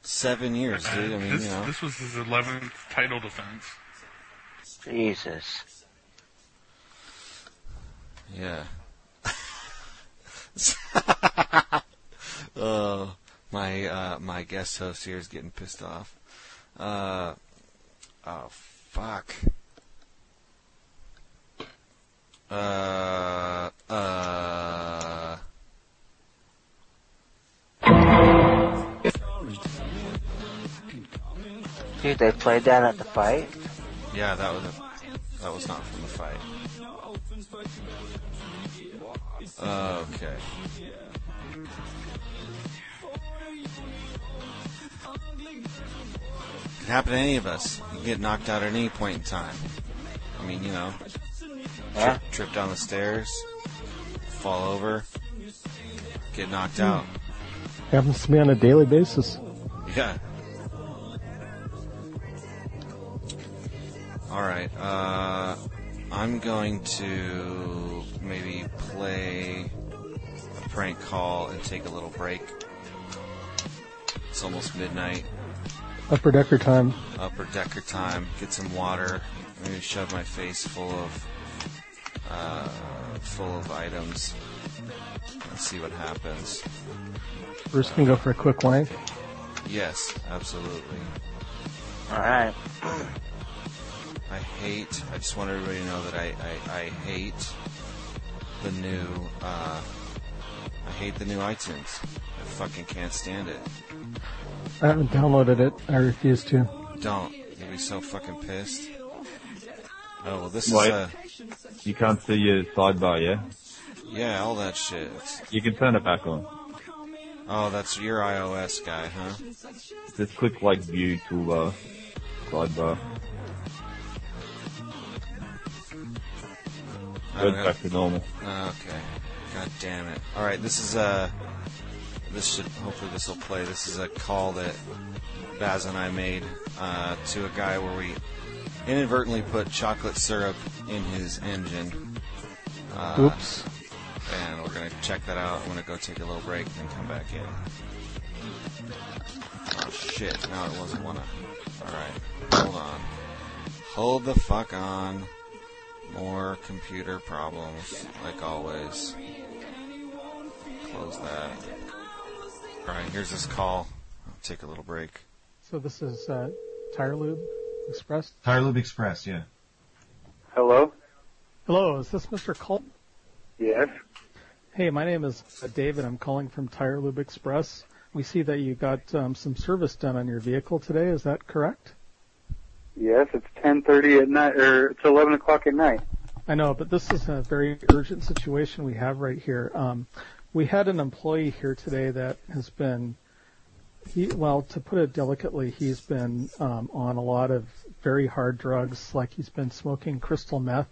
[SPEAKER 3] Seven years,
[SPEAKER 25] Uh,
[SPEAKER 3] dude. I mean,
[SPEAKER 25] this,
[SPEAKER 3] you know.
[SPEAKER 25] this was his 11th title defense.
[SPEAKER 14] Jesus.
[SPEAKER 3] Yeah. oh, my uh, my guest host here is getting pissed off. Uh, oh fuck. Uh, uh.
[SPEAKER 14] Dude, they played that at the fight?
[SPEAKER 3] Yeah, that was that was not from the fight. Okay. Could happen to any of us. You can get knocked out at any point in time. I mean, you know,
[SPEAKER 14] Yeah.
[SPEAKER 3] trip, trip down the stairs, fall over, get knocked out.
[SPEAKER 8] Happens to me on a daily basis.
[SPEAKER 3] Yeah. All right. Uh, I'm going to maybe play a prank call and take a little break. It's almost midnight.
[SPEAKER 8] Upper decker time.
[SPEAKER 3] Upper decker time. Get some water. Maybe shove my face full of uh, full of items. Let's see what happens.
[SPEAKER 8] Bruce can go for a quick wank.
[SPEAKER 3] Yes, absolutely.
[SPEAKER 14] Alright.
[SPEAKER 3] I hate, I just want everybody to know that I, I, I hate the new, uh, I hate the new iTunes. I fucking can't stand it.
[SPEAKER 8] I haven't downloaded it. I refuse to.
[SPEAKER 3] Don't. You'll be so fucking pissed. Oh, well, this
[SPEAKER 7] Wait.
[SPEAKER 3] is uh,
[SPEAKER 7] You can't see your sidebar, yeah?
[SPEAKER 3] yeah, all that shit.
[SPEAKER 7] You can turn it back on.
[SPEAKER 3] Oh, that's your iOS guy, huh?
[SPEAKER 7] Just click like view toolbar, sidebar. Goes
[SPEAKER 3] Okay.
[SPEAKER 7] back to normal.
[SPEAKER 3] Oh, Okay. God damn it. Alright, this is a. This should. Hopefully, this will play. This is a call that Baz and I made uh, to a guy where we inadvertently put chocolate syrup in his engine. Uh,
[SPEAKER 8] Oops.
[SPEAKER 3] And we're going to check that out. I'm going to go take a little break and come back in. Oh, shit. No, it wasn't one. of- Alright. Hold on. Hold the fuck on. More computer problems, like always. Close that. Alright, here's this call. I'll take a little break.
[SPEAKER 8] So this is uh, Tire Lube Express.
[SPEAKER 3] Tire Lube Express, yeah.
[SPEAKER 10] Hello?
[SPEAKER 8] Hello, is this Mr. Colton?
[SPEAKER 10] Yes?
[SPEAKER 8] Hey, my name is uh, David. I'm calling from Tire Lube Express. We see that you got um, some service done on your vehicle today. Is that correct?
[SPEAKER 10] Yes, it's 10.30 at night, or it's 11 o'clock at night.
[SPEAKER 8] I know, but this is a very urgent situation we have right here. Um, we had an employee here today that has been, he well, to put it delicately, he's been um, on a lot of very hard drugs, like he's been smoking crystal meth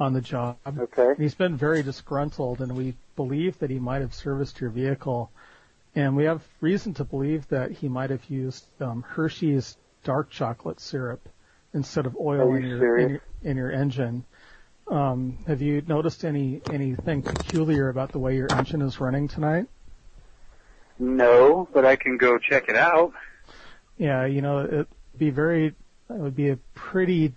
[SPEAKER 8] on the job.
[SPEAKER 10] Okay.
[SPEAKER 8] And he's been very disgruntled, and we believe that he might have serviced your vehicle, and we have reason to believe that he might have used um, Hershey's dark chocolate syrup instead of oil
[SPEAKER 10] Are
[SPEAKER 8] in
[SPEAKER 10] you
[SPEAKER 8] your, in
[SPEAKER 10] serious?
[SPEAKER 8] your in your engine. Um, have you noticed any anything peculiar about the way your engine is running tonight?
[SPEAKER 10] No, but I can go check it out.
[SPEAKER 8] Yeah, you know, it'd be very, it would be a pretty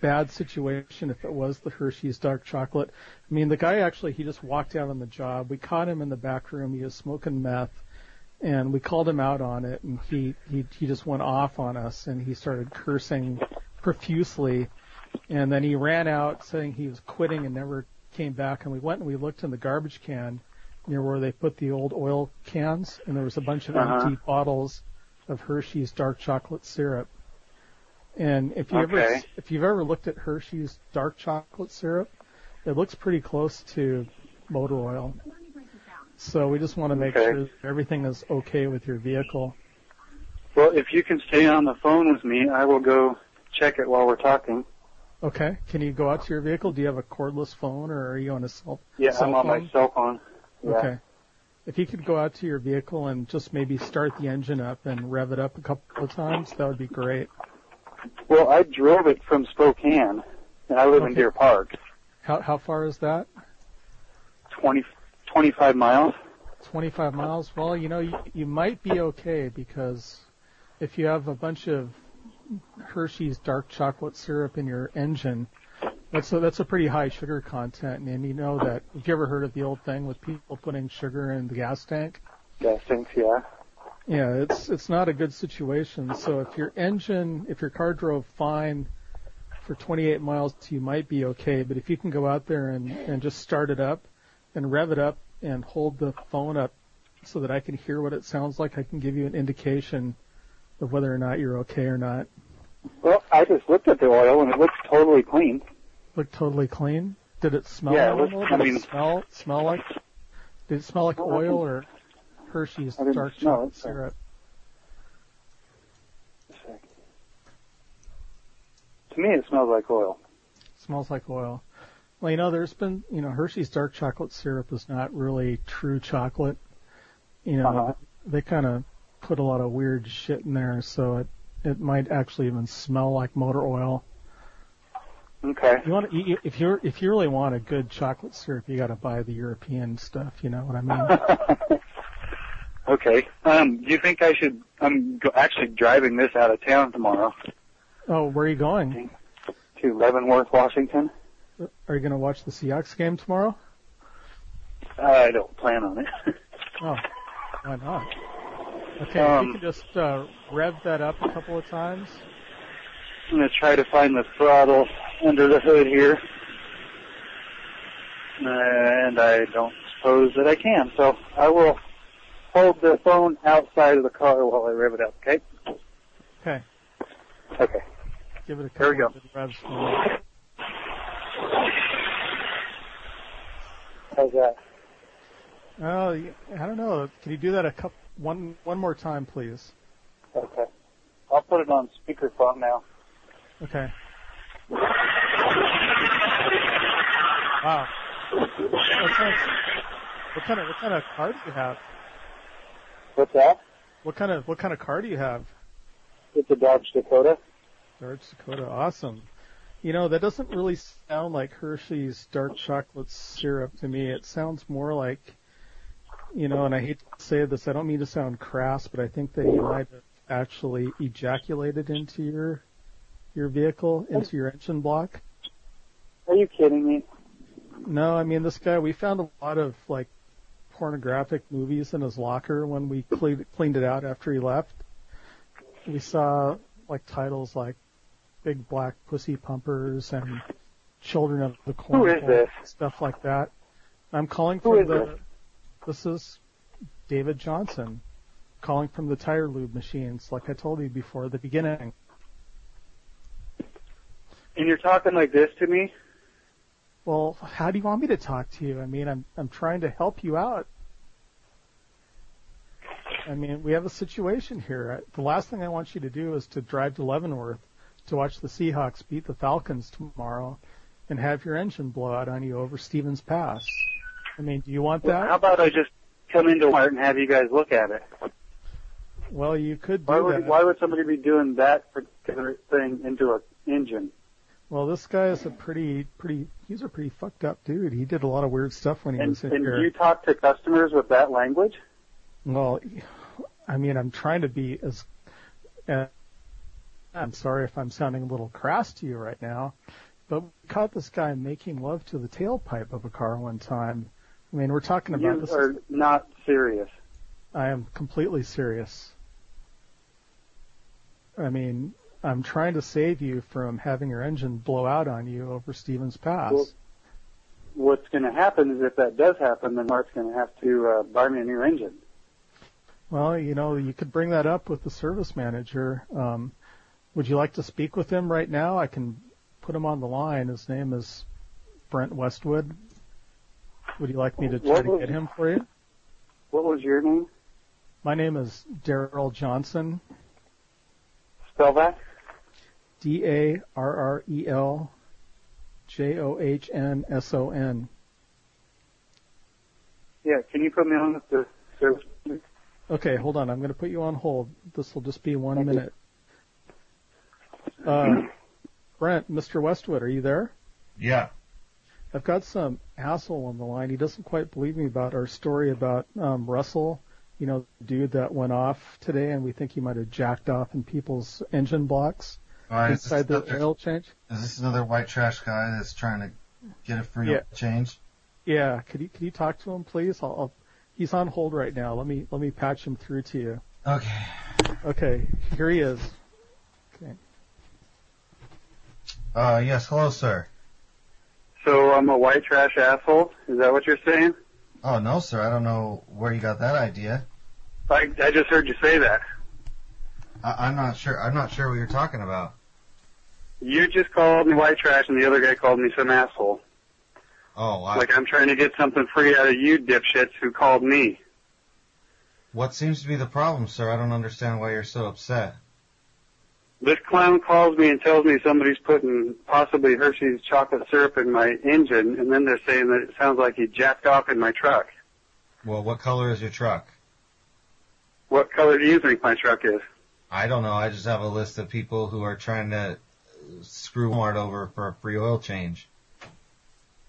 [SPEAKER 8] bad situation if it was the Hershey's dark chocolate. I mean, the guy actually, he just walked out on the job. We caught him in the back room. He was smoking meth and we called him out on it and he, he, he just went off on us and he started cursing profusely and then he ran out saying he was quitting and never came back and we went and we looked in the garbage can near where they put the old oil cans and there was a bunch of
[SPEAKER 10] Uh-huh.
[SPEAKER 8] empty bottles of Hershey's dark chocolate syrup. And if you ever
[SPEAKER 10] Okay.
[SPEAKER 8] if you've ever looked at Hershey's dark chocolate syrup, it looks pretty close to motor oil. So we just want to make
[SPEAKER 10] Okay.
[SPEAKER 8] sure that everything is okay with your vehicle.
[SPEAKER 10] Well, if you can stay on the phone with me, I will go check it while we're talking.
[SPEAKER 8] Okay. Can you go out to your vehicle? Do you have a cordless phone or are you on a cell,
[SPEAKER 10] Yeah,
[SPEAKER 8] cell
[SPEAKER 10] I'm on
[SPEAKER 8] phone?
[SPEAKER 10] my cell phone. Yeah.
[SPEAKER 8] Okay. If you could go out to your vehicle and just maybe start the engine up and rev it up a couple of times, that would be great.
[SPEAKER 10] Well, I drove it from Spokane, and I live in
[SPEAKER 8] Okay.
[SPEAKER 10] Deer Park,
[SPEAKER 8] How how far is that?
[SPEAKER 10] 20, 25 miles.
[SPEAKER 8] 25 miles. Well, you know, you, you might be okay because if you have a bunch of Hershey's dark chocolate syrup in your engine, that's a, that's a pretty high sugar content. And you know that, have you ever heard of the old thing with people putting sugar in the gas tank?
[SPEAKER 10] Gas tanks, yeah.
[SPEAKER 8] Yeah, it's, it's not a good situation. So if your engine, if your car drove fine for 28 miles, you might be okay. But if you can go out there and, and just start it up and rev it up and hold the phone up so that I can hear what it sounds like, I can give you an indication of whether or not you're okay or not.
[SPEAKER 10] Well, I just looked at the oil, and it looks totally clean.
[SPEAKER 8] Looked totally clean. Did it smell
[SPEAKER 10] Yeah, it was-
[SPEAKER 8] normal?
[SPEAKER 10] I
[SPEAKER 8] Did
[SPEAKER 10] mean-
[SPEAKER 8] it smell, smell like, did it smell like
[SPEAKER 10] Well, I
[SPEAKER 8] oil
[SPEAKER 10] didn't-
[SPEAKER 8] or Hershey's
[SPEAKER 10] I didn't
[SPEAKER 8] dark
[SPEAKER 10] smell
[SPEAKER 8] chocolate
[SPEAKER 10] it, so-
[SPEAKER 8] syrup?
[SPEAKER 10] To me, it smells like oil.
[SPEAKER 8] smells like oil. Well, you know, there's been, you know, Hershey's dark chocolate syrup is not really true chocolate. You know,
[SPEAKER 10] Uh-huh.
[SPEAKER 8] they kind of put a lot of weird shit in there, so it it might actually even smell like motor oil.
[SPEAKER 10] Okay.
[SPEAKER 8] You want you, you- if you're if you really want a good chocolate syrup, you got to buy the European stuff. You know what I mean?
[SPEAKER 10] Okay. Um, do you think I should? I'm go- actually driving this out of town tomorrow
[SPEAKER 8] oh, where are you going?
[SPEAKER 10] to Leavenworth, Washington.
[SPEAKER 8] Are you going to watch the Seahawks game tomorrow?
[SPEAKER 10] I don't plan on it.
[SPEAKER 8] Oh, why not? Okay, if
[SPEAKER 10] Um,
[SPEAKER 8] you can just uh, rev that up a couple of times.
[SPEAKER 10] I'm gonna try to find the throttle under the hood here, and I don't suppose that I can. So I will hold the phone outside of the car while I rev it up, okay?
[SPEAKER 8] Okay.
[SPEAKER 10] Okay.
[SPEAKER 8] Give it a couple
[SPEAKER 10] There we go.
[SPEAKER 8] of revs for me.
[SPEAKER 10] How's that?
[SPEAKER 8] Oh, you- I don't know. Can you do that a couple, one, one more time, please?
[SPEAKER 10] Okay. I'll put it on speakerphone now.
[SPEAKER 8] Okay. Wow. What kind of, what kind of, what kind of car do you have?
[SPEAKER 10] What's that?
[SPEAKER 8] What kind of, what kind of car do you have?
[SPEAKER 10] It's a Dodge Dakota.
[SPEAKER 8] Dark Dakota, awesome. You know, that doesn't really sound like Hershey's dark chocolate syrup to me. It sounds more like, you know, and I hate to say this, I don't mean to sound crass, but I think that you might have actually ejaculated into your, your vehicle, into your engine block.
[SPEAKER 10] Are you kidding me?
[SPEAKER 8] No, I mean, this guy, we found a lot of, like, pornographic movies in his locker when we cleaned, cleaned it out after he left. We saw, like, titles like Big Black Pussy Pumpers and Children of the Corn.
[SPEAKER 10] Who is this?
[SPEAKER 8] Stuff like that. I'm calling
[SPEAKER 10] Who
[SPEAKER 8] from
[SPEAKER 10] is
[SPEAKER 8] the,
[SPEAKER 10] this?
[SPEAKER 8] this is David Johnson calling from the tire lube machines, like I told you before at the beginning.
[SPEAKER 10] And you're talking like this to me?
[SPEAKER 8] Well, how do you want me to talk to you? I mean, I'm I'm trying to help you out. I mean, we have a situation here. I- The last thing I want you to do is to drive to Leavenworth to watch the Seahawks beat the Falcons tomorrow and have your engine blow out on you over Stevens Pass. I mean, do you want
[SPEAKER 10] How
[SPEAKER 8] that?
[SPEAKER 10] about I just come into Walmart and have you guys look at it?
[SPEAKER 8] Well, you could do
[SPEAKER 10] Why would
[SPEAKER 8] that.
[SPEAKER 10] why would somebody be doing that particular thing into an engine?
[SPEAKER 8] Well, this guy is a pretty pretty he's a pretty fucked up dude. He did a lot of weird stuff when he
[SPEAKER 10] And,
[SPEAKER 8] was in
[SPEAKER 10] and
[SPEAKER 8] here.
[SPEAKER 10] you talk to customers with that language?
[SPEAKER 8] Well, I mean, I'm trying to be as. Uh, I'm sorry if I'm sounding a little crass to you right now, but we caught this guy making love to the tailpipe of a car one time. I mean, we're talking about
[SPEAKER 10] You
[SPEAKER 8] this.
[SPEAKER 10] are not serious.
[SPEAKER 8] I am completely serious. I mean, I'm trying to save you from having your engine blow out on you over Stevens Pass.
[SPEAKER 10] Well- What's going to happen is if that does happen, then Mark's going to have to uh, buy me a new engine.
[SPEAKER 8] Well, you know, you could bring that up with the service manager. Um, would you like to speak with him right now? I can put him on the line. His name is Brent Westwood. Would you like me to try
[SPEAKER 10] What
[SPEAKER 8] to
[SPEAKER 10] was-
[SPEAKER 8] get him for you?
[SPEAKER 10] What was your name?
[SPEAKER 8] My name is Daryl Johnson,
[SPEAKER 10] Spell that.
[SPEAKER 8] D A R R E L J O H N S O N.
[SPEAKER 10] Yeah. Can you put me on with the service?
[SPEAKER 8] Okay, hold on. I'm going to put you on hold. This will just be one minute. Uh, Brent, Mr. Westwood, are you there?
[SPEAKER 17] Yeah.
[SPEAKER 8] I've got some asshole on the line. He doesn't quite believe me about our story about um, Russell, you know, the dude that went off today, and we think he might have jacked off in people's engine blocks
[SPEAKER 17] All right, is this
[SPEAKER 8] inside their
[SPEAKER 17] another-
[SPEAKER 8] oil change.
[SPEAKER 17] Is this another white trash guy that's trying to get a free
[SPEAKER 8] Yeah.
[SPEAKER 17] change?
[SPEAKER 8] Yeah, could you could you talk to him, please? I'll, I'll, he's on hold right now. Let me let me patch him through to you.
[SPEAKER 17] Okay.
[SPEAKER 8] Okay, here he is. Okay.
[SPEAKER 17] Uh, yes. Hello, sir.
[SPEAKER 10] So I'm a white trash asshole. Is that what you're saying?
[SPEAKER 17] Oh no, sir. I don't know where you got that idea.
[SPEAKER 10] I I just heard you say that.
[SPEAKER 17] I, I'm not sure. I'm not sure what you're talking about.
[SPEAKER 10] You just called me white trash, and the other guy called me some asshole.
[SPEAKER 17] Oh, I,
[SPEAKER 10] Like I'm trying to get something free out of you dipshits who called me.
[SPEAKER 17] what seems to be the problem, sir? I don't understand why you're so upset.
[SPEAKER 10] This clown calls me and tells me somebody's putting possibly Hershey's chocolate syrup in my engine, and then they're saying that it sounds like he jacked off in my truck.
[SPEAKER 17] Well, what color is your truck?
[SPEAKER 10] What color do you think my truck is?
[SPEAKER 17] I don't know. I just have a list of people who are trying to uh, screw Walmart over for a free oil change.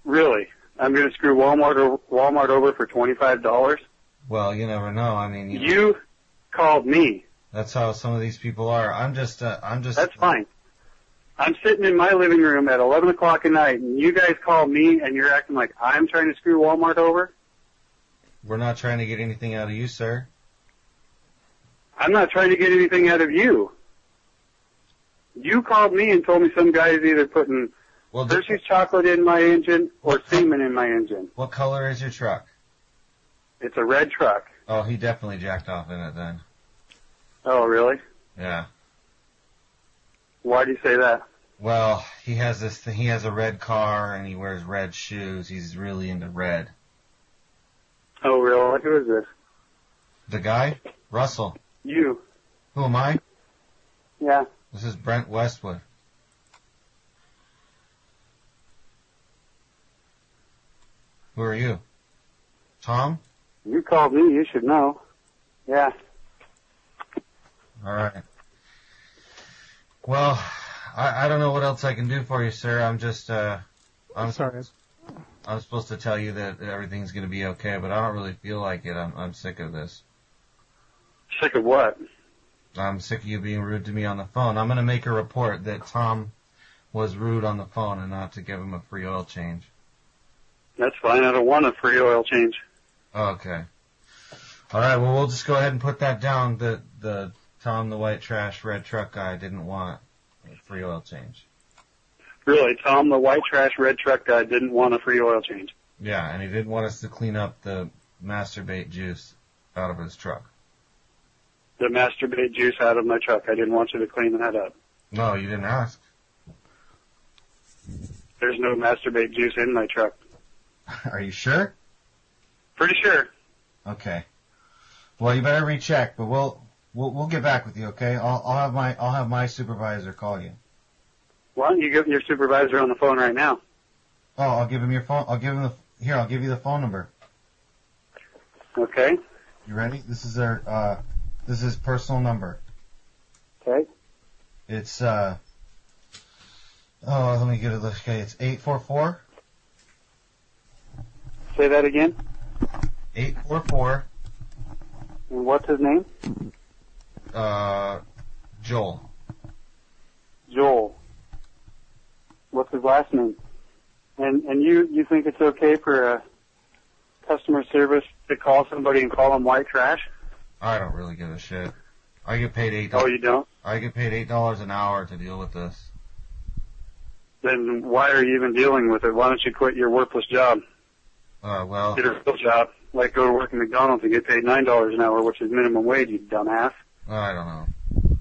[SPEAKER 10] Really? I'm going to screw Walmart over, Walmart over for twenty-five dollars.
[SPEAKER 17] Well, you never know. I mean, you, know,
[SPEAKER 10] You called me.
[SPEAKER 17] that's how some of these people are. I'm just. Uh, I'm just.
[SPEAKER 10] That's fine. I'm sitting in my living room at 11 o'clock at night, and you guys call me, and you're acting like I'm trying to screw Walmart over.
[SPEAKER 17] We're not trying to get anything out of you, sir.
[SPEAKER 10] I'm not trying to get anything out of you. You called me and told me some guy's either putting
[SPEAKER 17] well,
[SPEAKER 10] Hershey's chocolate in my engine or semen in my engine.
[SPEAKER 17] What color is your truck?
[SPEAKER 10] It's a red truck.
[SPEAKER 3] Oh, he definitely jacked off in it then.
[SPEAKER 10] Oh, really?
[SPEAKER 3] Yeah.
[SPEAKER 10] Why do you say that?
[SPEAKER 3] Well, he has this. Thing, he has a red car and he wears red shoes. He's really into red.
[SPEAKER 10] Oh, really? Who is this?
[SPEAKER 3] The guy, Russell.
[SPEAKER 10] You.
[SPEAKER 3] Who am I?
[SPEAKER 10] Yeah.
[SPEAKER 3] This is Brent Westwood. Who are you? Tom?
[SPEAKER 10] You called me. You should know. Yeah.
[SPEAKER 3] All right. Well, I, I don't know what else I can do for you, sir. I'm just, uh, I'm
[SPEAKER 8] sorry.
[SPEAKER 3] I'm supposed to tell you that everything's going to be okay, but I don't really feel like it. I'm, I'm sick of this.
[SPEAKER 10] Sick of what?
[SPEAKER 3] I'm sick of you being rude to me on the phone. I'm going to make a report that Tom was rude on the phone and not to give him a free oil change.
[SPEAKER 10] That's fine. I don't want a free oil change.
[SPEAKER 3] Okay. All right. Well, we'll just go ahead and put that down. The the Tom the white trash red truck guy didn't want a free oil change.
[SPEAKER 10] Really, Tom, the white trash red truck guy didn't want a free oil change.
[SPEAKER 3] Yeah, and he didn't want us to clean up the masturbate juice out of his truck.
[SPEAKER 10] The masturbate juice out of my truck. I didn't want you to clean that up.
[SPEAKER 3] No, you didn't ask.
[SPEAKER 10] There's no masturbate juice in my truck.
[SPEAKER 3] Are you sure?
[SPEAKER 10] Pretty sure.
[SPEAKER 3] Okay. Well, you better recheck, but we'll we'll, we'll get back with you. Okay? I'll, I'll have my I'll have my supervisor call you.
[SPEAKER 10] Why don't you give your supervisor on the phone right now?
[SPEAKER 3] Oh, I'll give him your phone. I'll give him the here. I'll give you the phone number.
[SPEAKER 10] Okay.
[SPEAKER 3] You ready? This is their uh, this is personal number.
[SPEAKER 10] Okay.
[SPEAKER 3] It's uh. Oh, let me get it. Okay, it's eight four four
[SPEAKER 10] Say that again.
[SPEAKER 3] eight four four.
[SPEAKER 10] And what's his name?
[SPEAKER 3] Uh, Joel.
[SPEAKER 10] Joel. What's his last name? And and you you think it's okay for a customer service to call somebody and call them white trash?
[SPEAKER 3] I don't really give a shit. I get paid eight.
[SPEAKER 10] Oh, you don't?
[SPEAKER 3] I get paid eight dollars an hour to deal with this.
[SPEAKER 10] Then why are you even dealing with it? Why don't you quit your worthless job?
[SPEAKER 3] Uh, well,
[SPEAKER 10] Get a real job, like go to work at McDonald's and get paid nine dollars an hour, which is minimum wage, you dumbass.
[SPEAKER 3] I don't know.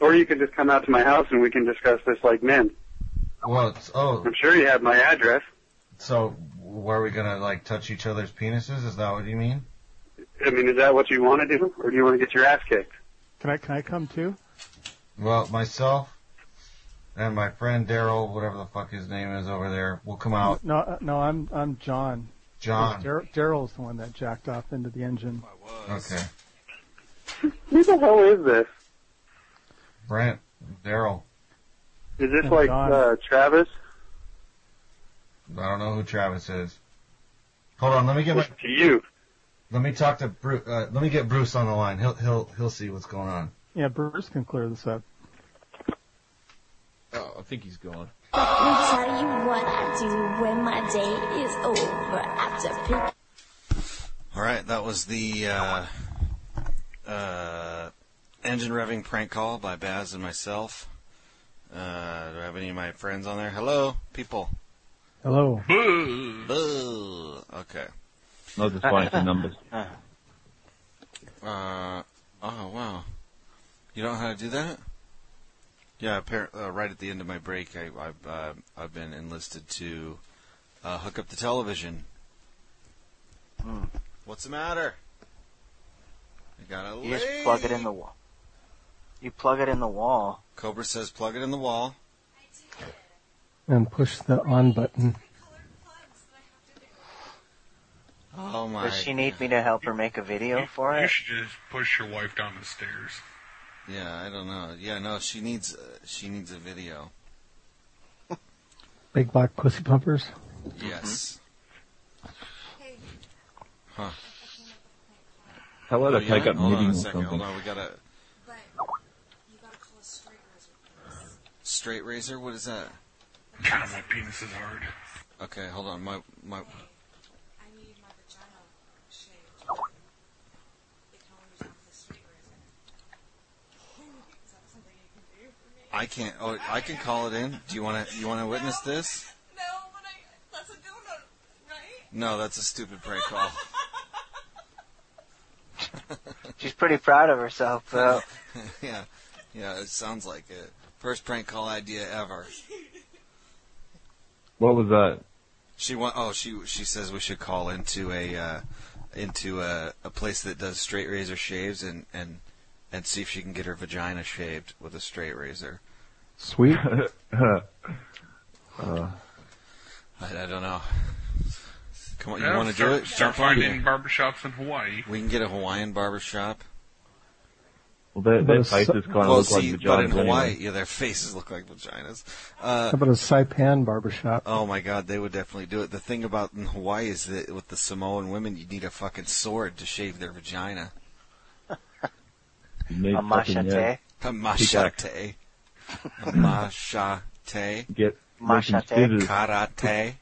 [SPEAKER 10] Or you can just come out to my house and we can discuss this like men.
[SPEAKER 3] Well, it's, oh,
[SPEAKER 10] I'm sure you have my address.
[SPEAKER 3] so were we gonna like touch each other's penises? Is that what you mean?
[SPEAKER 10] I mean, is that what you want to do, or do you want to get your ass kicked?
[SPEAKER 8] Can I can I come too?
[SPEAKER 3] Well, myself and my friend Daryl, whatever the fuck his name is over there, will come out.
[SPEAKER 8] No, uh, no, I'm I'm John.
[SPEAKER 3] John.
[SPEAKER 8] Dar- Daryl's the one that jacked off into the engine.
[SPEAKER 3] Okay.
[SPEAKER 10] Who the hell is this?
[SPEAKER 3] Brent, Daryl.
[SPEAKER 10] Is this
[SPEAKER 8] Oh,
[SPEAKER 10] like
[SPEAKER 8] God.
[SPEAKER 10] uh, Travis?
[SPEAKER 3] I don't know who Travis is. Hold on, let me get my,
[SPEAKER 10] To you?
[SPEAKER 3] let me talk to Bruce. Uh, let me get Bruce on the line. He'll he'll he'll see what's going on.
[SPEAKER 8] Yeah, Bruce can clear this up.
[SPEAKER 5] Oh, I think he's gone.
[SPEAKER 24] Let me tell you what I do when my day is over after picking.
[SPEAKER 5] All right, that was the uh, uh, engine revving prank call by Baz and myself. Uh, do I have any of my friends on there? Hello, people.
[SPEAKER 8] Hello.
[SPEAKER 25] Boo.
[SPEAKER 5] Boo. Okay.
[SPEAKER 7] Not just playing some numbers.
[SPEAKER 5] Uh, oh wow. You don't know how to do that? Yeah, appar- uh, right at the end of my break, I, I've uh, I've been enlisted to uh, hook up the television.
[SPEAKER 13] Hmm.
[SPEAKER 5] What's the matter? I got a
[SPEAKER 13] You just plug it in the wall. You plug it in the wall.
[SPEAKER 5] Cobra says plug it in the wall.
[SPEAKER 8] And push the on button.
[SPEAKER 5] Oh my!
[SPEAKER 13] Does she need me to help her make a video for
[SPEAKER 25] You
[SPEAKER 13] it?
[SPEAKER 25] should just push your wife down the stairs.
[SPEAKER 5] Yeah, I don't know. Yeah, no, she needs uh, she needs a video.
[SPEAKER 8] Big black pussy pumpers.
[SPEAKER 5] Yes. Huh.
[SPEAKER 7] How about
[SPEAKER 5] Oh,
[SPEAKER 7] I take
[SPEAKER 5] yeah?
[SPEAKER 7] up
[SPEAKER 5] Hold on
[SPEAKER 7] knitting
[SPEAKER 5] a
[SPEAKER 7] or
[SPEAKER 5] second. Hold
[SPEAKER 7] something?
[SPEAKER 5] on, we gotta. Straight razor. What is that?
[SPEAKER 25] God, my penis is hard.
[SPEAKER 5] Okay, hold on. My my. I can't. Oh, I can call it in. Do you want to? You want to witness this? No, that's a stupid prank call.
[SPEAKER 13] She's pretty proud of herself, though.
[SPEAKER 3] yeah, yeah, it sounds like it. First prank call idea ever.
[SPEAKER 7] What was that?
[SPEAKER 3] She wa- Oh, she she says we should call into a uh, into a, a place that does straight razor shaves and and and see if she can get her vagina shaved with a straight razor.
[SPEAKER 8] Sweet.
[SPEAKER 7] uh,
[SPEAKER 3] I, I don't know. Come on, you
[SPEAKER 25] Yeah,
[SPEAKER 3] want to do
[SPEAKER 25] start-
[SPEAKER 3] it?
[SPEAKER 25] Start finding barbershops in Hawaii.
[SPEAKER 3] We can get a Hawaiian barbershop.
[SPEAKER 7] Well, their, their faces kind of
[SPEAKER 3] Well,
[SPEAKER 7] look like
[SPEAKER 3] see,
[SPEAKER 7] vaginas.
[SPEAKER 3] but in Hawaii,
[SPEAKER 7] anyway.
[SPEAKER 3] yeah, their faces look like vaginas. Uh,
[SPEAKER 8] How about a Saipan barbershop?
[SPEAKER 3] Oh my God, they would definitely do it. The thing about in Hawaii is that with the Samoan women, you need a fucking sword to shave their vagina.
[SPEAKER 7] You need fucking, yeah,
[SPEAKER 3] A machete. A machete.
[SPEAKER 7] Get
[SPEAKER 3] Machete.
[SPEAKER 7] scissors.
[SPEAKER 3] Karate.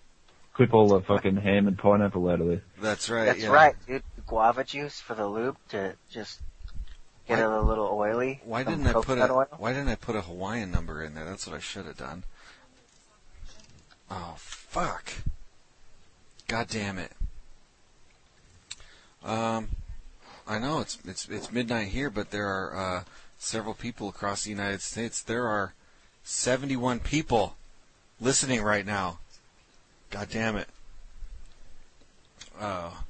[SPEAKER 7] Clip all the fucking ham and pineapple out of there.
[SPEAKER 3] That's right.
[SPEAKER 13] That's
[SPEAKER 3] yeah.
[SPEAKER 13] right, dude. Guava juice for the loop to just get it a little oily.
[SPEAKER 3] Why
[SPEAKER 13] Some
[SPEAKER 3] didn't I put
[SPEAKER 13] coconut
[SPEAKER 3] a
[SPEAKER 13] oil.
[SPEAKER 3] Why didn't I put a Hawaiian number in there? That's what I should have done. Oh fuck! God damn it! Um, I know it's it's it's midnight here, but there are uh, several people across the United States. There are seventy-one people listening right now. God damn it! Oh,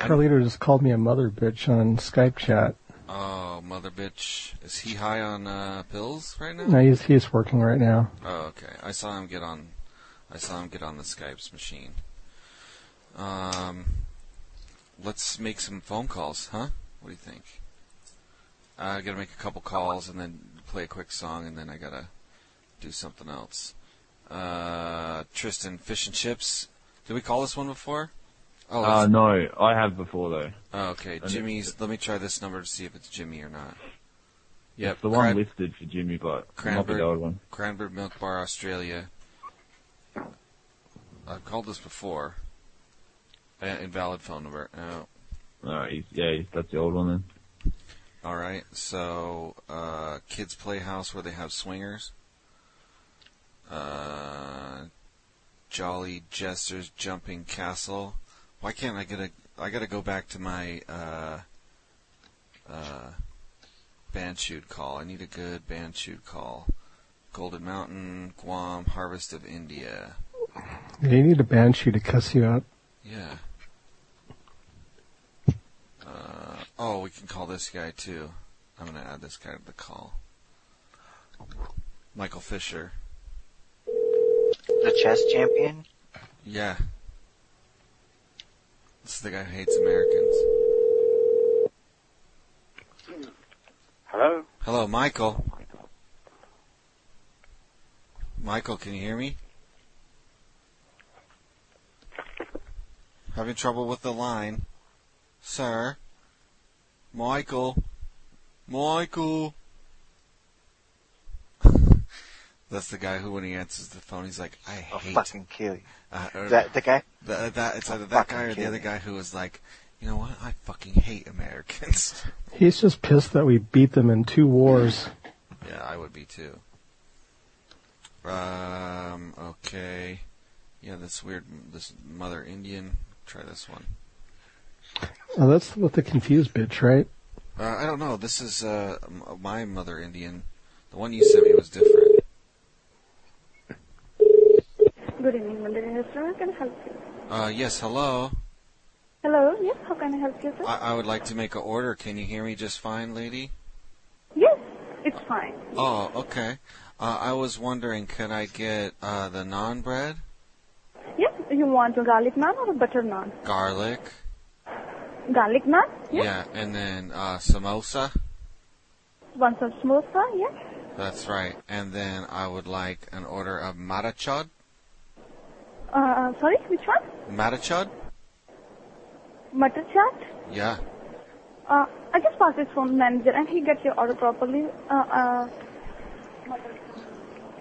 [SPEAKER 8] Carlito just called me a mother bitch on Skype chat.
[SPEAKER 3] oh, mother bitch! Is he high on uh, pills right now?
[SPEAKER 8] No, he's he's working right now.
[SPEAKER 3] Oh, okay. I saw him get on. I saw him get on the Skype's machine. Um, let's make some phone calls, huh? What do you think? I gotta make a couple calls and then play a quick song, and then I gotta do something else. Uh, Tristan, fish and chips. Did we call this one before? Oh,
[SPEAKER 7] uh,
[SPEAKER 3] that's-
[SPEAKER 7] no, I have before though.
[SPEAKER 3] Oh, okay,
[SPEAKER 7] And it-
[SPEAKER 3] Jimmy's. Let me try this number to see if it's Jimmy or not.
[SPEAKER 7] Yeah,
[SPEAKER 3] Yep,
[SPEAKER 7] the one
[SPEAKER 3] crab-
[SPEAKER 7] listed for Jimmy, but not the
[SPEAKER 3] Cranberry,
[SPEAKER 7] old one.
[SPEAKER 3] Cranberry Milk Bar, Australia. I've called this before. Uh, invalid phone number. Uh, No.
[SPEAKER 7] No, he's, yeah, he's, that's the old one then.
[SPEAKER 3] All right. So, uh, kids' playhouse where they have swingers. Uh, Jolly Jester's Jumping Castle. Why can't I get a? I gotta go back to my uh, uh, Banshud call. I need a good Banshud call. Golden Mountain, Guam, Harvest of India.
[SPEAKER 8] They need a banshee to cuss you out.
[SPEAKER 3] Yeah. Uh, oh, we can call this guy too. I'm gonna add this guy to the call. Michael Fisher.
[SPEAKER 13] The chess champion?
[SPEAKER 3] Yeah. This is the guy who hates Americans.
[SPEAKER 2] Hello?
[SPEAKER 3] Hello, Michael. Michael, can you hear me? Having trouble with the line. Sir? Michael? Michael? That's the guy who, when he answers the phone, he's like, I
[SPEAKER 13] I'll
[SPEAKER 3] hate
[SPEAKER 13] fucking kill you.
[SPEAKER 3] uh, or-
[SPEAKER 13] That the guy?
[SPEAKER 3] That, that, it's
[SPEAKER 13] I'll
[SPEAKER 3] either that guy
[SPEAKER 13] fucking
[SPEAKER 3] or the
[SPEAKER 13] kill
[SPEAKER 3] other
[SPEAKER 13] you.
[SPEAKER 3] guy who was like, you know what? I fucking hate Americans.
[SPEAKER 8] He's just pissed that we beat them in two wars.
[SPEAKER 3] yeah, I would be too. Um. Okay. Yeah, this weird, this Mother Indian. Try this one.
[SPEAKER 8] Now that's with the confused bitch, right?
[SPEAKER 3] Uh, I don't know. This is uh m- my Mother Indian. The one you sent me was different.
[SPEAKER 4] Good evening, Mandarin restaurant. Can I help you?
[SPEAKER 3] Uh, yes. Hello.
[SPEAKER 4] Hello. Yes. How can I help you, sir?
[SPEAKER 3] I, I would like to make an order. Can you hear me just fine, lady?
[SPEAKER 4] yes. It's fine.
[SPEAKER 3] Oh, okay. Uh, I was wondering, could I get uh the non bread?
[SPEAKER 4] Yes. You want a garlic naan or a butter naan?
[SPEAKER 3] garlic.
[SPEAKER 4] Garlic naan.
[SPEAKER 3] Yeah, and then uh, samosa.
[SPEAKER 4] One some samosa. Yes.
[SPEAKER 3] That's right. And then I would like an order of matachod.
[SPEAKER 4] Uh, sorry. Which one?
[SPEAKER 3] Matachod?
[SPEAKER 4] Mutton chaat.
[SPEAKER 3] Yeah.
[SPEAKER 4] Uh, I just passed this phone manager and he gets your order properly. Uh, uh,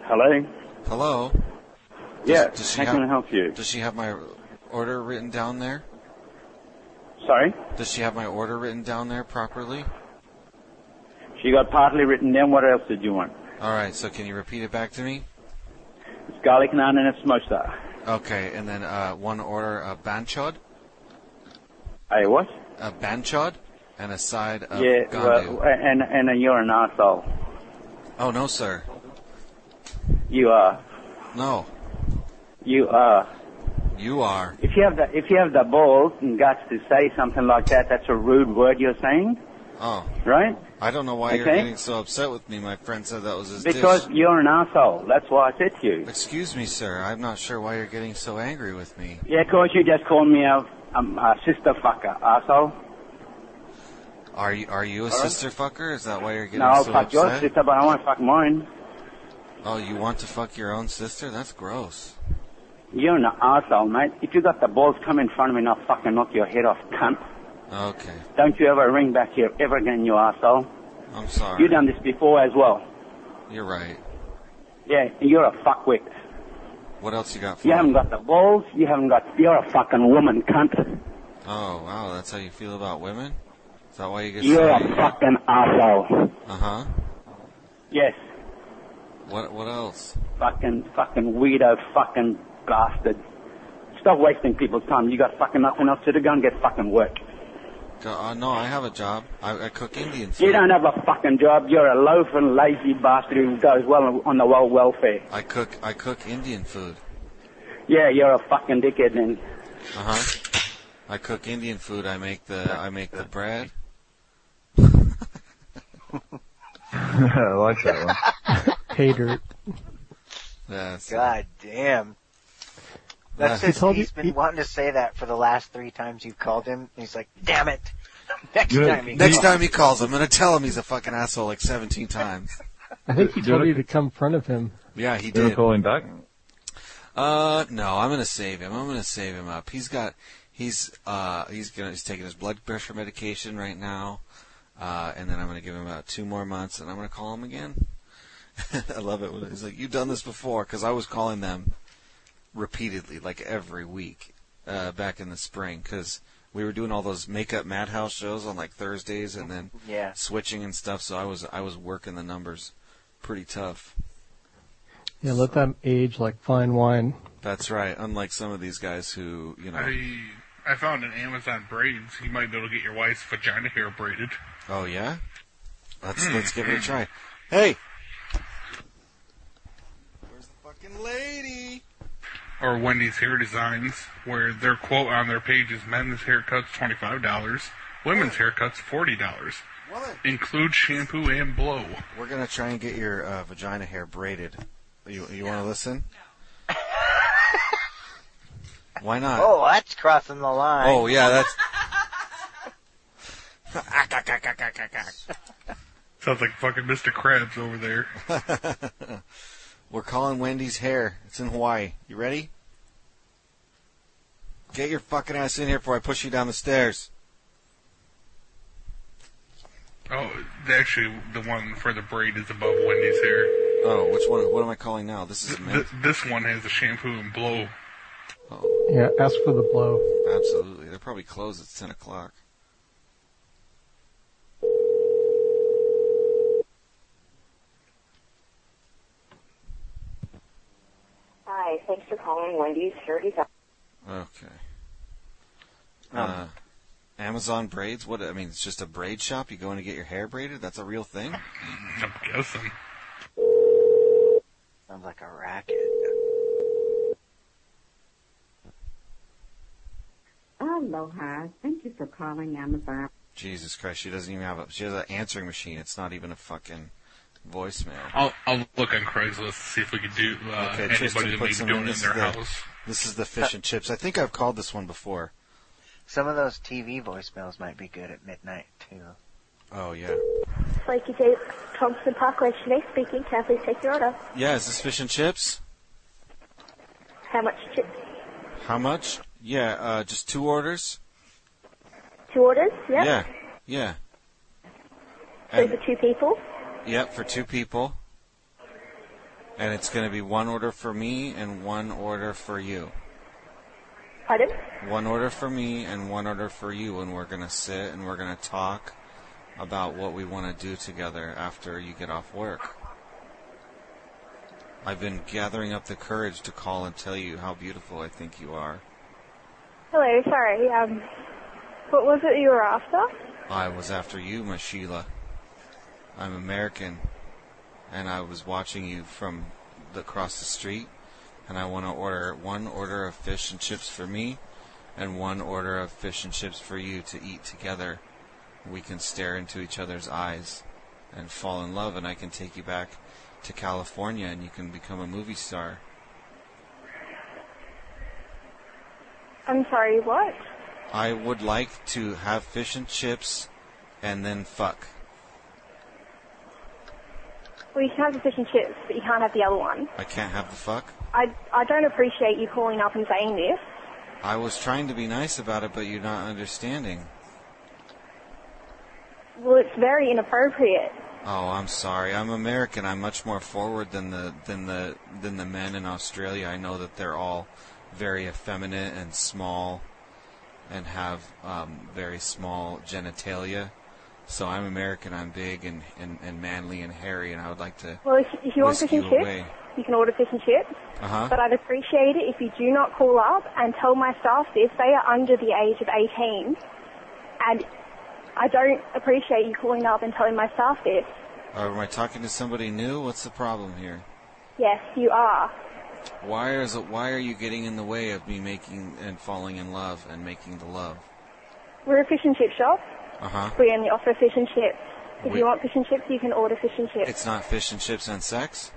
[SPEAKER 2] Hello?
[SPEAKER 3] Hello.
[SPEAKER 2] Yeah,
[SPEAKER 3] Does she
[SPEAKER 2] how
[SPEAKER 3] have-
[SPEAKER 2] can I help you?
[SPEAKER 3] Does she have my order written down there?
[SPEAKER 2] Sorry?
[SPEAKER 3] Does she have my order written down there properly?
[SPEAKER 2] She got partly written down. What else did you want?
[SPEAKER 3] All right. So can you repeat it back to me?
[SPEAKER 2] It's garlic naan and a samosa.
[SPEAKER 3] Okay. And then uh, one order of banchod.
[SPEAKER 2] Hey, what?
[SPEAKER 3] A banchod. and a side of
[SPEAKER 2] yeah,
[SPEAKER 3] gandu.
[SPEAKER 2] well, uh, and and you're an asshole.
[SPEAKER 3] Oh no, sir.
[SPEAKER 2] You are.
[SPEAKER 3] No.
[SPEAKER 2] You are.
[SPEAKER 3] You are.
[SPEAKER 2] If you have the if you have the balls and guts to say something like that, that's a rude word you're saying,
[SPEAKER 3] Oh,
[SPEAKER 2] right?
[SPEAKER 3] I don't know why you're
[SPEAKER 2] Okay.
[SPEAKER 3] getting so upset with me. My friend said that was his
[SPEAKER 2] Because
[SPEAKER 3] dish.
[SPEAKER 2] you're an asshole. That's why I said to you.
[SPEAKER 3] Excuse me, sir. I'm not sure why you're getting so angry with me.
[SPEAKER 2] Yeah, 'cause you just called me a, um, a sister fucker, asshole.
[SPEAKER 3] Are you are you a
[SPEAKER 2] Huh?
[SPEAKER 3] sister fucker? Is that why you're getting
[SPEAKER 2] No, I'll
[SPEAKER 3] so
[SPEAKER 2] fuck your
[SPEAKER 3] upset?
[SPEAKER 2] sister, but I want to fuck mine.
[SPEAKER 3] Oh, you want to fuck your own sister? That's gross.
[SPEAKER 2] You're an asshole, mate. If you got the balls, come in front of me and I'll fucking knock your head off, cunt.
[SPEAKER 3] Okay,
[SPEAKER 2] Don't you ever ring back here ever again, you asshole.
[SPEAKER 3] I'm sorry.
[SPEAKER 2] you done this before as well.
[SPEAKER 3] You're right.
[SPEAKER 2] Yeah, you're a fuckwit.
[SPEAKER 3] What else you got for
[SPEAKER 2] You
[SPEAKER 3] me?
[SPEAKER 2] haven't got the balls, you haven't got... You're a fucking woman, cunt.
[SPEAKER 3] Oh wow, that's how you feel about women? Is that why you get
[SPEAKER 2] You're
[SPEAKER 3] so
[SPEAKER 2] a fucking asshole.
[SPEAKER 3] Uh huh.
[SPEAKER 2] Yes,
[SPEAKER 3] What what else?
[SPEAKER 2] fucking, fucking weirdo, fucking bastard. Stop wasting people's time. You got fucking nothing else to do. Go and get fucking work.
[SPEAKER 3] Go, uh, no, I have a job. I, I cook Indian food.
[SPEAKER 2] You don't have a fucking job. You're a loaf and lazy bastard who goes well on the world welfare.
[SPEAKER 3] I cook I cook Indian food.
[SPEAKER 2] Yeah, you're a fucking dickhead then.
[SPEAKER 3] Uh huh. I cook Indian food. I make the I make the bread.
[SPEAKER 7] I like that one.
[SPEAKER 8] Hater.
[SPEAKER 3] Yes.
[SPEAKER 13] God damn. That's
[SPEAKER 8] He
[SPEAKER 13] just,
[SPEAKER 8] told
[SPEAKER 13] he's
[SPEAKER 8] you-
[SPEAKER 13] been wanting to say that for the last three times you've called him. He's like, damn it. Next
[SPEAKER 3] Good.
[SPEAKER 13] time he
[SPEAKER 3] Next
[SPEAKER 13] calls.
[SPEAKER 3] time he calls, I'm gonna tell him he's a fucking asshole like 17 times.
[SPEAKER 8] I think he
[SPEAKER 3] Do
[SPEAKER 8] told
[SPEAKER 3] it.
[SPEAKER 8] you to come in front of him.
[SPEAKER 3] Yeah, he
[SPEAKER 7] You wanna
[SPEAKER 3] did.
[SPEAKER 7] call him back?
[SPEAKER 3] Uh, no, I'm gonna save him. I'm gonna save him up. He's got, he's, uh, he's gonna, he's taking his blood pressure medication right now. Uh, and then I'm gonna give him about two more months and I'm gonna call him again. I love it when he's like, you've done this before, cause I was calling them repeatedly, like every week, uh, back in the spring, cause we were doing all those makeup madhouse shows on like Thursdays and then
[SPEAKER 13] Yeah.
[SPEAKER 3] switching and stuff, so I was, I was working the numbers pretty tough.
[SPEAKER 8] Yeah, let them age like fine wine.
[SPEAKER 3] That's right. Unlike some of these guys who, you know.
[SPEAKER 25] I I found an Amazon braids. You might be able to get your wife's vagina hair braided.
[SPEAKER 3] Oh yeah.
[SPEAKER 25] Hmm.
[SPEAKER 3] Let's let's give it a try. Hey.
[SPEAKER 25] Or Wendy's hair designs, where their quote on their page is men's haircuts twenty five dollars, women's haircuts forty dollars. Include shampoo and blow.
[SPEAKER 3] We're gonna try and get your uh, vagina hair braided. You you want to listen? Why not?
[SPEAKER 13] Oh, that's crossing the line.
[SPEAKER 3] Oh, yeah, that's.
[SPEAKER 25] Sounds like fucking Mr. Krabs over there.
[SPEAKER 3] We're calling Wendy's hair. It's in Hawaii. You ready? Get your fucking ass in here before I push you down the stairs.
[SPEAKER 25] Oh, actually, the one for the braid is above Wendy's hair.
[SPEAKER 3] Oh, which one? What am I calling now? This is
[SPEAKER 25] Th- this one has a shampoo and blow.
[SPEAKER 3] Oh.
[SPEAKER 8] Yeah, ask for the blow.
[SPEAKER 3] absolutely. They're probably closed. It's ten o'clock.
[SPEAKER 6] Hi, thanks for calling Wendy's Hair Design.
[SPEAKER 3] Okay. Uh, Amazon braids? What? I mean, it's just a braid shop. You go in to get your hair braided. That's a real thing.
[SPEAKER 25] I'm guessing.
[SPEAKER 13] Sounds like a racket.
[SPEAKER 5] Aloha. Thank you for calling Amazon.
[SPEAKER 3] Jesus Christ, she doesn't even have a. She has an answering machine. It's not even a fucking voicemail.
[SPEAKER 25] I'll, I'll look on Craigslist to see if we can do uh,
[SPEAKER 3] okay,
[SPEAKER 25] anybody
[SPEAKER 3] Tristan
[SPEAKER 25] that may
[SPEAKER 3] put
[SPEAKER 25] be
[SPEAKER 3] some
[SPEAKER 25] doing it in
[SPEAKER 3] This
[SPEAKER 25] their
[SPEAKER 3] is the,
[SPEAKER 25] house.
[SPEAKER 3] this is the fish and chips. I think I've called this one before.
[SPEAKER 13] Some of those TV voicemails might be good at midnight, too.
[SPEAKER 3] Oh yeah.
[SPEAKER 24] Flaky J. Thompson Parkway, Sinead speaking. Can I please take your order?
[SPEAKER 3] Yeah, is this fish and chips?
[SPEAKER 24] How much chips?
[SPEAKER 3] How much? Yeah, uh, just two orders.
[SPEAKER 24] Two orders? Yep.
[SPEAKER 3] Yeah. Yeah.
[SPEAKER 24] So
[SPEAKER 3] And-
[SPEAKER 24] for two people?
[SPEAKER 3] Yep, for two people. And it's going to be one order for me and one order for you.
[SPEAKER 24] Pardon?
[SPEAKER 3] One order for me and one order for you. And we're going to sit and we're going to talk about what we want to do together after you get off work. I've been gathering up the courage to call and tell you how beautiful I think you are.
[SPEAKER 24] Hello, sorry. Um, what was it you were after?
[SPEAKER 3] I was after you, my Sheila. I'm American, and I was watching you from the, across the street, and I want to order one order of fish and chips for me, and one order of fish and chips for you to eat together. We can stare into each other's eyes and fall in love, and I can take you back to California, and you can become a movie star.
[SPEAKER 4] I'm sorry, what?
[SPEAKER 3] I would like to have fish and chips, and then fuck.
[SPEAKER 4] Well, you can have the fish and chips, but you can't have the other one.
[SPEAKER 3] I can't have the fuck.
[SPEAKER 4] I, I don't appreciate you calling up and saying this.
[SPEAKER 3] I was trying to be nice about it, but you're not understanding.
[SPEAKER 4] Well, it's very inappropriate.
[SPEAKER 3] Oh, I'm sorry. I'm American. I'm much more forward than the than the than the men in Australia. I know that they're all very effeminate and small, and have um, very small genitalia. So I'm American. I'm big and, and, and manly and hairy, and I would like to.
[SPEAKER 4] Well, if, if you want
[SPEAKER 3] whisk
[SPEAKER 4] fish and
[SPEAKER 3] you
[SPEAKER 4] chips,
[SPEAKER 3] away.
[SPEAKER 4] you can order fish and chips.
[SPEAKER 3] Uh huh.
[SPEAKER 4] But I'd appreciate it if you do not call up and tell my staff this. They are under the age of 18. And I don't appreciate you calling up and telling my staff this.
[SPEAKER 3] Uh, am I talking to somebody new? What's the problem here?
[SPEAKER 4] Yes, you are.
[SPEAKER 3] Why is it? Why are you getting in the way of me making and falling in love and making the love?
[SPEAKER 4] We're a fish and chip shop.
[SPEAKER 3] Uh huh.
[SPEAKER 4] We only offer fish and chips. If
[SPEAKER 3] We-
[SPEAKER 4] you want fish and chips, you can order fish and chips.
[SPEAKER 3] It's not fish and chips and sex.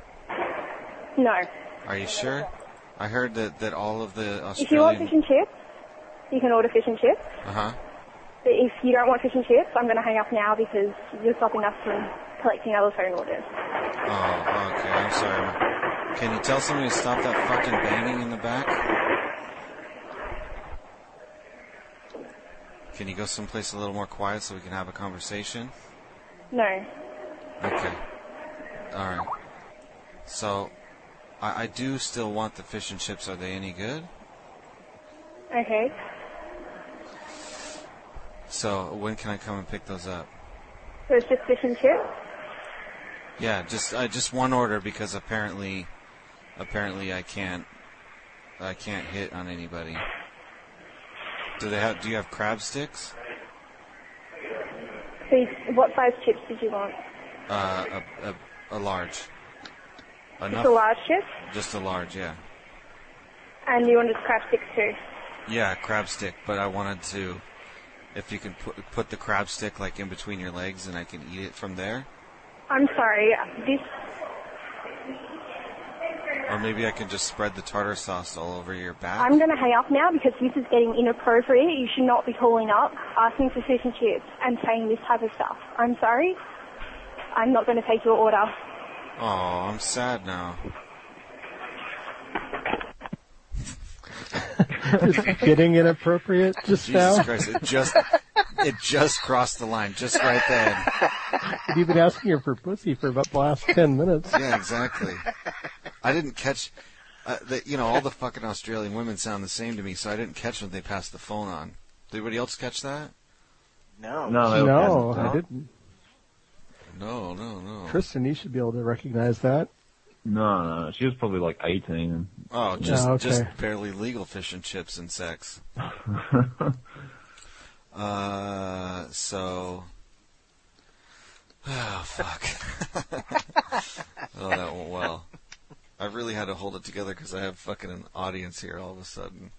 [SPEAKER 4] no.
[SPEAKER 3] Are you sure? I heard that that all of the
[SPEAKER 4] If you want
[SPEAKER 3] Australian.
[SPEAKER 4] fish and chips, you can order fish and chips.
[SPEAKER 3] Uh huh.
[SPEAKER 4] But if you don't want fish and chips, I'm going to hang up now because you're stopping us from collecting other phone orders.
[SPEAKER 3] Oh, okay. I'm sorry. Can you tell somebody to stop that fucking banging in the back? Can you go someplace a little more quiet so we can have a conversation?
[SPEAKER 4] No.
[SPEAKER 3] Okay. All right. So, I, I do still want the fish and chips. Are they any good?
[SPEAKER 4] Okay.
[SPEAKER 3] So, when can I come and pick those up?
[SPEAKER 4] So it's just fish and chips?
[SPEAKER 3] Yeah, just uh, just one order because apparently, apparently I can't, I can't hit on anybody. Do they have? Do you have crab sticks?
[SPEAKER 4] So you- what size chips did you want?
[SPEAKER 3] Uh, a, a, a large. Enough.
[SPEAKER 4] Just a large chip?
[SPEAKER 3] Just a large, yeah.
[SPEAKER 4] And you wanted crab sticks too?
[SPEAKER 3] Yeah, crab stick. But I wanted to, if you can put put the crab stick like in between your legs, and I can eat it from there,
[SPEAKER 4] I'm sorry, this...
[SPEAKER 3] or maybe I can just spread the tartar sauce all over your back.
[SPEAKER 4] I'm going to hang up now because this is getting inappropriate. You should not be calling up, asking for fish and chips, and saying this type of stuff. I'm sorry. I'm not going to take your order.
[SPEAKER 3] Oh, I'm sad now.
[SPEAKER 8] It's getting inappropriate just
[SPEAKER 3] Jesus
[SPEAKER 8] now.
[SPEAKER 3] Christ! It just it just crossed the line, just right then.
[SPEAKER 8] You've been asking her for pussy for about the last ten minutes.
[SPEAKER 3] Yeah, exactly. I didn't catch. Uh, the, you know, all the fucking Australian women sound the same to me, so I didn't catch when they passed the phone on. Did anybody else catch that?
[SPEAKER 13] No.
[SPEAKER 8] No, no, I didn't.
[SPEAKER 3] No, no, no.
[SPEAKER 8] Kristen, you should be able to recognize that.
[SPEAKER 7] No, no, she was probably like 18.
[SPEAKER 3] Oh, just
[SPEAKER 8] okay.
[SPEAKER 3] just barely legal fish and chips and sex. uh, so. Oh fuck. oh, that went well. I really had to hold it together because I have fucking an audience here all of a sudden.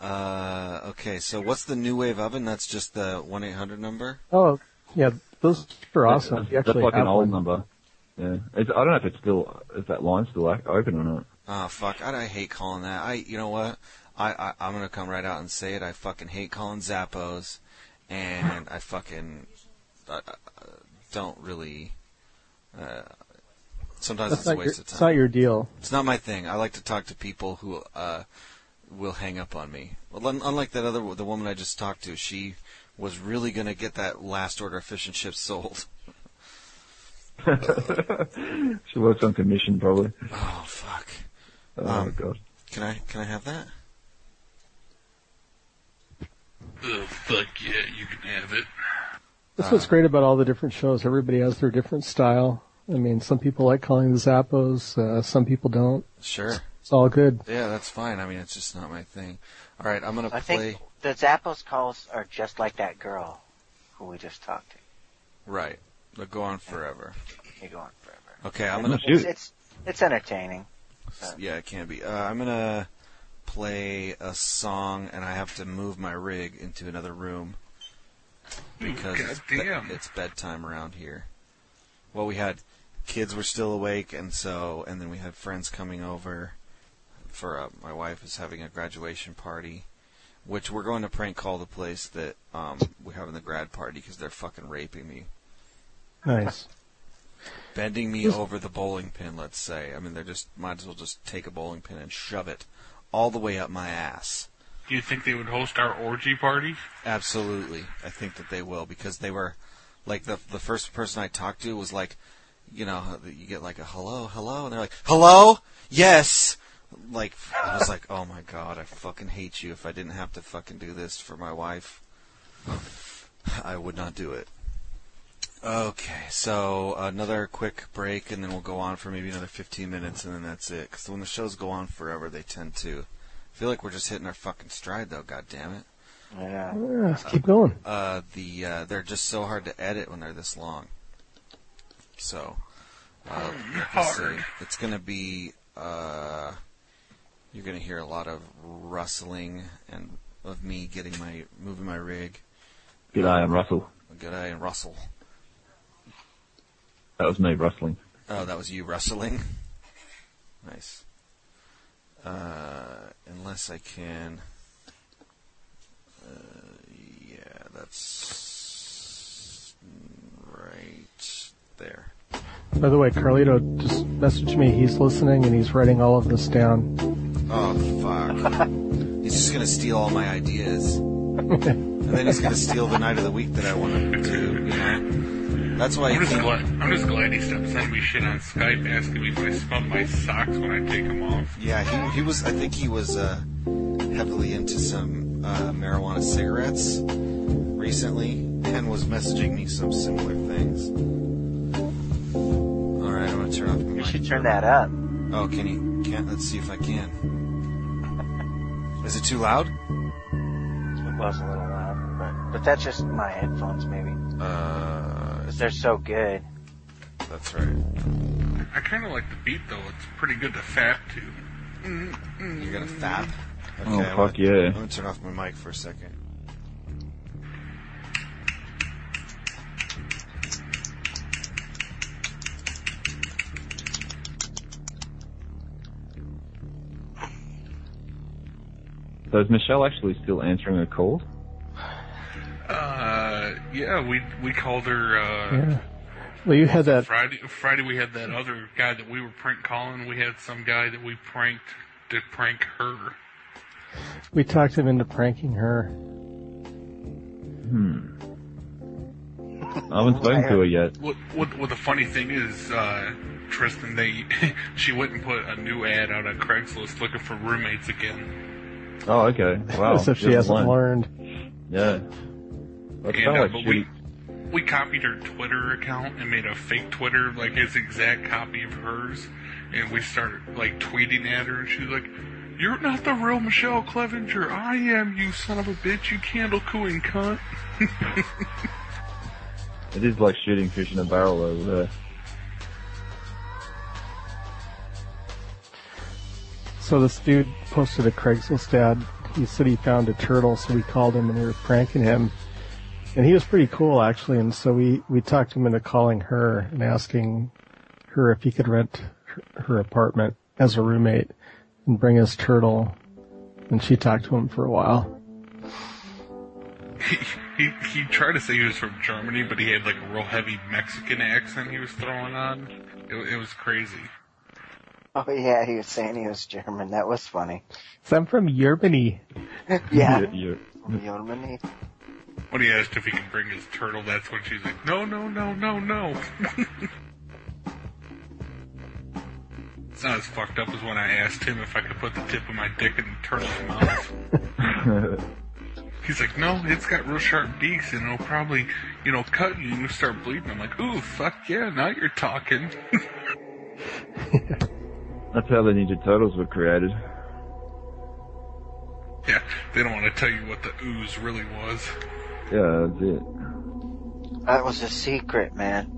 [SPEAKER 3] uh, okay, so what's the new wave oven? That's just the one eight hundred number.
[SPEAKER 8] Oh, yeah, those are awesome. You
[SPEAKER 7] That's
[SPEAKER 8] actually
[SPEAKER 7] like an
[SPEAKER 8] have
[SPEAKER 7] old
[SPEAKER 8] one.
[SPEAKER 7] number. Yeah. It's, I don't know if it's still, if that line's still ac- open or not.
[SPEAKER 3] Oh fuck, I, I hate calling that. I, you know what? I, I, I'm gonna come right out and say it. I fucking hate calling Zappos, and I fucking I, I I don't really. Uh, sometimes
[SPEAKER 8] That's
[SPEAKER 3] it's a
[SPEAKER 8] not your,
[SPEAKER 3] waste of
[SPEAKER 8] it's
[SPEAKER 3] time.
[SPEAKER 8] not your deal.
[SPEAKER 3] It's not my thing. I like to talk to people who uh, will hang up on me. Well, un- unlike that other the woman I just talked to, she was really going to get that last order of fish and chips sold.
[SPEAKER 7] She works on commission probably.
[SPEAKER 3] Oh fuck!
[SPEAKER 7] Oh
[SPEAKER 3] Um,
[SPEAKER 7] god.
[SPEAKER 3] Can I can I have that?
[SPEAKER 25] Ugh, fuck yeah, you can have it.
[SPEAKER 8] That's what's great about all the different shows. Everybody has their different style. I mean, some people like calling the Zappos, uh, some people don't.
[SPEAKER 3] Sure.
[SPEAKER 8] It's all good.
[SPEAKER 3] Yeah, that's fine. I mean, it's just not my thing. All right, I'm gonna
[SPEAKER 13] I
[SPEAKER 3] play.
[SPEAKER 13] think the Zappos calls are just like that girl who we just talked to.
[SPEAKER 3] Right. They'll go on forever.
[SPEAKER 13] They go on forever.
[SPEAKER 3] Okay, I'm
[SPEAKER 13] And
[SPEAKER 3] gonna.
[SPEAKER 13] it's, It's it's entertaining.
[SPEAKER 3] Yeah, it can be. Uh, I'm gonna play a song, and I have to move my rig into another room because it's, be- it's bedtime around here. Well, we had kids were still awake, and so, and then we had friends coming over for uh, my wife is having a graduation party, which we're going to prank call the place that um, we're having the grad party because they're fucking raping me
[SPEAKER 8] Nice.
[SPEAKER 3] bending me
[SPEAKER 8] Who's-
[SPEAKER 3] over the bowling pin, let's say. I mean, they're just might as well just take a bowling pin and shove it all the way up my ass.
[SPEAKER 25] Do you think they would host our orgy party?
[SPEAKER 3] Absolutely, I think that they will because they were like the the first person I talked to was like, you know, you get like a hello, hello, and they're like, hello, yes. Like I was like, oh my god, I fucking hate you. If I didn't have to fucking do this for my wife, I would not do it. Okay, so another quick break, and then we'll go on for maybe another 15 minutes, and then that's it. Because when the shows go on forever, they tend to. I feel like we're just hitting our fucking stride, though. God damn it.
[SPEAKER 13] Yeah.
[SPEAKER 8] Yeah, let's keep going.
[SPEAKER 3] Uh, the uh, they're just so hard to edit when they're this long. So, uh, let me
[SPEAKER 25] Hard.
[SPEAKER 3] see. it's gonna be uh, you're gonna hear a lot of rustling and of me getting my moving my rig.
[SPEAKER 7] Good eye on Russell.
[SPEAKER 3] Good eye and Russell.
[SPEAKER 7] That was me rustling.
[SPEAKER 3] Oh, that was you rustling. Nice. Uh, unless I can. Uh, yeah, that's right there.
[SPEAKER 8] By the way, Carlito just messaged me. He's listening and he's writing all of this down.
[SPEAKER 3] Oh fuck! he's just gonna steal all my ideas, and then he's gonna steal the night of the week that I want to do. You know, that's why.
[SPEAKER 25] I'm
[SPEAKER 3] you
[SPEAKER 25] just,
[SPEAKER 3] can't-
[SPEAKER 25] glad, I'm just glad he stopped sending me shit on Skype asking me if I smell my socks when I take them off.
[SPEAKER 3] Yeah, he, he was. I think he was uh, heavily into some uh, marijuana cigarettes recently, and was messaging me some similar things. All right, I'm gonna turn off. You should
[SPEAKER 13] turn that up.
[SPEAKER 3] Oh, can you? Can't. Let's see if I can. Is it too loud?
[SPEAKER 13] It was a little loud, but but that's just my headphones, maybe.
[SPEAKER 3] Uh,
[SPEAKER 13] they're so good.
[SPEAKER 3] That's right.
[SPEAKER 25] I kind of like the beat though. It's pretty good to fap to.
[SPEAKER 3] You're gonna fap. Okay,
[SPEAKER 7] Oh,
[SPEAKER 3] I'm
[SPEAKER 7] fuck
[SPEAKER 3] gonna,
[SPEAKER 7] yeah.
[SPEAKER 3] I'm gonna turn off my mic for a second.
[SPEAKER 7] So is Michelle actually still answering a call?
[SPEAKER 25] Uh, yeah, we we called her. Uh,
[SPEAKER 8] Yeah. Well, you had that.
[SPEAKER 25] Friday. Friday we had that other guy that we were prank calling. We had some guy that we pranked to prank her.
[SPEAKER 8] We talked him into pranking her.
[SPEAKER 7] Hmm. I
[SPEAKER 8] Oh,
[SPEAKER 7] haven't spoken to her yet.
[SPEAKER 25] What, what, what the funny thing is, uh, Tristan, they she went and put a new ad out on Craigslist looking for roommates again.
[SPEAKER 7] Oh, okay. Wow.
[SPEAKER 8] As if she
[SPEAKER 7] doesn't
[SPEAKER 8] hasn't
[SPEAKER 7] learn.
[SPEAKER 8] learned.
[SPEAKER 7] Yeah. That's
[SPEAKER 25] And,
[SPEAKER 7] kinda
[SPEAKER 25] uh,
[SPEAKER 7] like
[SPEAKER 25] but
[SPEAKER 7] she-
[SPEAKER 25] we we copied her Twitter account and made a fake Twitter like his exact copy of hers, and we started like tweeting at her, and she's like. You're not the real Michelle Clevenger. I am, you son of a bitch, you candle cooing cunt.
[SPEAKER 7] It is like shooting fish in a barrel over there.
[SPEAKER 8] So this dude posted a Craigslist ad. He said he found a turtle, so we called him and we were pranking him. And he was pretty cool actually, and so we, we talked him into calling her and asking her if he could rent her, her apartment as a roommate and bring his turtle. And she talked to him for a while.
[SPEAKER 25] He he tried to say he was from Germany, but he had like a real heavy Mexican accent he was throwing on. It, it was crazy.
[SPEAKER 13] Oh yeah, he was saying he was German. That was funny.
[SPEAKER 8] So I'm from Germany.
[SPEAKER 13] Yeah.
[SPEAKER 7] You-
[SPEAKER 13] Germany.
[SPEAKER 25] When he asked if he could bring his turtle, that's when she's like, "No, no, no, no, no." it's not as fucked up as when I asked him if I could put the tip of my dick in the turtle's mouth. He's like, "No, it's got real sharp beaks, and it'll probably, you know, cut you and you start bleeding." I'm like, "Ooh, fuck yeah! Now you're talking."
[SPEAKER 7] That's how the Ninja Turtles were created.
[SPEAKER 25] Yeah, They don't want to tell you what the ooze really was.
[SPEAKER 7] Yeah, that's it.
[SPEAKER 13] That was a secret, man.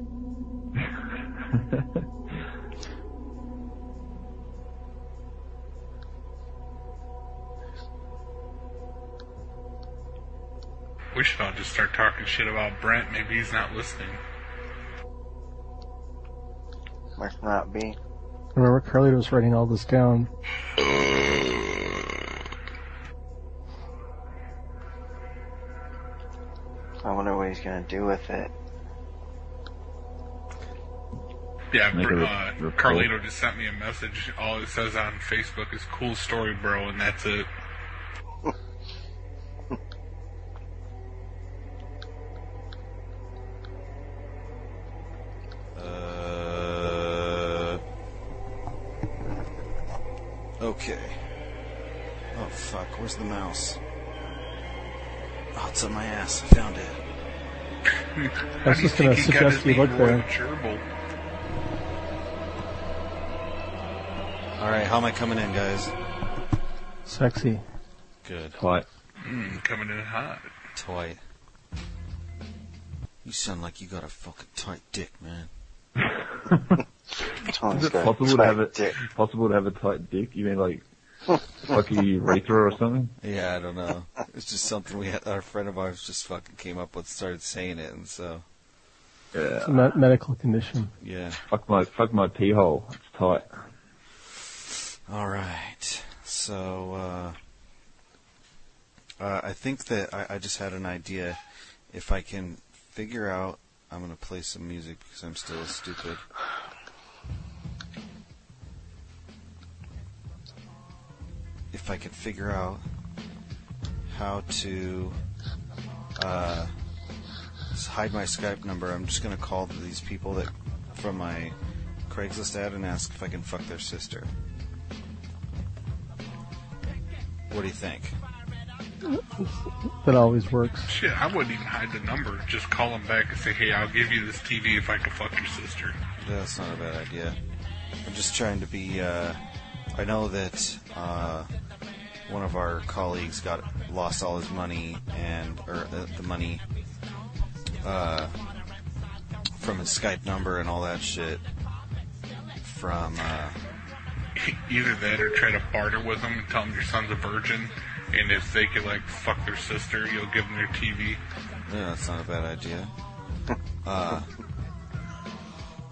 [SPEAKER 25] We should all just start talking shit about Brent. Maybe he's not listening.
[SPEAKER 13] Must not be.
[SPEAKER 8] Remember, Carly was writing all this down.
[SPEAKER 13] I wonder what he's gonna do with it.
[SPEAKER 25] Yeah,
[SPEAKER 7] Make
[SPEAKER 25] Br-
[SPEAKER 7] a re-
[SPEAKER 25] uh,
[SPEAKER 7] report.
[SPEAKER 25] Carlito just sent me a message. All it says on Facebook is "cool story, bro," and that's it.
[SPEAKER 3] Uh, okay. Oh fuck, where's the mouse? Oh, it's up my ass. I found it.
[SPEAKER 8] I was just going to suggest you look there.
[SPEAKER 3] All right, how am I coming in, guys?
[SPEAKER 8] Sexy.
[SPEAKER 3] Good.
[SPEAKER 7] What?
[SPEAKER 25] Mm, coming in hot.
[SPEAKER 3] Tight. You sound like you got a fucking tight dick, man.
[SPEAKER 7] Is it possible to have a possible to have a tight dick? You mean like fucking urethra or something?
[SPEAKER 3] Yeah, I don't know. It's just something we had. Our friend of ours just fucking came up with, started saying it, and so
[SPEAKER 8] It's a me- medical condition.
[SPEAKER 3] yeah.
[SPEAKER 7] Fuck my fuck my pee hole. It's tight.
[SPEAKER 3] All right. So uh, uh, I think that I, I just had an idea. If I can figure out, I'm gonna play some music because I'm still stupid. If I could figure out how to uh, s- hide my Skype number, I'm just gonna call these people that from my Craigslist ad and ask if I can fuck their sister. What do you think?
[SPEAKER 8] That always works.
[SPEAKER 25] Shit, I wouldn't even hide the number. Just call him back and say, "Hey, I'll give you this TV if I can fuck your sister."
[SPEAKER 3] That's not a bad idea. I'm just trying to be. Uh, I know that uh, one of our colleagues got lost all his money and or the, the money uh, from his Skype number and all that shit. From uh,
[SPEAKER 25] Either that, or try to barter with him and tell him your son's a virgin, and if they could like fuck their sister, you'll give them their TV.
[SPEAKER 3] yeah, that's not a bad idea. Uh,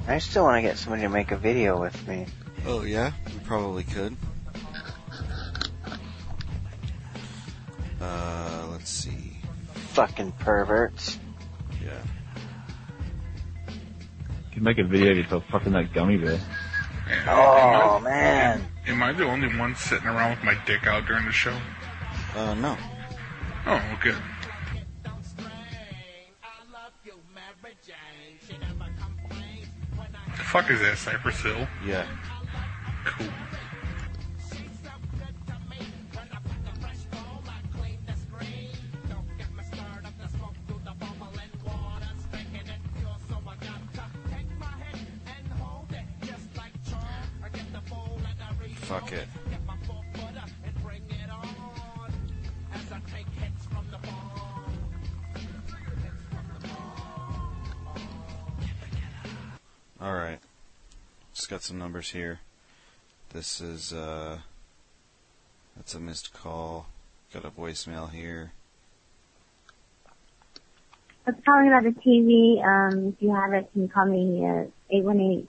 [SPEAKER 13] I still want to get somebody to make a video with me.
[SPEAKER 3] Oh yeah, we probably could. Uh, let's see.
[SPEAKER 13] Fucking perverts.
[SPEAKER 3] Yeah.
[SPEAKER 7] You can make a video of yourself fucking that gummy bear.
[SPEAKER 13] Oh man.
[SPEAKER 25] Am I the only one sitting around with my dick out during the show?
[SPEAKER 3] Uh, no.
[SPEAKER 25] Oh, good. The fuck is that, Cypress Hill?
[SPEAKER 3] Yeah.
[SPEAKER 25] Cool.
[SPEAKER 3] Fuck it. All right. Just got some numbers here. This is uh that's a missed call. Got a voicemail here.
[SPEAKER 22] I was calling about the TV. Um, if you have it, can you call me at 818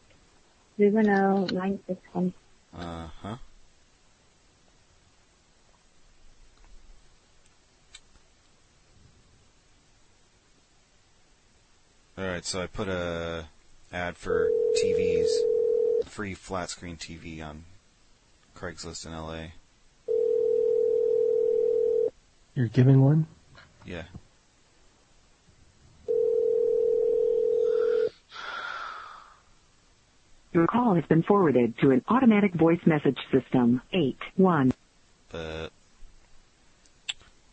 [SPEAKER 22] 310 961.
[SPEAKER 3] Uh huh. All right, so I put a ad for TVs, free flat screen TV on Craigslist in LA.
[SPEAKER 8] You're giving one?
[SPEAKER 3] Yeah.
[SPEAKER 23] Your call has been forwarded to an automatic voice message system. 8-1.
[SPEAKER 3] but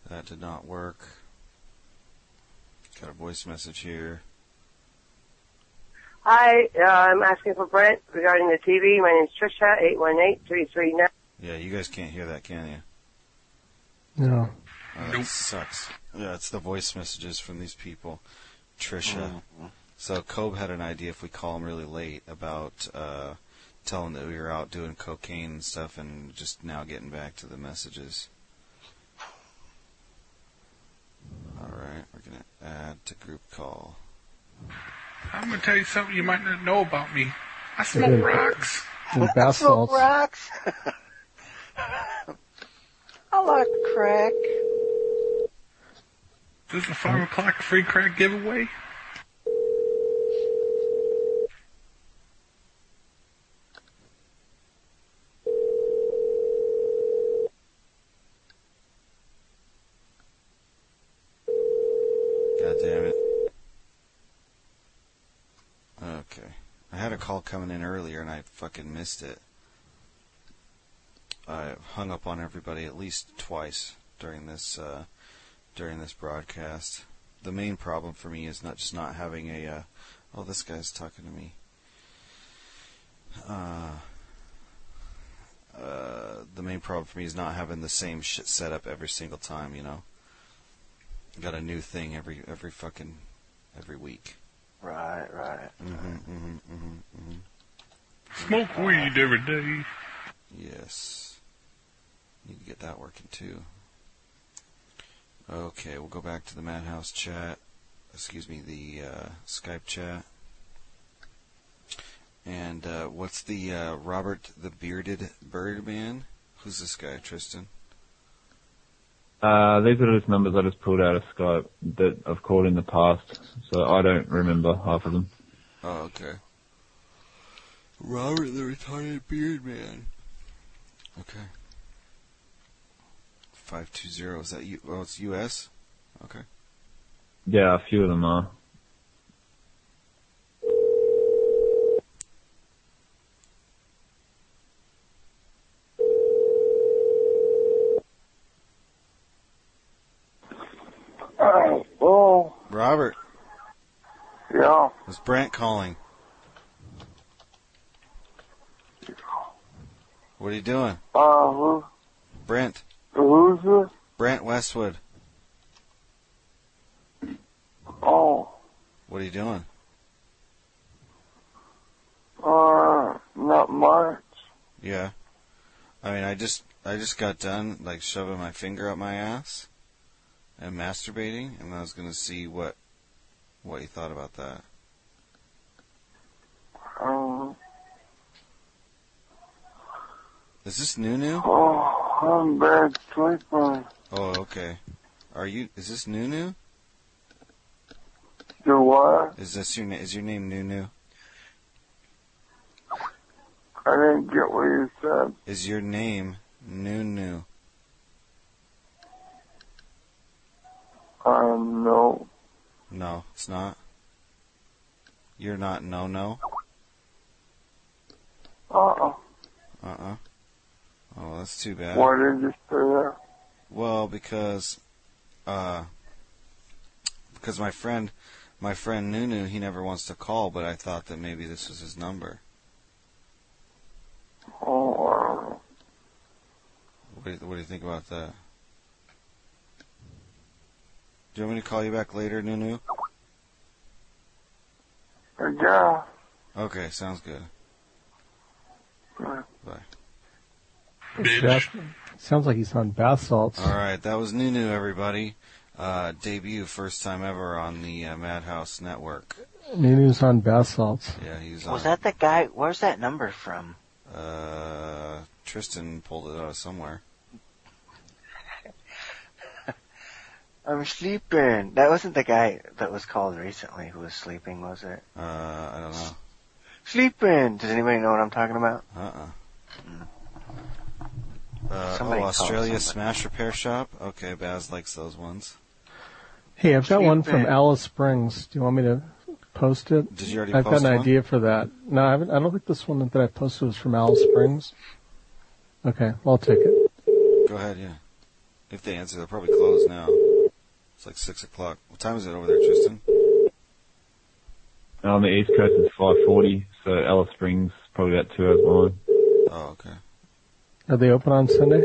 [SPEAKER 3] that did not work. Got a voice message here.
[SPEAKER 19] Hi, uh, I'm asking for Brent regarding the TV. My name's Trisha, eight one eight three three nine.
[SPEAKER 3] Yeah, you guys can't hear that, can you?
[SPEAKER 8] No.
[SPEAKER 3] Oh, that sucks. Yeah, it's the voice messages from these people. Trisha. So Cobe had an idea if we call him really late about uh, telling that we were out doing cocaine and stuff, and just now getting back to the messages. All right, we're gonna add to group call.
[SPEAKER 25] I'm gonna tell you something you might not know about me. I smoke rocks.
[SPEAKER 8] And bath salts.
[SPEAKER 13] rocks. I like crack.
[SPEAKER 25] This is a five o'clock free crack giveaway.
[SPEAKER 3] God damn it. Okay. I had a call coming in earlier and I fucking missed it. I hung up on everybody at least twice during this uh, during this broadcast. The main problem for me is not just not having a uh, oh this guy's talking to me. Uh, uh, the main problem for me is not having the same shit set up every single time, you know. Got a new thing every every fucking every week.
[SPEAKER 13] Right, right.
[SPEAKER 3] hmm hmm hmm hmm
[SPEAKER 25] Smoke weed every day.
[SPEAKER 3] mm-hmm. Yes. Need to get that working too. Okay, we'll go back to the Madhouse chat. Excuse me, the uh, Skype chat. And uh, what's the uh, Robert the Bearded Birdman? Who's this guy, Tristan?
[SPEAKER 7] Uh, these are just numbers I just pulled out of Skype that I've called in the past, so I don't remember half of them.
[SPEAKER 3] Oh, okay. Robert the Retarded Beard Man. Okay. 520, is that you? Oh, it's US? Okay.
[SPEAKER 7] Yeah, a few of them are.
[SPEAKER 15] Oh,
[SPEAKER 3] Robert,
[SPEAKER 15] yeah.
[SPEAKER 3] it's Brant calling. What are you doing?
[SPEAKER 15] Uh, who,
[SPEAKER 3] Brent.
[SPEAKER 15] who's this?
[SPEAKER 3] Brant Westwood.
[SPEAKER 15] Oh,
[SPEAKER 3] What are you doing?
[SPEAKER 15] uh, not much.
[SPEAKER 3] Yeah. I mean, I just I just got done like shoving my finger up my ass and masturbating, and I was gonna see what what you thought about that.
[SPEAKER 15] Um,
[SPEAKER 3] Is this new new?
[SPEAKER 15] oh, I'm bad sleeping.
[SPEAKER 3] Oh, okay. Are you? Is this new new?
[SPEAKER 15] You what?
[SPEAKER 3] Is this your na- is your name new new?
[SPEAKER 15] I didn't get what you said.
[SPEAKER 3] Is your name new new?
[SPEAKER 15] Um, no.
[SPEAKER 3] No, it's not. You're not no no.
[SPEAKER 15] Uh-uh.
[SPEAKER 3] Uh uh Oh, that's too bad.
[SPEAKER 15] Why did you say that?
[SPEAKER 3] Well, because uh because my friend my friend Nunu he never wants to call, but I thought that maybe this was his number.
[SPEAKER 15] Oh, I don't know.
[SPEAKER 3] What do you, what do you think about that? Do you want me to call you back later, Nunu?
[SPEAKER 15] But yeah.
[SPEAKER 3] Okay, sounds good.
[SPEAKER 15] Right.
[SPEAKER 3] Bye.
[SPEAKER 8] Bath- sounds like he's on bath salts.
[SPEAKER 3] All right, that was Nunu, everybody. Uh, debut, first time ever on the uh, Madhouse Network.
[SPEAKER 8] Nunu's on bath salts.
[SPEAKER 3] Yeah, he's on.
[SPEAKER 13] Was that the guy? Where's that number from?
[SPEAKER 3] Uh, Tristan pulled it out of somewhere.
[SPEAKER 13] I'm sleeping. That wasn't the guy that was called recently who was sleeping, was it?
[SPEAKER 3] Uh, I don't know.
[SPEAKER 13] Sleeping. Does anybody know what I'm talking about?
[SPEAKER 3] Uh-uh. Uh,
[SPEAKER 13] Somebody
[SPEAKER 3] oh,
[SPEAKER 13] call
[SPEAKER 3] Australia
[SPEAKER 13] somebody.
[SPEAKER 3] Smash Repair Shop. Okay, Baz likes those ones.
[SPEAKER 8] Hey, I've got one from
[SPEAKER 3] Stupid.
[SPEAKER 8] Alice Springs. Do you want me to post it?
[SPEAKER 3] Did you already
[SPEAKER 8] I've
[SPEAKER 3] post
[SPEAKER 8] got an
[SPEAKER 3] one?
[SPEAKER 8] idea for that. No, I, haven't, I don't think this one that I posted was from Alice Springs. Okay, I'll take it.
[SPEAKER 3] Go ahead, yeah. If they answer, they'll probably close now. It's like six o'clock. What time is it over there, Tristan?
[SPEAKER 7] And on the East Coast, it's 5.40, so Alice Springs, probably about two hours behind.
[SPEAKER 3] Oh, okay.
[SPEAKER 8] Are they open on Sunday?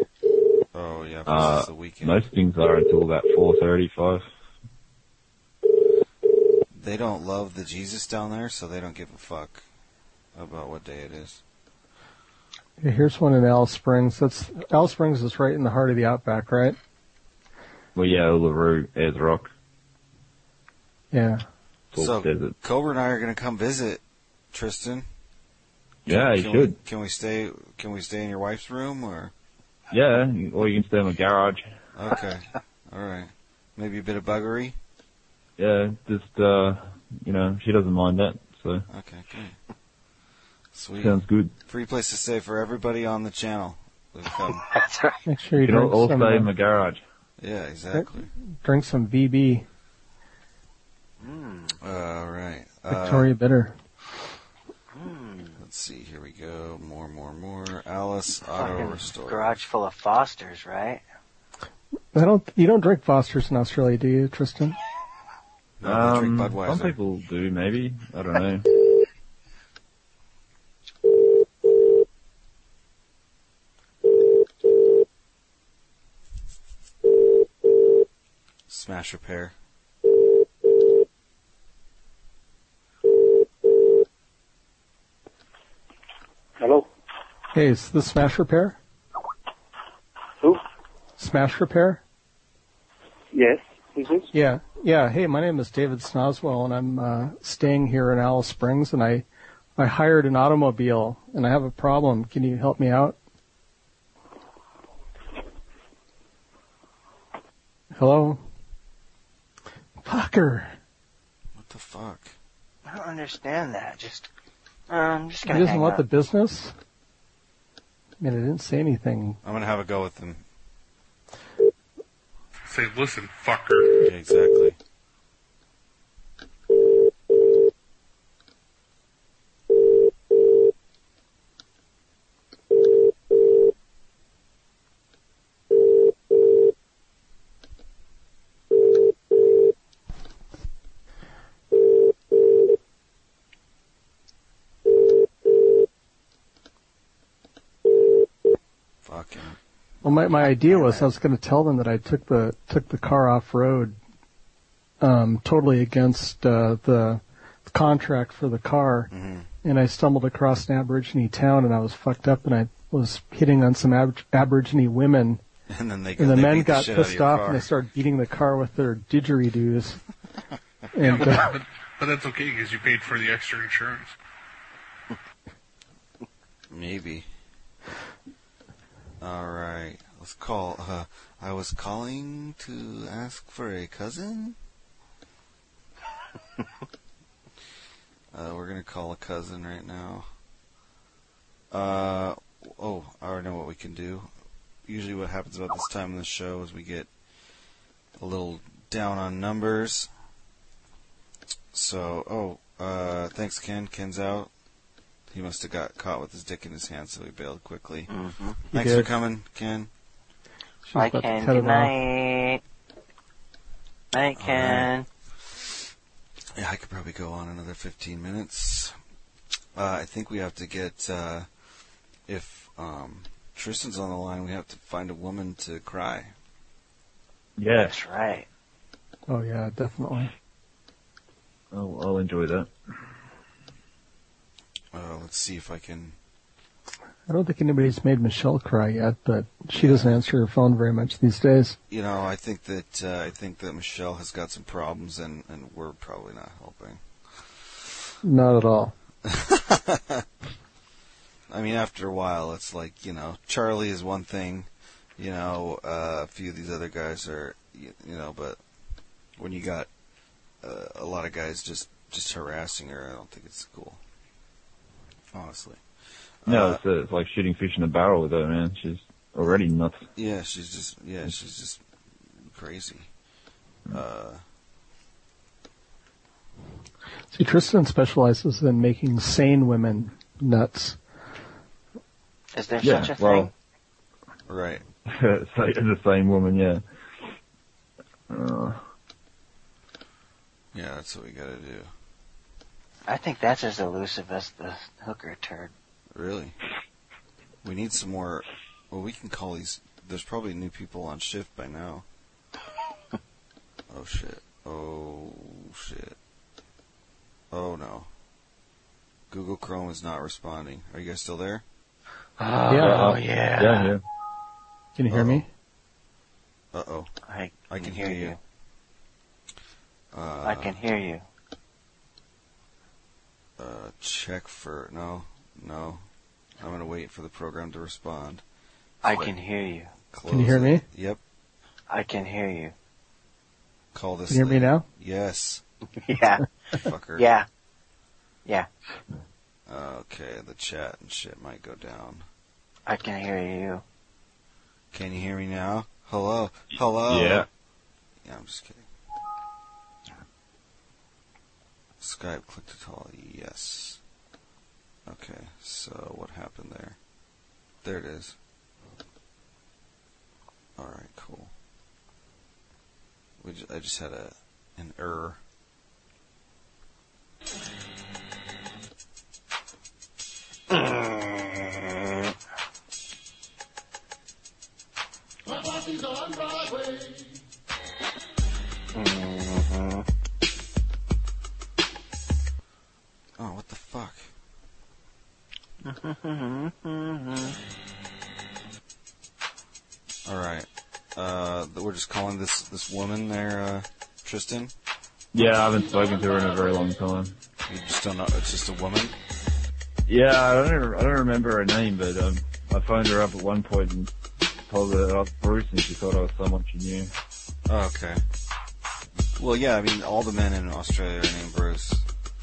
[SPEAKER 3] Oh yeah, this
[SPEAKER 7] Uh,
[SPEAKER 3] is the weekend.
[SPEAKER 7] most things are until about four thirty five.
[SPEAKER 3] They don't love the Jesus down there, so they don't give a fuck about what day it is.
[SPEAKER 8] Okay, Here's one in Alice Springs. That's Alice Springs is right in the heart of the outback, right?
[SPEAKER 7] Well, yeah, Uluru, Ayers Rock,
[SPEAKER 8] Yeah.
[SPEAKER 7] Salt
[SPEAKER 3] so
[SPEAKER 7] Desert.
[SPEAKER 3] Cobra and I are gonna come visit, Tristan.
[SPEAKER 7] Yeah, you
[SPEAKER 3] Can we-
[SPEAKER 7] should.
[SPEAKER 3] can we stay? Can we stay in your wife's room or?
[SPEAKER 7] Yeah, or you can stay in my garage.
[SPEAKER 3] Okay, all right. Maybe a bit of buggery.
[SPEAKER 7] Yeah, just uh, you know, she doesn't mind that, so
[SPEAKER 3] Okay, good. Sweet.
[SPEAKER 7] sounds good.
[SPEAKER 3] Free place to stay for everybody on the channel. We've come.
[SPEAKER 13] That's right.
[SPEAKER 8] Make sure you
[SPEAKER 7] can all,
[SPEAKER 8] drink
[SPEAKER 7] all
[SPEAKER 8] some.
[SPEAKER 7] stay
[SPEAKER 8] uh,
[SPEAKER 7] in my garage.
[SPEAKER 3] Yeah, exactly.
[SPEAKER 8] Drink some VB
[SPEAKER 3] All right. Uh, hmm,
[SPEAKER 8] Victoria Bitter.
[SPEAKER 3] Let's see. Here we go. More, more, more. Alice Auto
[SPEAKER 13] Fucking
[SPEAKER 3] Restore.
[SPEAKER 13] garage full of Fosters, right?
[SPEAKER 8] I don't. You don't drink Foster's in Australia, do you, Tristan?
[SPEAKER 3] No, they drink
[SPEAKER 7] Um,
[SPEAKER 3] Budweiser.
[SPEAKER 7] Some people do, maybe. I don't know.
[SPEAKER 3] Smash repair.
[SPEAKER 2] Hello?
[SPEAKER 8] Hey, is this Smash Repair?
[SPEAKER 2] Who?
[SPEAKER 8] Smash Repair?
[SPEAKER 2] Yes. Who's this?
[SPEAKER 8] Yeah, yeah. Hey, my name is David Snowswell, and I'm uh, staying here in Alice Springs, and I I hired an automobile, and I have a problem. Can you help me out? Hello. Fucker.
[SPEAKER 3] What the fuck?
[SPEAKER 13] I don't understand that. Just, uh, I'm just
[SPEAKER 8] He
[SPEAKER 13] gonna.
[SPEAKER 8] doesn't
[SPEAKER 13] hang
[SPEAKER 8] want
[SPEAKER 13] up.
[SPEAKER 8] the business. I mean, I didn't say anything.
[SPEAKER 3] I'm gonna have a go with them.
[SPEAKER 25] Say, listen, fucker.
[SPEAKER 3] Yeah, exactly. Fucking.
[SPEAKER 8] Well, my my idea was I was going to tell them that I took the took the car off road, um, totally against uh, the contract for the car,
[SPEAKER 3] Mm-hmm.
[SPEAKER 8] and I stumbled across an Aborigine town, and I was fucked up, and I was hitting on some ab- Aborigine women,
[SPEAKER 3] And then they
[SPEAKER 8] and the
[SPEAKER 3] they
[SPEAKER 8] men
[SPEAKER 3] beat the
[SPEAKER 8] got
[SPEAKER 3] shit out of
[SPEAKER 8] pissed
[SPEAKER 3] your
[SPEAKER 8] off,
[SPEAKER 3] car.
[SPEAKER 8] and they started beating the car with their didgeridoos, and uh,
[SPEAKER 25] but, but that's okay because you paid for the extra insurance.
[SPEAKER 3] Maybe. All right. Let's call. Uh, I was calling to ask for a cousin. uh, we're gonna call a cousin right now. Uh oh! I already know what we can do. Usually, what happens about this time in the show is we get a little down on numbers. So, oh, uh, thanks, Ken. Ken's out. He must have got caught with his dick in his hand, so he bailed quickly.
[SPEAKER 13] Mhm.
[SPEAKER 8] He
[SPEAKER 3] Thanks
[SPEAKER 8] did.
[SPEAKER 3] for coming, Ken.
[SPEAKER 8] she's
[SPEAKER 13] Bye,
[SPEAKER 8] about to cut
[SPEAKER 13] Ken. Good
[SPEAKER 8] it off.
[SPEAKER 13] night. Night, Ken.
[SPEAKER 3] Yeah, I could probably go on another 15 minutes. Uh, I think we have to get, uh, if um, Tristan's on the line, we have to find a woman to cry.
[SPEAKER 7] Yeah,
[SPEAKER 13] That's right.
[SPEAKER 8] Oh yeah, definitely.
[SPEAKER 7] I'll, I'll enjoy that.
[SPEAKER 3] Uh, let's see if I can.
[SPEAKER 8] I don't think anybody's made Michelle cry yet, but she doesn't answer her phone very much these days.
[SPEAKER 3] You know, I think that uh, I think that Michelle has got some problems, and, and we're probably not helping.
[SPEAKER 8] Not at all.
[SPEAKER 3] I mean, after a while, it's like you know, Charlie is one thing. You know, uh, a few of these other guys are, you, you know, but when you got uh, a lot of guys just just harassing her, I don't think it's cool. Honestly,
[SPEAKER 7] No,
[SPEAKER 3] Uh,
[SPEAKER 7] it's, uh, it's like shooting fish in a barrel with her, man. She's already nuts.
[SPEAKER 3] yeah, she's just yeah, she's just crazy. Uh,
[SPEAKER 8] See, Tristan specializes in making sane women nuts.
[SPEAKER 13] Is there
[SPEAKER 7] yeah,
[SPEAKER 13] such a
[SPEAKER 7] well,
[SPEAKER 13] thing?
[SPEAKER 3] right.
[SPEAKER 7] it's like- it's the same woman, yeah. Uh,
[SPEAKER 3] Yeah, that's what we gotta do.
[SPEAKER 13] I think that's as elusive as the hooker turd.
[SPEAKER 3] Really? We need some more. Well, we can call these there's probably new people on shift by now. oh shit. Oh shit. Oh no. Google Chrome is not responding. Are you guys still there?
[SPEAKER 13] Oh, Yeah. yeah. Yeah, yeah.
[SPEAKER 8] Can you hear me?
[SPEAKER 3] Uh oh.
[SPEAKER 13] I
[SPEAKER 3] I can hear, you. Uh,
[SPEAKER 13] I can hear you.
[SPEAKER 3] Uh, check for no, no. I'm gonna wait for the program to respond.
[SPEAKER 13] I can hear you.
[SPEAKER 3] Close
[SPEAKER 8] Can you hear
[SPEAKER 3] it.
[SPEAKER 8] me?
[SPEAKER 3] Yep.
[SPEAKER 13] I can hear you.
[SPEAKER 3] Call this.
[SPEAKER 8] Can you hear me
[SPEAKER 3] lady.
[SPEAKER 8] now?
[SPEAKER 3] Yes.
[SPEAKER 13] Yeah.
[SPEAKER 3] Fucker.
[SPEAKER 13] Yeah. Yeah.
[SPEAKER 3] Okay, the chat and shit might go down.
[SPEAKER 13] I can hear you.
[SPEAKER 3] Can you hear me now? Hello. Hello.
[SPEAKER 13] yeah.
[SPEAKER 3] Yeah, I'm just kidding. Skype click to tall. Yes. Okay. So what happened there? There it is. All right. Cool. We ju- I just had a an error. Oh, what the fuck? All right. Uh, th- we're just calling this this woman there, uh, Tristan.
[SPEAKER 7] Yeah, I haven't spoken to her in a very long time.
[SPEAKER 3] You just don't know. It's just a woman.
[SPEAKER 7] Yeah, I don't re- I don't remember her name, but um, I phoned her up at one point and told her that I was Bruce, and she thought I was someone she knew.
[SPEAKER 3] Oh, okay. Well, yeah. I mean, all the men in Australia are named Bruce.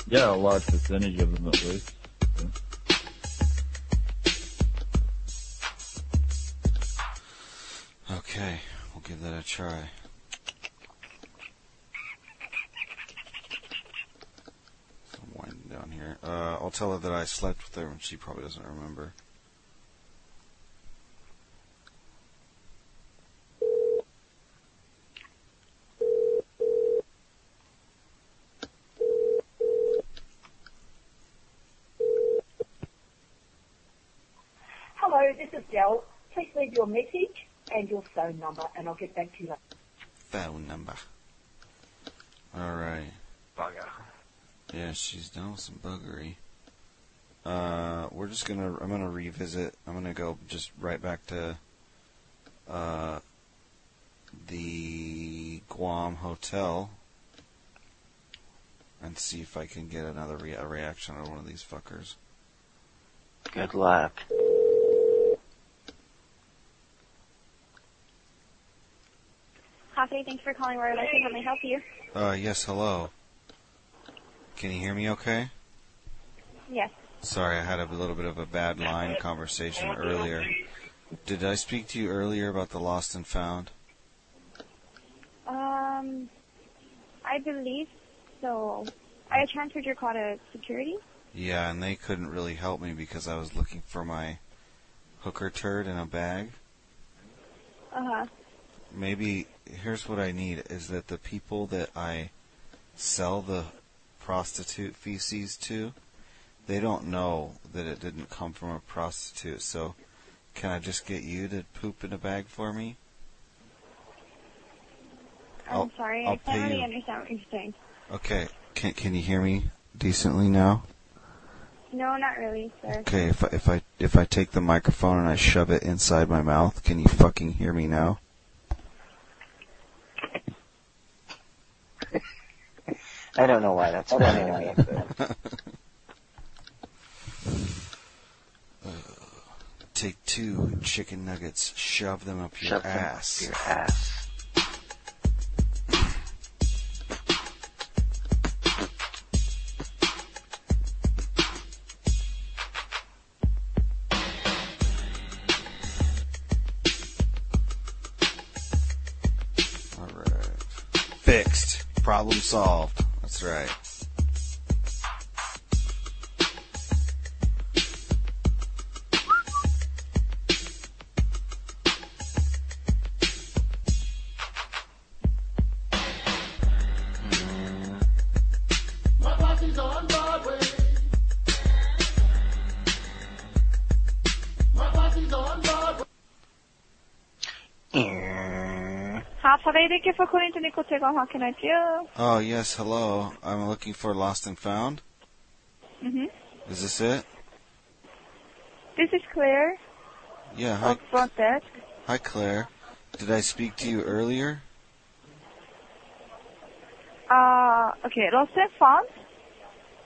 [SPEAKER 7] Yeah, a large percentage of them at least.
[SPEAKER 3] Okay, we'll give that a try. So I'm winding down here. Uh, I'll tell her that I slept with her, and she probably doesn't remember.
[SPEAKER 27] Hello, this is Dell. Please leave your message and your phone number, and I'll get back to you later.
[SPEAKER 3] Phone number. All right.
[SPEAKER 12] Bugger.
[SPEAKER 3] Yeah, she's done with some buggery. Uh, we're just gonna. I'm gonna revisit. I'm gonna go just right back to, uh, the Guam hotel, and see if I can get another re- a reaction out of one of these fuckers.
[SPEAKER 13] Good luck.
[SPEAKER 24] Hockey, thanks for calling Royal Life. How may I help you?
[SPEAKER 3] Uh, yes, hello. Can you hear me? Okay.
[SPEAKER 24] Yes.
[SPEAKER 3] Sorry, I had a little bit of a bad line conversation earlier. Did I speak to you earlier about the lost and found?
[SPEAKER 24] Um, I believe so. I transferred your call to security.
[SPEAKER 3] Yeah, and they couldn't really help me because I was looking for my hooker turd in a bag.
[SPEAKER 24] Uh huh.
[SPEAKER 3] Maybe here's what I need is that the people that I sell the prostitute feces to, they don't know that it didn't come from a prostitute. So, can I just get you to poop in a bag for me?
[SPEAKER 24] I'm
[SPEAKER 3] I'll-
[SPEAKER 24] sorry.
[SPEAKER 3] I'll
[SPEAKER 24] I can't
[SPEAKER 3] pay
[SPEAKER 24] really
[SPEAKER 3] you.
[SPEAKER 24] understand what you're saying.
[SPEAKER 3] Okay. Can can you hear me decently now?
[SPEAKER 24] No, not really, sir.
[SPEAKER 3] Okay, if I, if I if I take the microphone and I shove it inside my mouth, can you fucking hear me now?
[SPEAKER 13] I don't know why that's funny to me. but-
[SPEAKER 3] Take two chicken nuggets, shove them up your
[SPEAKER 13] Shove them up
[SPEAKER 3] ass.
[SPEAKER 13] your ass.
[SPEAKER 3] All right. Fixed. Problem solved. That's right.
[SPEAKER 15] My party's on Broadway. My party's on Broadway.
[SPEAKER 24] Hello, thank you for calling to Nicole Tegon. How can I do?
[SPEAKER 3] Oh yes, hello. I'm looking for Lost and Found.
[SPEAKER 24] Mm-hmm.
[SPEAKER 3] Is this it?
[SPEAKER 24] This is Claire
[SPEAKER 3] Yeah. Hi,
[SPEAKER 24] of Front Desk.
[SPEAKER 3] hi Claire. Did I speak to you earlier?
[SPEAKER 24] Uh, okay, Lost and Found.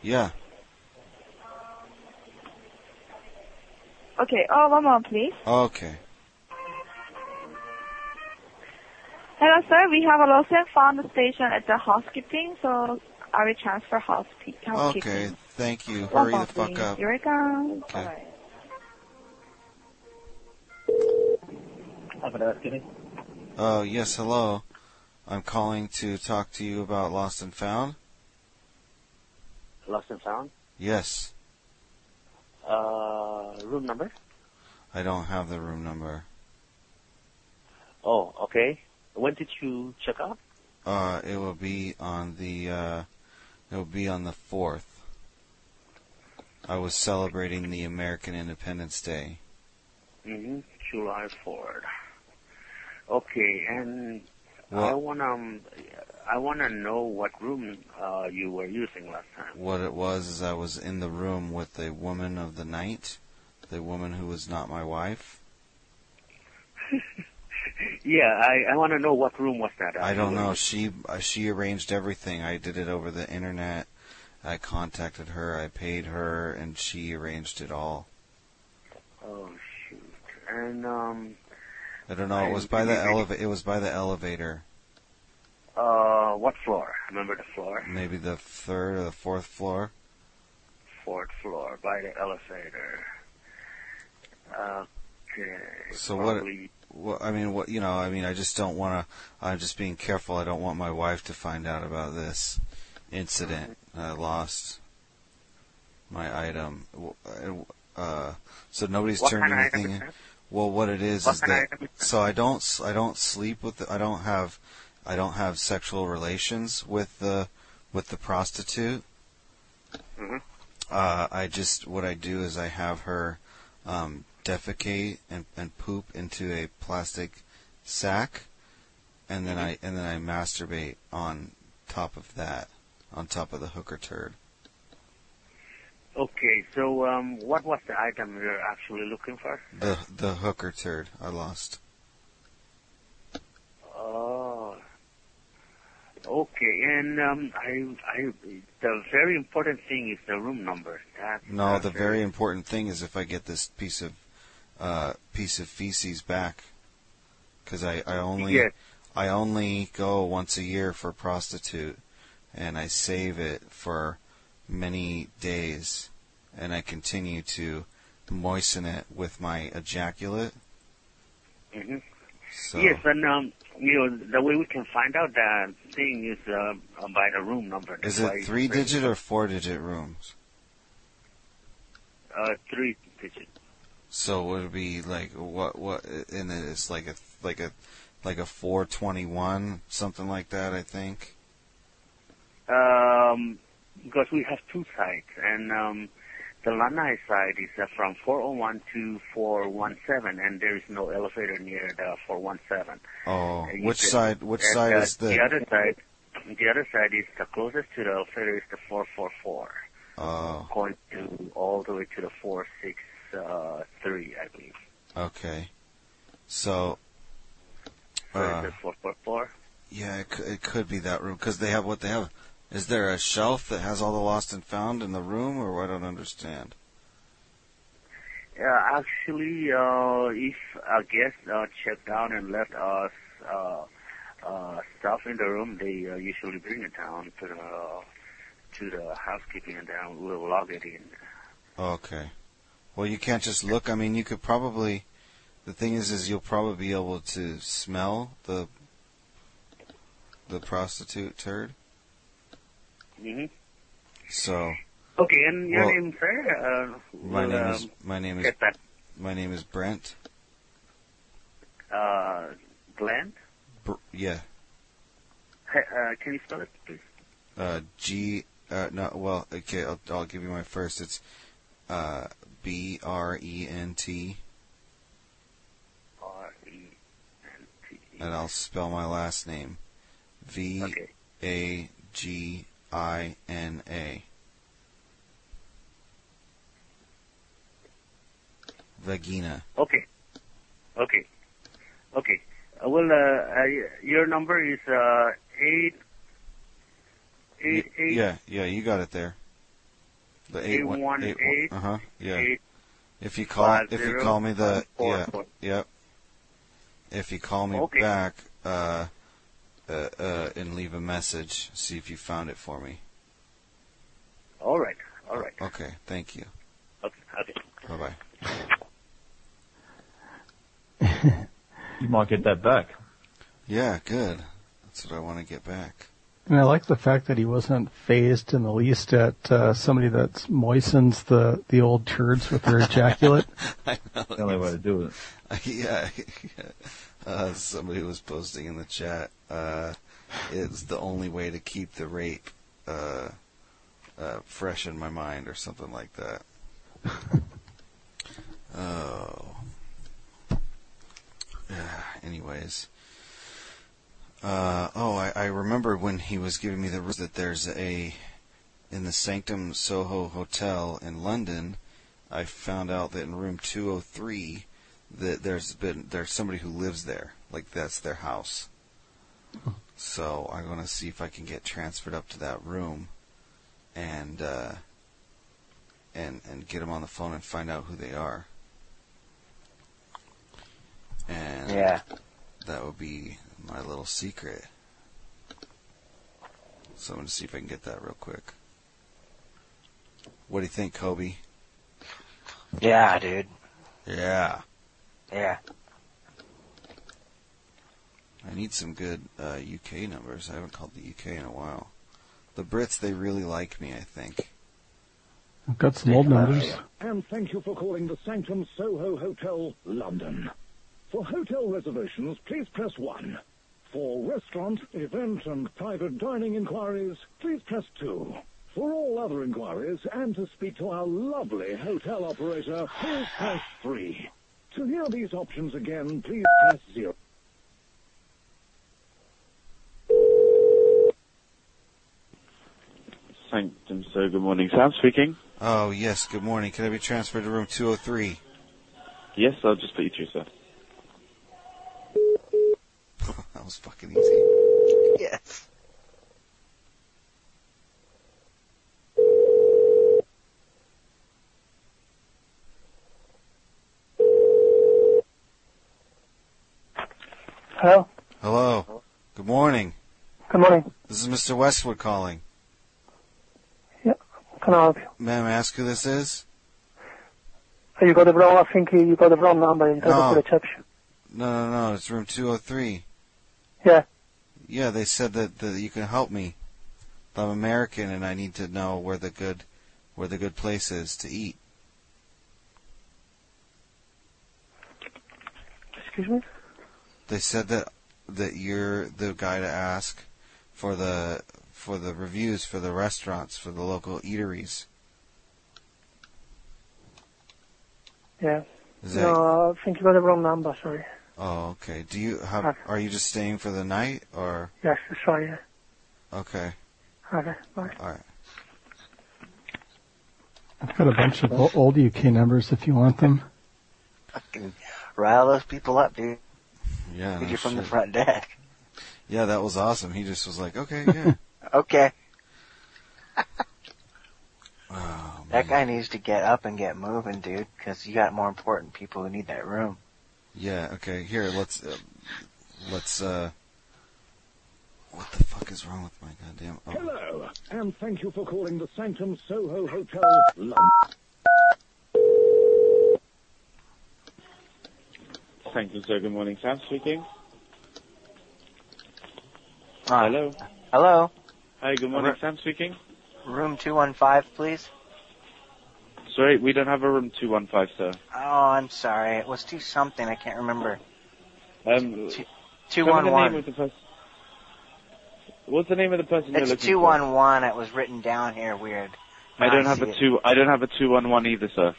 [SPEAKER 3] Yeah.
[SPEAKER 24] Okay, oh, one moment, please.
[SPEAKER 3] Okay.
[SPEAKER 24] Hello, sir. We have a Lost and Found station at the housekeeping, so I will transfer housekeeping.
[SPEAKER 3] Okay. Thank you.
[SPEAKER 24] One
[SPEAKER 3] Hurry the
[SPEAKER 24] moment,
[SPEAKER 3] fuck
[SPEAKER 24] please.
[SPEAKER 3] up.
[SPEAKER 24] You're welcome.
[SPEAKER 3] Okay.
[SPEAKER 24] Alright.
[SPEAKER 3] Oh yes, hello. I'm calling to talk to you about Lost and Found.
[SPEAKER 9] Lost and found.
[SPEAKER 3] Yes.
[SPEAKER 9] Uh, room number?
[SPEAKER 3] I don't have the room number.
[SPEAKER 9] Oh, okay. When did you check out?
[SPEAKER 3] Uh, it will be on the uh, it will be on the fourth. I was celebrating the American Independence Day.
[SPEAKER 9] Mm-hmm. July 4th. Okay, and I
[SPEAKER 3] What
[SPEAKER 9] wanna, um, I wanna know what room uh, you were using last time.
[SPEAKER 3] what it was is I was in the room with a woman of the night, the woman who was not my wife.
[SPEAKER 9] Yeah, I, I wanna know what room was that.
[SPEAKER 3] I don't
[SPEAKER 9] you were
[SPEAKER 3] know.
[SPEAKER 9] using.
[SPEAKER 3] She uh, she arranged everything. I did it over the internet. I contacted her. I paid her, and she arranged it all.
[SPEAKER 9] Oh shoot. And um,
[SPEAKER 3] I don't know. It was by the eleva- It was by the elevator.
[SPEAKER 9] uh, what floor? Remember the floor?
[SPEAKER 3] Maybe the third or the fourth floor.
[SPEAKER 9] Fourth floor by the elevator. Okay.
[SPEAKER 3] So what?
[SPEAKER 9] probably-
[SPEAKER 3] Well, I mean, what you know? I mean, I just don't want to. I'm just being careful. I don't want my wife to find out about this incident. I
[SPEAKER 9] Mm-hmm.
[SPEAKER 3] lost my item. W- I- Uh, so nobody's
[SPEAKER 9] What
[SPEAKER 3] turned
[SPEAKER 9] kind of item
[SPEAKER 3] anything.
[SPEAKER 9] is
[SPEAKER 3] in. Well, what it is
[SPEAKER 9] What
[SPEAKER 3] is
[SPEAKER 9] kind of
[SPEAKER 3] that. So I don't. s- I don't sleep with. The, I don't have. I don't have sexual relations with the with the prostitute.
[SPEAKER 9] Mhm.
[SPEAKER 3] Uh, I just what I do is I have her um, defecate and, and poop into a plastic sack, and then I and then I masturbate on top of that, on top of the hooker turd.
[SPEAKER 9] Okay, so um, what was the item you're actually looking for?
[SPEAKER 3] The the hooker turd I lost.
[SPEAKER 9] Oh, okay. And um, I, I, the very important thing is the room number. That
[SPEAKER 3] No, the very important thing is if I get this piece of uh, piece of feces back, because I I only
[SPEAKER 9] Yes.
[SPEAKER 3] I only go once a year for prostitute, and I save it for many days, and I continue to moisten it with my ejaculate.
[SPEAKER 9] hmm
[SPEAKER 3] So
[SPEAKER 9] Yes, and um, you know the way we can find out that thing is uh, by the room number.
[SPEAKER 3] is
[SPEAKER 9] That's why
[SPEAKER 3] it
[SPEAKER 9] it's
[SPEAKER 3] three
[SPEAKER 9] very-
[SPEAKER 3] digit or four digit rooms?
[SPEAKER 9] Uh, three digit.
[SPEAKER 3] So would it be like what what? And then it's like a like a like a four twenty one something like that. I think.
[SPEAKER 9] Um, because we have two sites, and um, the Lanai side is uh, from 401 to 417, and there is no elevator near the 417.
[SPEAKER 3] Oh,
[SPEAKER 9] And you
[SPEAKER 3] which
[SPEAKER 9] can-
[SPEAKER 3] side? Which
[SPEAKER 9] and,
[SPEAKER 3] side
[SPEAKER 9] uh,
[SPEAKER 3] is the?
[SPEAKER 9] The other side. The other side is the closest to the elevator is the 444,
[SPEAKER 3] Oh,
[SPEAKER 9] going to all the way to the 463, I believe.
[SPEAKER 3] okay. So,
[SPEAKER 9] So
[SPEAKER 3] uh,
[SPEAKER 9] it's the 444.
[SPEAKER 3] yeah, it, cou- it could be that room because they have what they have. Is there a shelf that has all the lost and found in the room, or I don't understand?
[SPEAKER 9] Yeah, actually, uh, if our guests uh, check down and left us uh, uh, stuff in the room, they uh, usually bring it down to the to the housekeeping, and then we'll log it in.
[SPEAKER 3] Okay. Well, you can't just look. I mean, you could probably. The thing is, is you'll probably be able to smell the the prostitute turd.
[SPEAKER 9] hmm
[SPEAKER 3] So
[SPEAKER 9] Okay, and your
[SPEAKER 3] Well,
[SPEAKER 9] name, sir? Uh,
[SPEAKER 3] my
[SPEAKER 9] we'll,
[SPEAKER 3] name
[SPEAKER 9] um,
[SPEAKER 3] is my name is
[SPEAKER 9] get that.
[SPEAKER 3] my name is Brent.
[SPEAKER 9] Uh, Glenn.
[SPEAKER 3] Br- yeah.
[SPEAKER 9] Hey, Uh, can you spell it, please?
[SPEAKER 3] Uh, G. Uh, no, well, okay, I'll, I'll give you my first. It's uh, B R E N T
[SPEAKER 9] R E N T.
[SPEAKER 3] and I'll spell my last name V A G I N A. Vagina.
[SPEAKER 10] Okay. Okay. Okay. Uh, well, uh, uh, your number is uh, eight eight eight
[SPEAKER 3] Yeah, yeah, you got it there. The eight one eight one. Uh huh. Yeah.
[SPEAKER 10] eight,
[SPEAKER 3] If you call,
[SPEAKER 10] five,
[SPEAKER 3] if you
[SPEAKER 10] zero,
[SPEAKER 3] call me the
[SPEAKER 10] four,
[SPEAKER 3] yeah,
[SPEAKER 10] four.
[SPEAKER 3] yep. If you call me
[SPEAKER 10] Okay.
[SPEAKER 3] back, uh, uh, uh, and leave a message, see if you found it for me.
[SPEAKER 10] All right. All right.
[SPEAKER 3] Okay, thank you.
[SPEAKER 10] Okay. Okay.
[SPEAKER 3] Bye bye.
[SPEAKER 28] You might get that back.
[SPEAKER 3] Yeah, good. That's what I want to get back.
[SPEAKER 8] And I like the fact that he wasn't phased in the least at uh, somebody that moistens the, the old turds with their ejaculate.
[SPEAKER 3] I know. The
[SPEAKER 28] only way to do it.
[SPEAKER 3] yeah. Uh, somebody was posting in the chat. Uh, it's the only way to keep the rape uh, uh, fresh in my mind, or something like that. oh. Yeah, anyways. Uh, oh, I, I remember when he was giving me the rules that there's a in the Sanctum Soho Hotel in London. I found out that in room 203 that there's been there's somebody who lives there, like that's their house. So I'm gonna see if I can get transferred up to that room, and uh, and and get them on the phone and find out who they are. And
[SPEAKER 29] Yeah.
[SPEAKER 3] that would be my little secret. So I'm gonna see if I can get that real quick. What do you think, Kobe?
[SPEAKER 13] Yeah, dude.
[SPEAKER 3] Yeah.
[SPEAKER 13] Yeah.
[SPEAKER 3] I need some good uh, UK numbers. I haven't called the UK in a while. The Brits, they really like me, I think.
[SPEAKER 8] I've got some old numbers.
[SPEAKER 14] And thank you for calling the Sanctum Soho Hotel, London. For hotel reservations, please press 1. For restaurant, event, and private dining inquiries, please press 2. For all other inquiries, and to speak to our lovely hotel operator, please press 3. To hear these options again, please press 0.
[SPEAKER 9] Sanctum, so good morning. Sam speaking.
[SPEAKER 3] Oh, yes, good morning. Can I be transferred to room 203?
[SPEAKER 9] Yes, I'll just put you through, sir.
[SPEAKER 3] that was fucking easy.
[SPEAKER 13] Yes.
[SPEAKER 12] Hello.
[SPEAKER 3] Hello. Good morning.
[SPEAKER 12] Good morning.
[SPEAKER 3] This is Mr. Westwood calling.
[SPEAKER 12] Can I help you?
[SPEAKER 3] Ma'am, ask who this is?
[SPEAKER 12] Oh, You got the wrong. I think you you got the wrong number. You got
[SPEAKER 3] No.
[SPEAKER 12] the reception.
[SPEAKER 3] No, no, no, it's room 203.
[SPEAKER 12] Yeah.
[SPEAKER 3] Yeah, they said that, that you can help me. I'm American and I need to know where the good where the good place is to eat.
[SPEAKER 12] Excuse me.
[SPEAKER 3] They said that that you're the guy to ask for the for the reviews for the restaurants for the local eateries.
[SPEAKER 12] Yeah.
[SPEAKER 3] Is that
[SPEAKER 12] No, I think you got the wrong number. Sorry.
[SPEAKER 3] Oh, okay. Do you have are you just staying for the night or
[SPEAKER 12] Yes. Sorry. yeah.
[SPEAKER 3] okay.
[SPEAKER 12] Okay. Bye.
[SPEAKER 3] All right.
[SPEAKER 8] I've got a bunch of o- old UK numbers if you want them.
[SPEAKER 13] Fucking rile those people up, dude.
[SPEAKER 3] Yeah.
[SPEAKER 13] Dude,
[SPEAKER 3] no
[SPEAKER 13] you're from the
[SPEAKER 3] shit.
[SPEAKER 13] front deck.
[SPEAKER 3] Yeah, that was awesome. He just was like, "Okay, yeah."
[SPEAKER 13] Okay.
[SPEAKER 3] Oh,
[SPEAKER 13] That guy needs to get up and get moving, dude, because you got more important people who need that room.
[SPEAKER 3] yeah, okay. Here, let's uh, let's uh What the fuck is wrong with my goddamn oh,
[SPEAKER 14] Hello, and thank you for calling the Sanctum Soho Hotel, London.
[SPEAKER 9] Sanctum, so good morning. Sam speaking.
[SPEAKER 13] Hello. Hello.
[SPEAKER 9] Hi, good morning.
[SPEAKER 13] Ro-
[SPEAKER 9] Sam speaking.
[SPEAKER 13] Room 215, please.
[SPEAKER 9] Sorry, we don't have a room 215, sir.
[SPEAKER 13] Oh, I'm sorry. It was 2 something. I can't remember.
[SPEAKER 9] Um,
[SPEAKER 13] Two
[SPEAKER 9] tell me
[SPEAKER 13] one
[SPEAKER 9] the
[SPEAKER 13] one.
[SPEAKER 9] name of the person- What's the name of the person you're
[SPEAKER 13] It's
[SPEAKER 9] looking
[SPEAKER 13] two
[SPEAKER 9] for?
[SPEAKER 13] one one. It was written down here. Weird.
[SPEAKER 9] I don't have
[SPEAKER 13] see
[SPEAKER 9] a
[SPEAKER 13] it.
[SPEAKER 9] two. I don't have a two one one either, sir.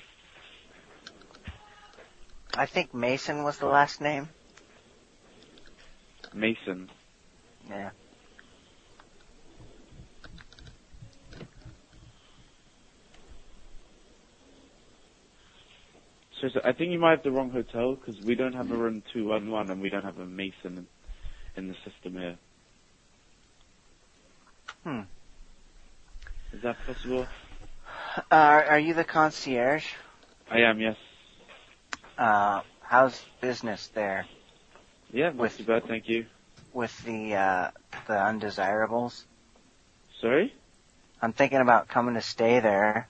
[SPEAKER 13] I think Mason was the last name.
[SPEAKER 10] Mason.
[SPEAKER 13] Yeah.
[SPEAKER 10] Seriously, I think you might have the wrong hotel because we don't have a room 211 and we don't have a Mason in, in the system here.
[SPEAKER 13] Hmm.
[SPEAKER 10] Is that possible?
[SPEAKER 13] Uh, are are you the concierge?
[SPEAKER 10] I
[SPEAKER 9] Um,
[SPEAKER 10] am, yes.
[SPEAKER 13] Uh, how's business there
[SPEAKER 10] Yeah, not too bad, thank you.
[SPEAKER 13] with the uh, the undesirables?
[SPEAKER 10] Sorry?
[SPEAKER 13] I'm thinking about coming to stay there.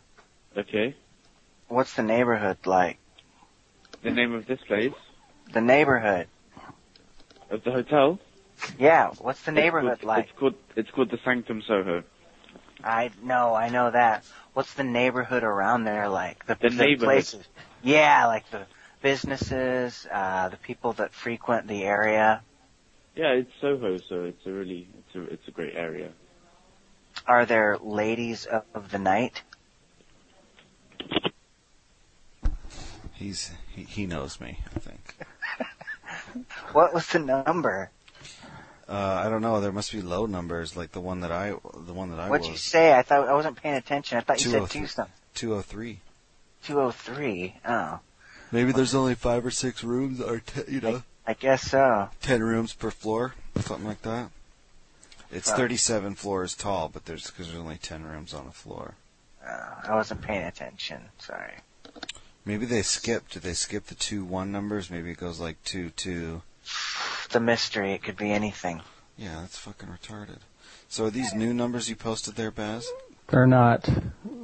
[SPEAKER 10] Okay.
[SPEAKER 13] What's the neighborhood like?
[SPEAKER 10] The name of this place?
[SPEAKER 13] The neighborhood.
[SPEAKER 10] Of the hotel?
[SPEAKER 13] Yeah, what's the
[SPEAKER 10] It's
[SPEAKER 13] neighborhood
[SPEAKER 10] called-
[SPEAKER 13] like?
[SPEAKER 10] It's called, it's called the Sanctum Soho.
[SPEAKER 13] I know, I know that. What's the neighborhood around there like? The,
[SPEAKER 10] The neighborhood.
[SPEAKER 13] places. Yeah, like the businesses, uh, the people that frequent the area.
[SPEAKER 10] Yeah, it's Soho, so it's a really, it's a, it's a great area.
[SPEAKER 13] Are there ladies of, of the night?
[SPEAKER 3] He's he, he knows me. I think.
[SPEAKER 13] What was the number?
[SPEAKER 3] Uh, I don't know. There must be low numbers, like the one that I the one that I
[SPEAKER 13] What'd you
[SPEAKER 3] was.
[SPEAKER 13] say? I thought I wasn't paying attention. I thought you said
[SPEAKER 3] 203.
[SPEAKER 13] two something.
[SPEAKER 3] Two oh three.
[SPEAKER 13] Two oh three. Oh,
[SPEAKER 3] Maybe there's only five or six rooms, or t- you know,
[SPEAKER 13] I guess so.
[SPEAKER 3] ten rooms per floor, something like that. It's
[SPEAKER 13] Fuck.
[SPEAKER 3] 37 floors tall, but there's because there's only 10 rooms on a floor.
[SPEAKER 13] Uh, I wasn't paying attention. Sorry.
[SPEAKER 3] Maybe they skipped. Did they skip the two one numbers? Maybe it goes like two two.
[SPEAKER 13] It's a mystery. It could be anything.
[SPEAKER 3] Yeah, that's fucking retarded. So are these new numbers you posted there, Baz?
[SPEAKER 8] They're not.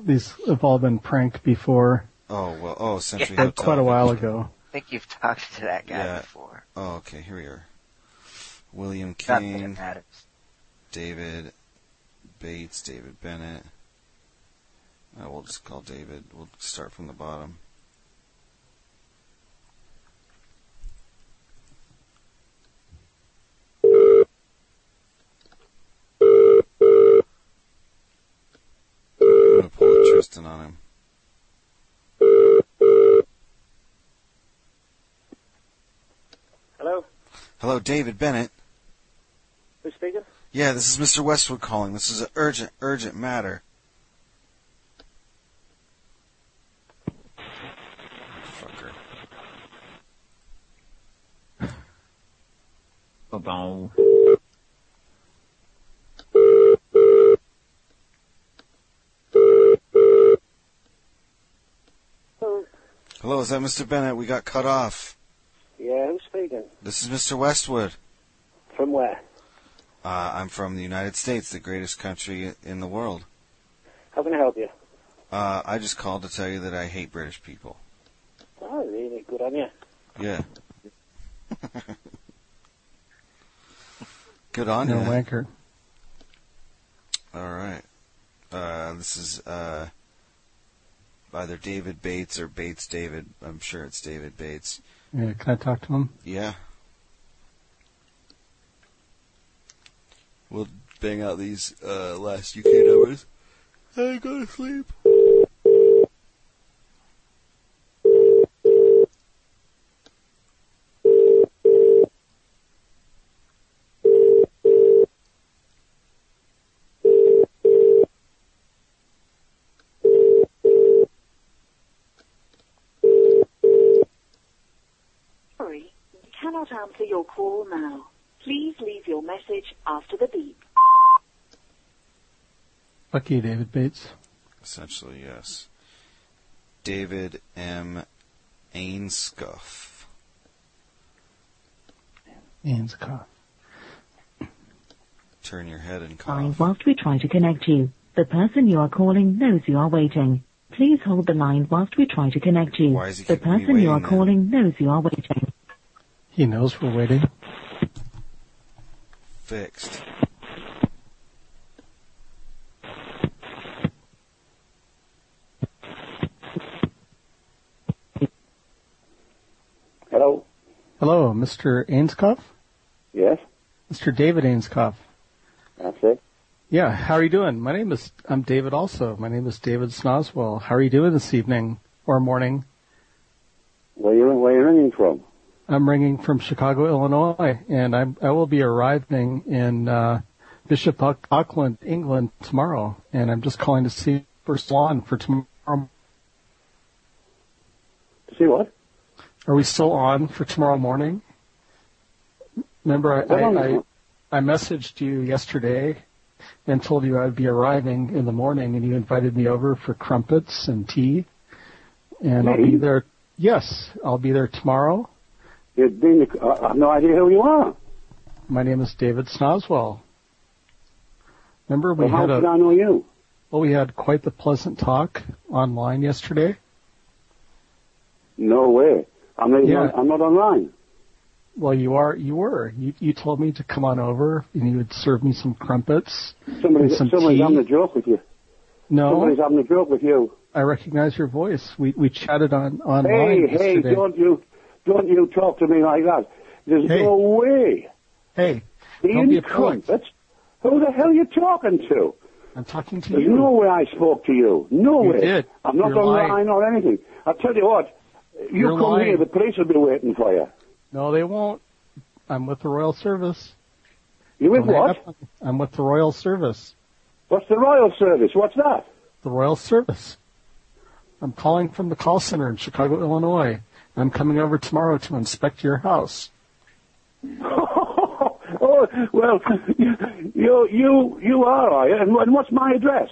[SPEAKER 8] These have all been pranked before.
[SPEAKER 3] Oh well. Oh, Century
[SPEAKER 8] Like,
[SPEAKER 3] Hotel.
[SPEAKER 8] quite a while ago.
[SPEAKER 13] I think you've talked to that guy
[SPEAKER 3] Yeah.
[SPEAKER 13] before.
[SPEAKER 3] Oh, okay. Here we are. William
[SPEAKER 13] Not that it
[SPEAKER 3] King,
[SPEAKER 13] matters.
[SPEAKER 3] David Bates, David Bennett. Uh, we'll just call David. We'll start from the bottom. I'm gonna pull a Tristan on him.
[SPEAKER 17] Hello,
[SPEAKER 3] Hello, David Bennett.
[SPEAKER 17] who's speaking?
[SPEAKER 3] Yeah, this is Mr. Westwood calling. This is an urgent, urgent matter. Fucker.
[SPEAKER 7] Ba-boom.
[SPEAKER 3] Hello, is that Mr. Bennett? We got cut off.
[SPEAKER 17] Yeah, who's speaking?
[SPEAKER 3] This is Mr. Westwood.
[SPEAKER 17] From where?
[SPEAKER 3] Uh, I'm from the United States, the greatest country in the world.
[SPEAKER 17] How can I help you?
[SPEAKER 3] Uh, I just called to tell you that I hate British people.
[SPEAKER 17] Oh, really good on you.
[SPEAKER 3] Yeah. Good on
[SPEAKER 8] No
[SPEAKER 3] you.
[SPEAKER 8] wanker.
[SPEAKER 3] All right. Uh, this is uh, either David Bates or Bates David. I'm sure it's David Bates.
[SPEAKER 8] Yeah, can I talk to him?
[SPEAKER 3] Yeah. We'll bang out these uh, last UK numbers. Hey, go to sleep.
[SPEAKER 18] Sorry, we cannot answer your call now. Please leave your message after the beep.
[SPEAKER 8] Lucky David Bates.
[SPEAKER 3] Essentially, yes. David M. Ainscuff.
[SPEAKER 8] Ian's cough.
[SPEAKER 3] Turn your head and cough.
[SPEAKER 23] Sorry, whilst we try to connect you. The person you are calling knows you are waiting. Please hold the line whilst we try to connect you.
[SPEAKER 3] Why is he
[SPEAKER 23] the
[SPEAKER 3] keeping me
[SPEAKER 23] person you are
[SPEAKER 3] waiting then?
[SPEAKER 23] calling knows you are waiting.
[SPEAKER 8] He knows we're waiting.
[SPEAKER 3] Fixed.
[SPEAKER 17] Hello.
[SPEAKER 8] Hello, Mr. Ainscoff?
[SPEAKER 17] Yes,
[SPEAKER 8] Mr. David Ainscoff.
[SPEAKER 17] that's it.
[SPEAKER 8] Yeah, how are you doing? My name is, I'm David also. My name is David Snoswell. How are you doing this evening or morning?
[SPEAKER 17] Where you where you ringing from?
[SPEAKER 8] I'm ringing from Chicago, Illinois, and I'm, I will be arriving in uh, Bishop Auck- Auckland, England tomorrow, and I'm just calling to see first lawn for tomorrow.
[SPEAKER 17] See what?
[SPEAKER 8] Are we still on for tomorrow morning? Remember, I, I, I, I messaged you yesterday and told you I'd be arriving in the morning, and you invited me over for crumpets and tea, and I'll be there. Yes, I'll be there tomorrow.
[SPEAKER 17] You're doing the, I have no idea who you are.
[SPEAKER 8] My name is David Snoswell. Remember we
[SPEAKER 17] Well, how
[SPEAKER 8] had
[SPEAKER 17] should
[SPEAKER 8] a
[SPEAKER 17] I know you?
[SPEAKER 8] well we had quite the pleasant talk online yesterday.
[SPEAKER 17] No way. I'm not,
[SPEAKER 8] Yeah.
[SPEAKER 17] I'm not online.
[SPEAKER 8] Well, you are you were you you told me to come on over and you would serve me some crumpets and
[SPEAKER 17] Somebody's,
[SPEAKER 8] some
[SPEAKER 17] somebody's
[SPEAKER 8] tea.
[SPEAKER 17] having a joke with you.
[SPEAKER 8] no,
[SPEAKER 17] Somebody's having a joke with you.
[SPEAKER 8] I recognize your voice. We we chatted on
[SPEAKER 17] hey,
[SPEAKER 8] online
[SPEAKER 17] hey,
[SPEAKER 8] yesterday.
[SPEAKER 17] don't you, don't you talk to me like that. There's
[SPEAKER 8] Hey.
[SPEAKER 17] no way.
[SPEAKER 8] Hey, don't be
[SPEAKER 17] Ian
[SPEAKER 8] a punk.
[SPEAKER 17] Crumpets? Who the hell are you talking to?
[SPEAKER 8] I'm talking to
[SPEAKER 17] There's
[SPEAKER 8] you.
[SPEAKER 17] no way I spoke to you. No
[SPEAKER 8] You
[SPEAKER 17] way.
[SPEAKER 8] did.
[SPEAKER 17] I'm not
[SPEAKER 8] You're
[SPEAKER 17] online
[SPEAKER 8] lying.
[SPEAKER 17] or anything. I tell you what, you
[SPEAKER 8] You're
[SPEAKER 17] come
[SPEAKER 8] lying.
[SPEAKER 17] here, the police will be waiting for you.
[SPEAKER 8] No, they won't. I'm with the Royal Service.
[SPEAKER 17] You with
[SPEAKER 8] Don't hang
[SPEAKER 17] what?
[SPEAKER 8] up on me. I'm with the Royal Service.
[SPEAKER 17] What's the Royal Service? What's that?
[SPEAKER 8] The Royal Service. I'm calling from the call center in Chicago, Illinois. I'm coming over tomorrow to inspect your house.
[SPEAKER 17] Oh, well, you, you, you are, are you? And what- and what's my address?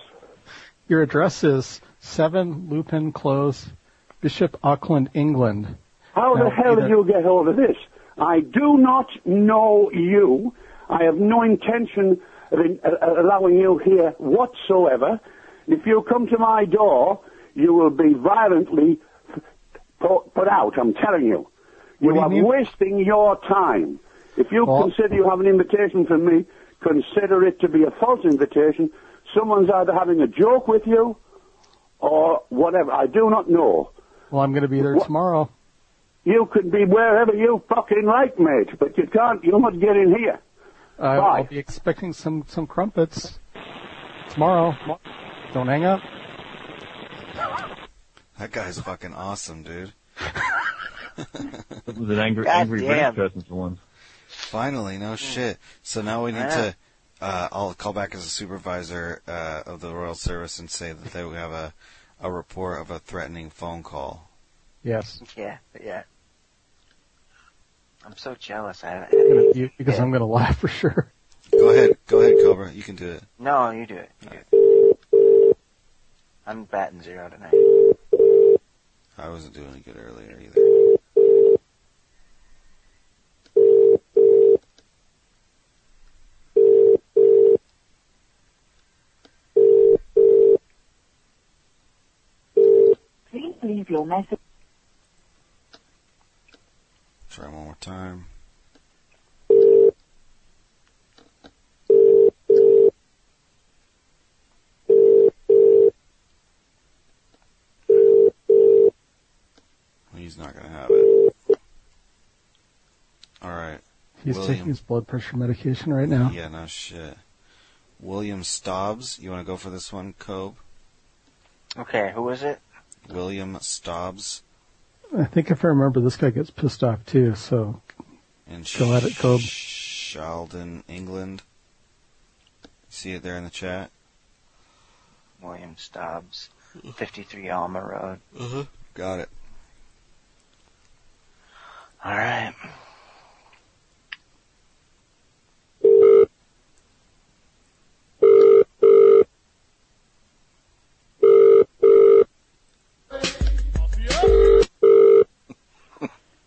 [SPEAKER 8] Your address is 7 Lupin Close, Bishop Auckland, England.
[SPEAKER 17] How
[SPEAKER 8] Now,
[SPEAKER 17] the hell
[SPEAKER 8] either-
[SPEAKER 17] did you get hold of this? I do not know you. I have no intention of in, uh, uh, allowing you here whatsoever. If you come to my door, you will be violently put, put out. I'm telling you. You
[SPEAKER 8] do you
[SPEAKER 17] are
[SPEAKER 8] mean?
[SPEAKER 17] wasting your time. If you
[SPEAKER 8] Well-
[SPEAKER 17] consider you have an invitation from me, consider it to be a false invitation. Someone's either having a joke with you or whatever. I do not know.
[SPEAKER 8] Well, I'm going to be there
[SPEAKER 17] What-
[SPEAKER 8] tomorrow.
[SPEAKER 17] You could be wherever you fucking like, mate, but you can't, you must get in here.
[SPEAKER 8] Uh, I'll
[SPEAKER 17] Bye.
[SPEAKER 8] be expecting some, some crumpets tomorrow. Don't hang up.
[SPEAKER 3] That guy's fucking awesome, dude.
[SPEAKER 7] It was an angry,
[SPEAKER 3] God
[SPEAKER 7] angry
[SPEAKER 3] damn. Hmm.
[SPEAKER 7] British person for once.
[SPEAKER 3] Finally, no shit. So now we need to. Uh, I'll call back as a supervisor uh, of the Royal Service and say that they have a a report of a threatening phone call.
[SPEAKER 8] Yes.
[SPEAKER 13] Yeah, yeah. I'm so jealous.
[SPEAKER 3] Uh,
[SPEAKER 13] I,
[SPEAKER 8] I'm gonna mute because I'm going to laugh for sure.
[SPEAKER 3] Go ahead, go ahead, Cobra. You can do it.
[SPEAKER 13] no, you do it. You do it. I'm batting zero tonight.
[SPEAKER 3] I wasn't doing it good earlier either.
[SPEAKER 18] Please leave your message.
[SPEAKER 3] Try one more time. He's not gonna have it. All right.
[SPEAKER 8] He's
[SPEAKER 3] William.
[SPEAKER 8] taking his blood pressure medication right now.
[SPEAKER 3] Yeah, no shit. William Stobbs, you want to go for this one, Cobe?
[SPEAKER 13] Okay, who is it?
[SPEAKER 3] William Stobbs
[SPEAKER 8] I think if I remember, this guy gets pissed off too, so
[SPEAKER 3] in
[SPEAKER 8] go at it, Cobb.
[SPEAKER 3] Sheldon, England. See it there in the chat?
[SPEAKER 13] William Stobbs, 53 Alma Road.
[SPEAKER 25] Mm-hmm.
[SPEAKER 3] Uh-huh. Got it.
[SPEAKER 13] All right.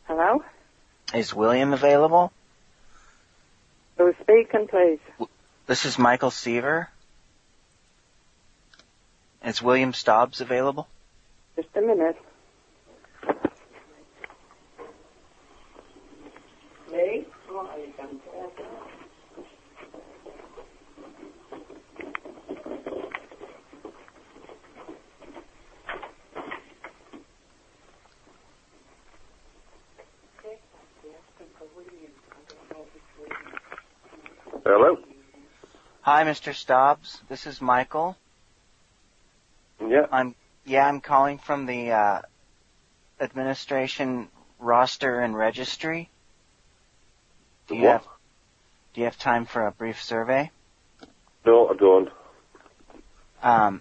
[SPEAKER 6] Hello?
[SPEAKER 13] Is William available?
[SPEAKER 6] Who's speaking, please?
[SPEAKER 13] This is Michael Seaver. Is William Stobbs available?
[SPEAKER 6] Just a minute. Me?
[SPEAKER 5] Hello?
[SPEAKER 13] Hi, Mr. Stobbs. This is Michael.
[SPEAKER 5] Yeah.
[SPEAKER 13] I'm yeah, I'm calling from the uh, administration roster and registry? Do you
[SPEAKER 5] What?
[SPEAKER 13] have Do you have time for a brief survey?
[SPEAKER 5] No, I don't.
[SPEAKER 13] Um,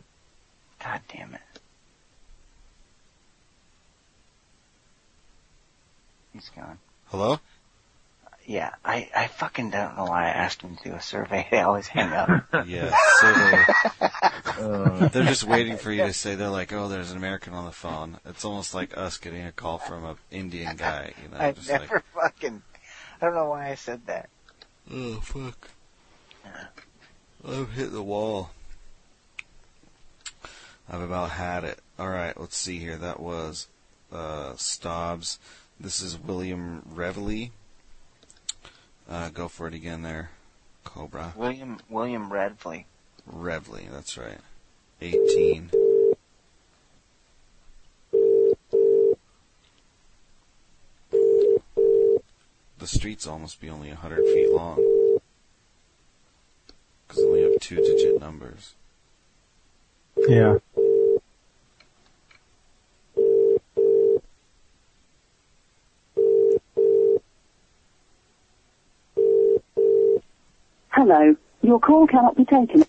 [SPEAKER 13] God damn it. He's gone.
[SPEAKER 3] Hello?
[SPEAKER 13] Yeah, I, I fucking don't know why I asked him to do a survey. They always hang up.
[SPEAKER 3] Yeah, survey.
[SPEAKER 13] Uh,
[SPEAKER 3] they're just waiting for you to say they're like, oh, there's an American on the phone. It's almost like us getting a call from an Indian guy. You know,
[SPEAKER 13] I
[SPEAKER 3] just like,
[SPEAKER 13] never fucking. I don't know why I said that.
[SPEAKER 3] oh fuck, I've Oh, hit the wall. I've about had it. All right, let's see here. That was uh, Stobbs. This is William Reveley. Uh, go for it again, there, Cobra.
[SPEAKER 13] William William Redley.
[SPEAKER 3] Revley, that's right. 18. The streets almost be only 100 feet long. Because only have two digit numbers.
[SPEAKER 8] Yeah.
[SPEAKER 22] Hello. Your call cannot be taken.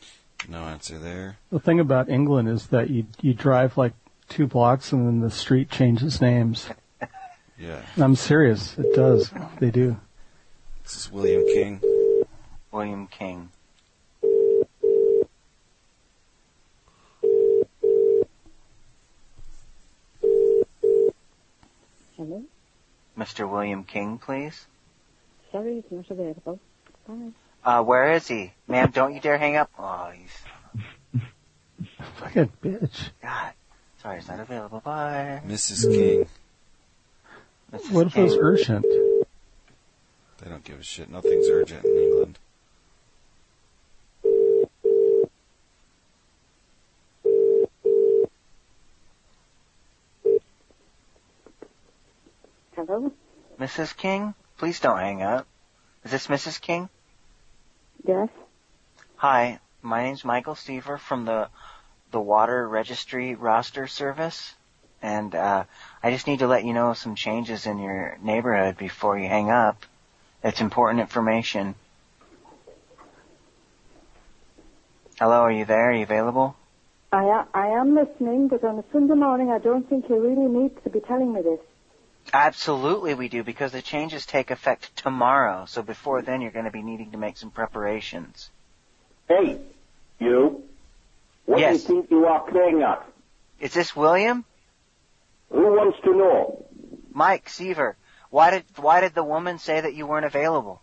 [SPEAKER 3] No answer there.
[SPEAKER 8] The thing about England is that you you drive like two blocks and then the street changes names.
[SPEAKER 3] Yeah.
[SPEAKER 8] I'm serious. It does. They do.
[SPEAKER 3] This is William King.
[SPEAKER 13] William King.
[SPEAKER 6] Hello?
[SPEAKER 13] Mr. William King, please.
[SPEAKER 6] Sorry, it's not available. Bye.
[SPEAKER 13] Uh, where is he? Ma'am, don't you dare hang up. Oh, he's,
[SPEAKER 8] Fucking bitch.
[SPEAKER 13] God. Sorry, he's not available. Bye.
[SPEAKER 3] Mrs. King.
[SPEAKER 13] Mrs.
[SPEAKER 8] What if it was
[SPEAKER 13] King.
[SPEAKER 8] urgent?
[SPEAKER 3] They don't give a shit. Nothing's urgent in England.
[SPEAKER 6] Hello?
[SPEAKER 13] Mrs. King, please don't hang up. Is this Mrs. King?
[SPEAKER 6] Yes?
[SPEAKER 13] Hi, my name's Michael Seaver from the the Water Registry Roster Service, and uh, I just need to let you know some changes in your neighborhood before you hang up. It's important information. Hello, are you there? Are you available?
[SPEAKER 6] I, a- I am listening, but on a Sunday morning, I don't think you really need to be telling me this.
[SPEAKER 13] Absolutely, we do because the changes take effect tomorrow. So before then, you're going to be needing to make some preparations.
[SPEAKER 17] Hey, you. What
[SPEAKER 13] Yes.
[SPEAKER 17] do you think you are playing at?
[SPEAKER 13] Is this William?
[SPEAKER 17] Who wants to know?
[SPEAKER 13] Mike Seaver, why did why did the woman say that you weren't available?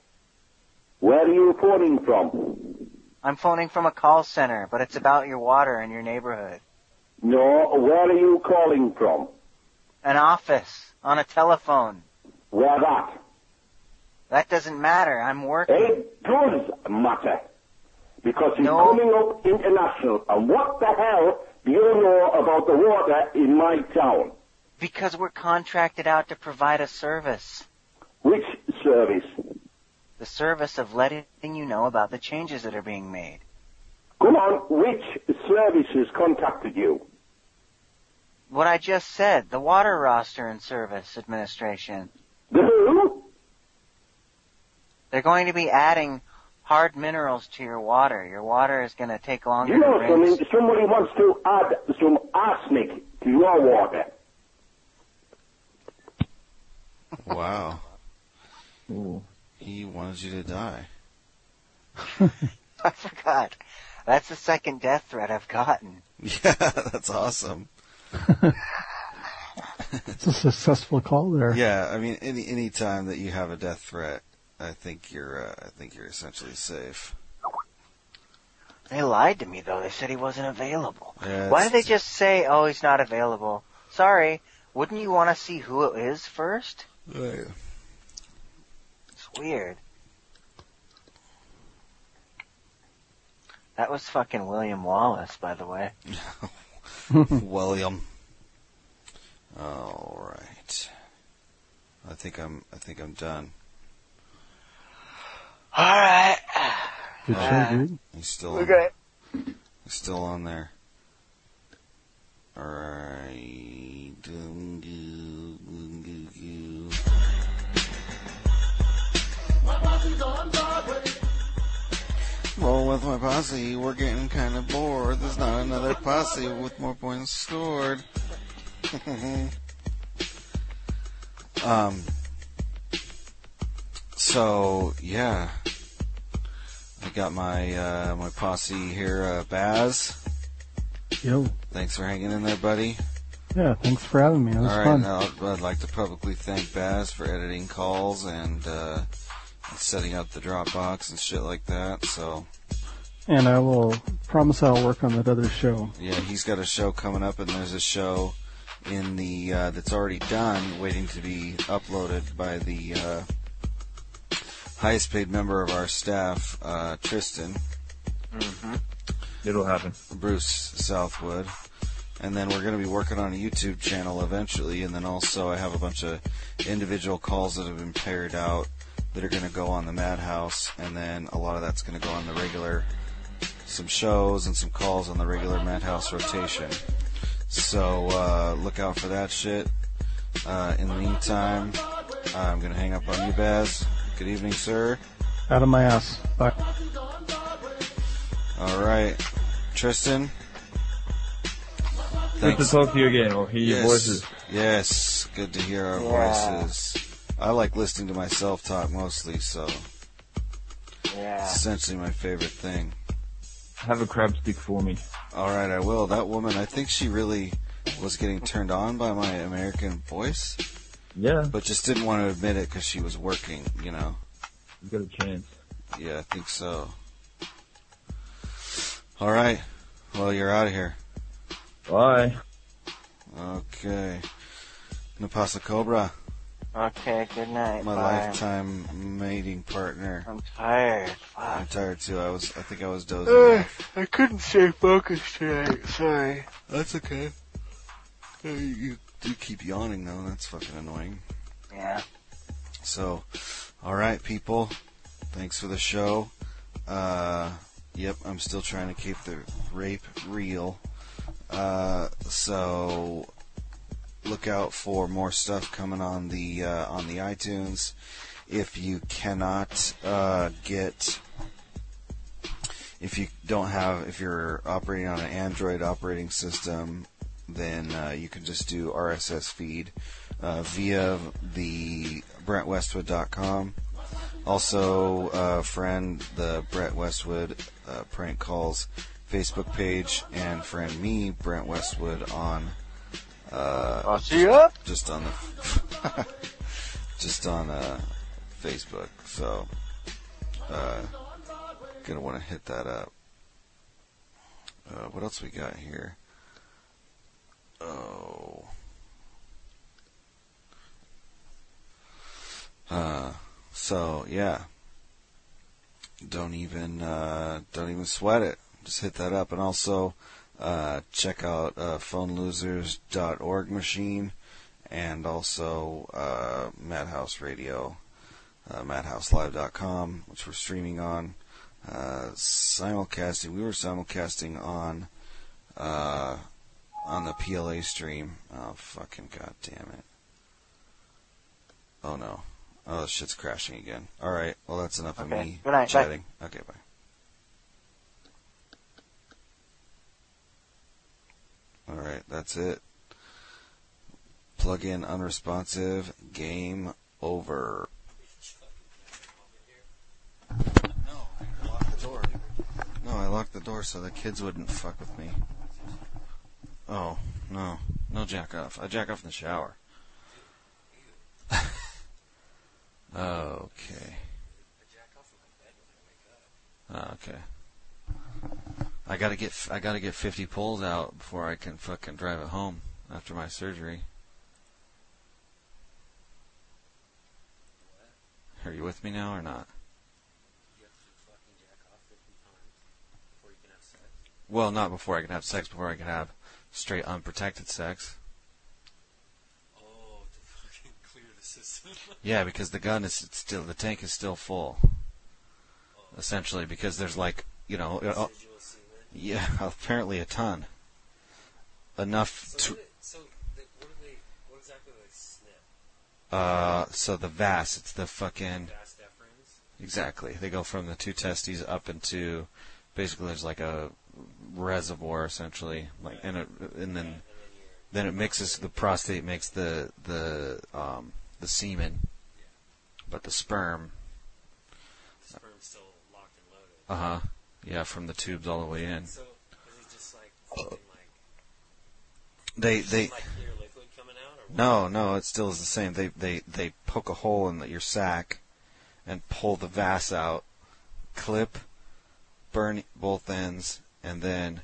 [SPEAKER 17] Where are you phoning from?
[SPEAKER 13] I'm phoning from a call center, but it's about your water in your neighborhood.
[SPEAKER 17] No, where are you calling from?
[SPEAKER 13] An office on a telephone.
[SPEAKER 17] Where that?
[SPEAKER 13] That doesn't matter. I'm working.
[SPEAKER 17] It does matter. Because it's
[SPEAKER 13] No.
[SPEAKER 17] coming up international. And what the hell do you know about the water in my town?
[SPEAKER 13] Because we're contracted out to provide a service.
[SPEAKER 17] Which service?
[SPEAKER 13] The service of letting you know about the changes that are being made.
[SPEAKER 17] Come on, which services contacted you?
[SPEAKER 13] What I just said, the water roster and service administration.
[SPEAKER 17] The who?
[SPEAKER 13] They're going to be adding hard minerals to your water. Your water is going to take longer
[SPEAKER 17] You know
[SPEAKER 13] to rinse.
[SPEAKER 17] something, somebody wants to add some arsenic to your water.
[SPEAKER 3] Wow. He wanted you to die.
[SPEAKER 13] I forgot. That's the second death threat I've gotten.
[SPEAKER 3] Yeah, that's awesome.
[SPEAKER 8] It's a successful call there.
[SPEAKER 3] Yeah, I mean, any any time that you have a death threat, I think you're uh, I think you're essentially safe.
[SPEAKER 13] They lied to me though. They said he wasn't available.
[SPEAKER 3] Yeah,
[SPEAKER 13] Why
[SPEAKER 3] it's-
[SPEAKER 13] did they just say, "Oh, he's not available"? Sorry. Wouldn't you want to see who it is first? It's weird. That was fucking William Wallace, by the way.
[SPEAKER 3] William. All right. I think I'm. I think I'm done.
[SPEAKER 13] All right.
[SPEAKER 8] Good
[SPEAKER 13] Ah.
[SPEAKER 8] show, dude.
[SPEAKER 3] He's still. On,
[SPEAKER 13] Okay.
[SPEAKER 3] He's still on there. All right. with my posse. We're getting kind of bored. There's not another posse with more points scored. um. So yeah, I got my uh, my posse here, uh, Baz.
[SPEAKER 8] Yo.
[SPEAKER 3] Thanks for hanging in there, buddy.
[SPEAKER 8] Yeah, thanks for having me. It was
[SPEAKER 3] All right,
[SPEAKER 8] fun.
[SPEAKER 3] now I'd- I'd like to publicly thank Baz for editing calls and uh, and setting up the Dropbox and shit like that. So
[SPEAKER 8] And I will promise I'll work on that other show.
[SPEAKER 3] yeah, he's got a show coming up, and there's a show in the uh, that's already done, waiting to be uploaded by the uh, highest paid member of our staff, uh, Tristan.
[SPEAKER 14] Mm-hmm.
[SPEAKER 7] It'll happen.
[SPEAKER 3] Bruce Southwood. And then we're going to be working on a YouTube channel eventually. And then also, I have a bunch of individual calls that have been paired out that are going to go on the Madhouse. And then a lot of that's going to go on the regular, some shows and some calls on the regular Madhouse rotation. So uh, look out for that shit. Uh, in the meantime, I'm going to hang up on you, Baz. Good evening, sir.
[SPEAKER 8] Out of my ass. Bye.
[SPEAKER 3] All right, Tristan.
[SPEAKER 7] Good to talk to you again, or hear your
[SPEAKER 3] yes.
[SPEAKER 7] voices.
[SPEAKER 3] Yes, good to hear our
[SPEAKER 7] Yeah.
[SPEAKER 3] voices. I like listening to myself talk mostly, so
[SPEAKER 14] Yeah.
[SPEAKER 3] essentially my favorite thing.
[SPEAKER 7] Have a crab stick for me.
[SPEAKER 3] All right, I will. That woman, I think she really was getting turned on by my American voice.
[SPEAKER 7] Yeah.
[SPEAKER 3] But just didn't want to admit it because she was working, you know.
[SPEAKER 7] You got a chance.
[SPEAKER 3] Yeah, I think so. All right. Well, you're out of here.
[SPEAKER 7] Bye.
[SPEAKER 3] Okay. Napasa Cobra.
[SPEAKER 14] Okay, good night.
[SPEAKER 3] my
[SPEAKER 14] Bye.
[SPEAKER 3] lifetime mating partner.
[SPEAKER 14] I'm tired.
[SPEAKER 3] I'm tired too. I was. I think I was dozing.
[SPEAKER 14] Ugh,
[SPEAKER 3] off.
[SPEAKER 14] I couldn't stay focused tonight. Sorry.
[SPEAKER 3] That's okay. Uh, You do keep yawning though. That's fucking annoying.
[SPEAKER 14] Yeah.
[SPEAKER 3] So, all right, people. Thanks for the show. Uh, yep, I'm still trying to keep the rape real. Uh, so look out for more stuff coming on the uh, on the iTunes. If you cannot uh, get if you don't have if you're operating on an android operating system then uh, you can just do rss feed uh, via the brentwestwood.com also uh, friend the brent westwood uh, prank calls facebook page and friend me brent westwood on uh, just on the just on uh, facebook so uh, gonna want to hit that up. Uh, what else we got here? Oh. Uh, so yeah. Don't even uh, don't even sweat it. Just hit that up, and also uh, check out uh, phonelosers.org machine, and also uh, Madhouse Radio, uh, madhouselive.com, which we're streaming on uh, simulcasting. We were simulcasting on uh, on the PLA stream. Oh fucking goddamn it! Oh no! Oh, this shit's crashing again. All right. Well, that's enough of
[SPEAKER 14] Okay.
[SPEAKER 3] me
[SPEAKER 14] Good night. Bye.
[SPEAKER 3] chatting. Okay, bye. All right, that's it. Plug in unresponsive. Game over. No, I locked the door so the kids wouldn't fuck with me. Oh, no. No jack off. I jack off in the shower. okay. Okay. I gotta get I gotta get 50 pulls out before I can fucking drive it home after my surgery. Are you with me now or not? Well, not before I can have sex, before I can have straight unprotected sex.
[SPEAKER 2] Oh, to fucking clear the system.
[SPEAKER 3] Yeah, because the gun is it's still the tank is still full. Essentially, because there's like you know, uh, yeah, apparently a ton, enough
[SPEAKER 2] So,
[SPEAKER 3] to
[SPEAKER 2] what it- so the, what do they? What exactly do they snip?
[SPEAKER 3] uh, so the vas it's the fucking
[SPEAKER 2] Fast efferents?
[SPEAKER 3] exactly they go from the two testes up into basically there's like a reservoir essentially, like and it, and then then it mixes the prostate makes the the um, the semen, but the sperm.
[SPEAKER 2] Sperm's still locked and loaded.
[SPEAKER 3] Uh huh. Yeah, from the tubes all the way in. Uh,
[SPEAKER 2] So is it just like something like
[SPEAKER 3] They
[SPEAKER 2] just
[SPEAKER 3] they.
[SPEAKER 2] like clear liquid coming out, or
[SPEAKER 3] No, no, it still is the same. They they they poke a hole in the, your sack, and pull the vas out, clip, burn both ends, and then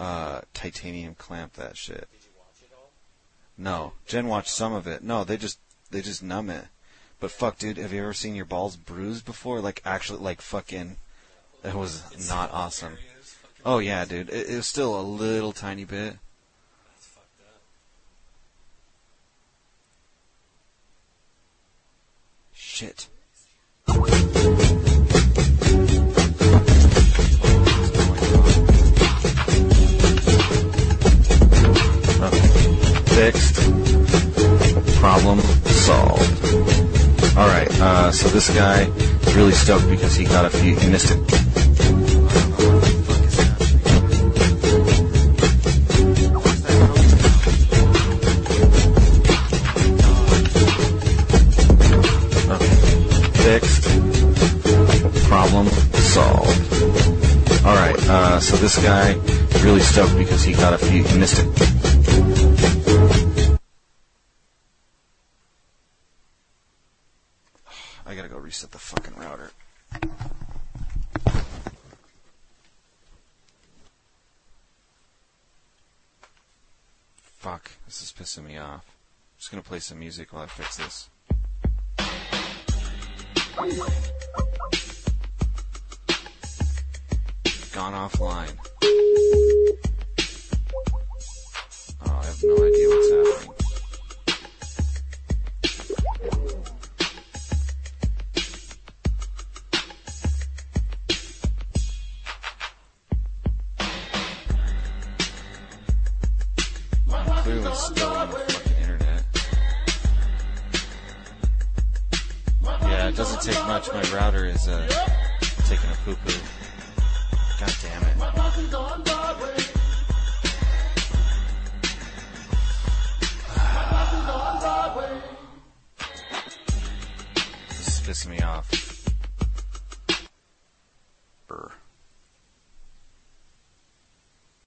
[SPEAKER 3] uh, titanium clamp that shit. No, Jen watched some of it. No, they just they just numb it. But fuck, dude, have you ever seen your balls bruised before? Like actually, like fucking, it was not awesome. Oh yeah, dude, it, it was still a little tiny bit. Shit. Oh, Fixed. Problem solved. All right. Uh, so this guy is really stoked because he got a few. He missed it. Fixed. Problem solved. All right. Uh, so this guy is really stoked because he got a few. He missed it. I gotta go reset the fucking router. Fuck, this is pissing me off. I'm just gonna play some music while I fix this. Gone offline. Oh, I have no idea what's happening. Clearly still on the fucking internet. Yeah, it doesn't take much. My router is uh, taking a poo poo. God damn it. This is pissing me off.